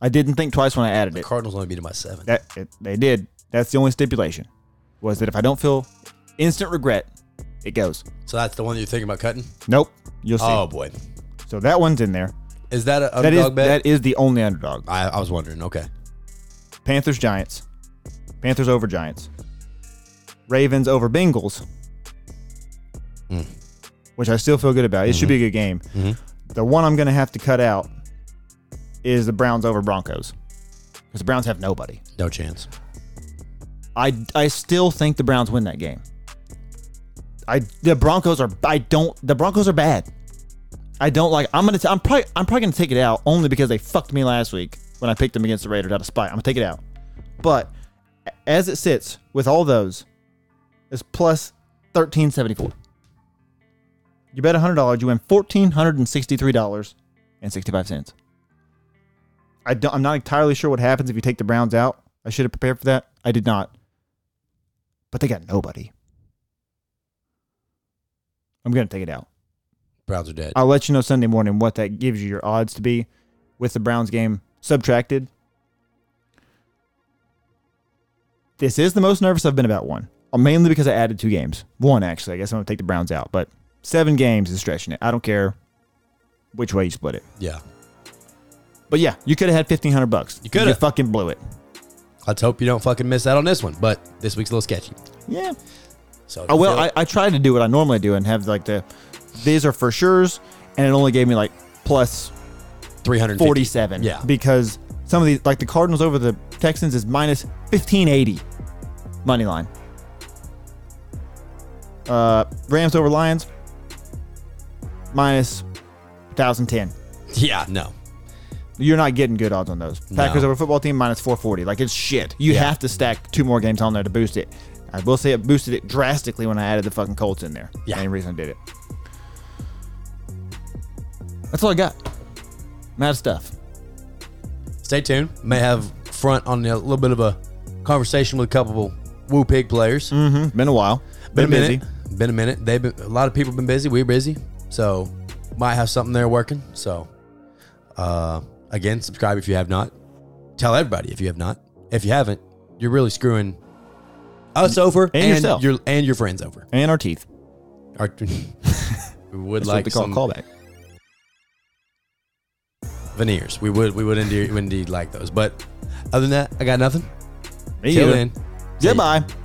Speaker 1: I didn't think twice when I added it.
Speaker 2: Cardinals only beat him by seven.
Speaker 1: That it, they did. That's the only stipulation was that if I don't feel instant regret, it goes.
Speaker 2: So that's the one that you're thinking about cutting.
Speaker 1: Nope, you'll see.
Speaker 2: Oh boy.
Speaker 1: So that one's in there.
Speaker 2: Is that an
Speaker 1: That
Speaker 2: underdog
Speaker 1: is
Speaker 2: bet?
Speaker 1: that is the only underdog.
Speaker 2: I, I was wondering. Okay.
Speaker 1: Panthers Giants, Panthers over Giants, Ravens over Bengals,
Speaker 2: Hmm.
Speaker 1: which I still feel good about. It should
Speaker 2: Mm-hmm.
Speaker 1: be a good game. The one I'm going to have to cut out is the Browns over Broncos because the Browns have nobody.
Speaker 2: No chance.
Speaker 1: I I still think the Browns win that game. I the Broncos are I don't the Broncos are bad. I don't like I'm gonna t- I'm probably I'm probably gonna take it out only because they fucked me last week when I picked them against the Raiders out of spite. I'm gonna take it out. But a- as it sits with all those, it's plus thirteen seventy four. You bet hundred dollars, you win fourteen hundred and sixty three dollars and sixty five cents. I don't, I'm not entirely sure what happens if you take the Browns out. I should have prepared for that. I did not but they got nobody. I'm going to take it out.
Speaker 2: Browns are dead.
Speaker 1: I'll let you know Sunday morning what that gives you your odds to be with the Browns game subtracted. This is the most nervous I've been about one, Uh, mainly because I added two games. One, actually. I guess I'm going to take the Browns out, but seven games is stretching it. I don't care which way you split it.
Speaker 2: Yeah.
Speaker 1: But yeah, you could have had fifteen hundred bucks. You
Speaker 2: coulda.
Speaker 1: You fucking blew it.
Speaker 2: Let's hope you don't fucking miss out on this one. But this week's a little sketchy.
Speaker 1: Yeah.
Speaker 2: So
Speaker 1: Oh well, I, I tried to do what I normally do and have like the these are for sure's, and it only gave me like plus
Speaker 2: three hundred
Speaker 1: forty seven.
Speaker 2: Yeah.
Speaker 1: Because some of these like the Cardinals over the Texans is minus fifteen eighty money line. Uh Rams over Lions minus thousand ten.
Speaker 2: yeah, no,
Speaker 1: You're not getting good odds on those. Packers over football team minus 440. Like it's shit. You
Speaker 2: Yeah.
Speaker 1: have to stack two more games on there to boost it. I will say it boosted it drastically when I added the fucking Colts in there.
Speaker 2: Yeah.
Speaker 1: Main reason I did it. That's all I got. Mad stuff.
Speaker 2: stay tuned. May have front on a little bit of a conversation with a couple woo pig players.
Speaker 1: Mm-hmm. Been a while.
Speaker 2: been, a minute. Been a minute. They've been a lot of people been busy. We're busy, so might have something there working. So, uh, again, subscribe if you have not. Tell everybody if you have not. If you haven't, you're really screwing us over and,
Speaker 1: yourself.
Speaker 2: your and your friends over.
Speaker 1: And our teeth.
Speaker 2: Our, we would
Speaker 1: That's
Speaker 2: like
Speaker 1: what they call
Speaker 2: some
Speaker 1: a callback.
Speaker 2: veneers. We would we would indeed, indeed like those. But other than that, I got nothing.
Speaker 1: Me
Speaker 2: Till
Speaker 1: either.
Speaker 2: then,
Speaker 1: Goodbye.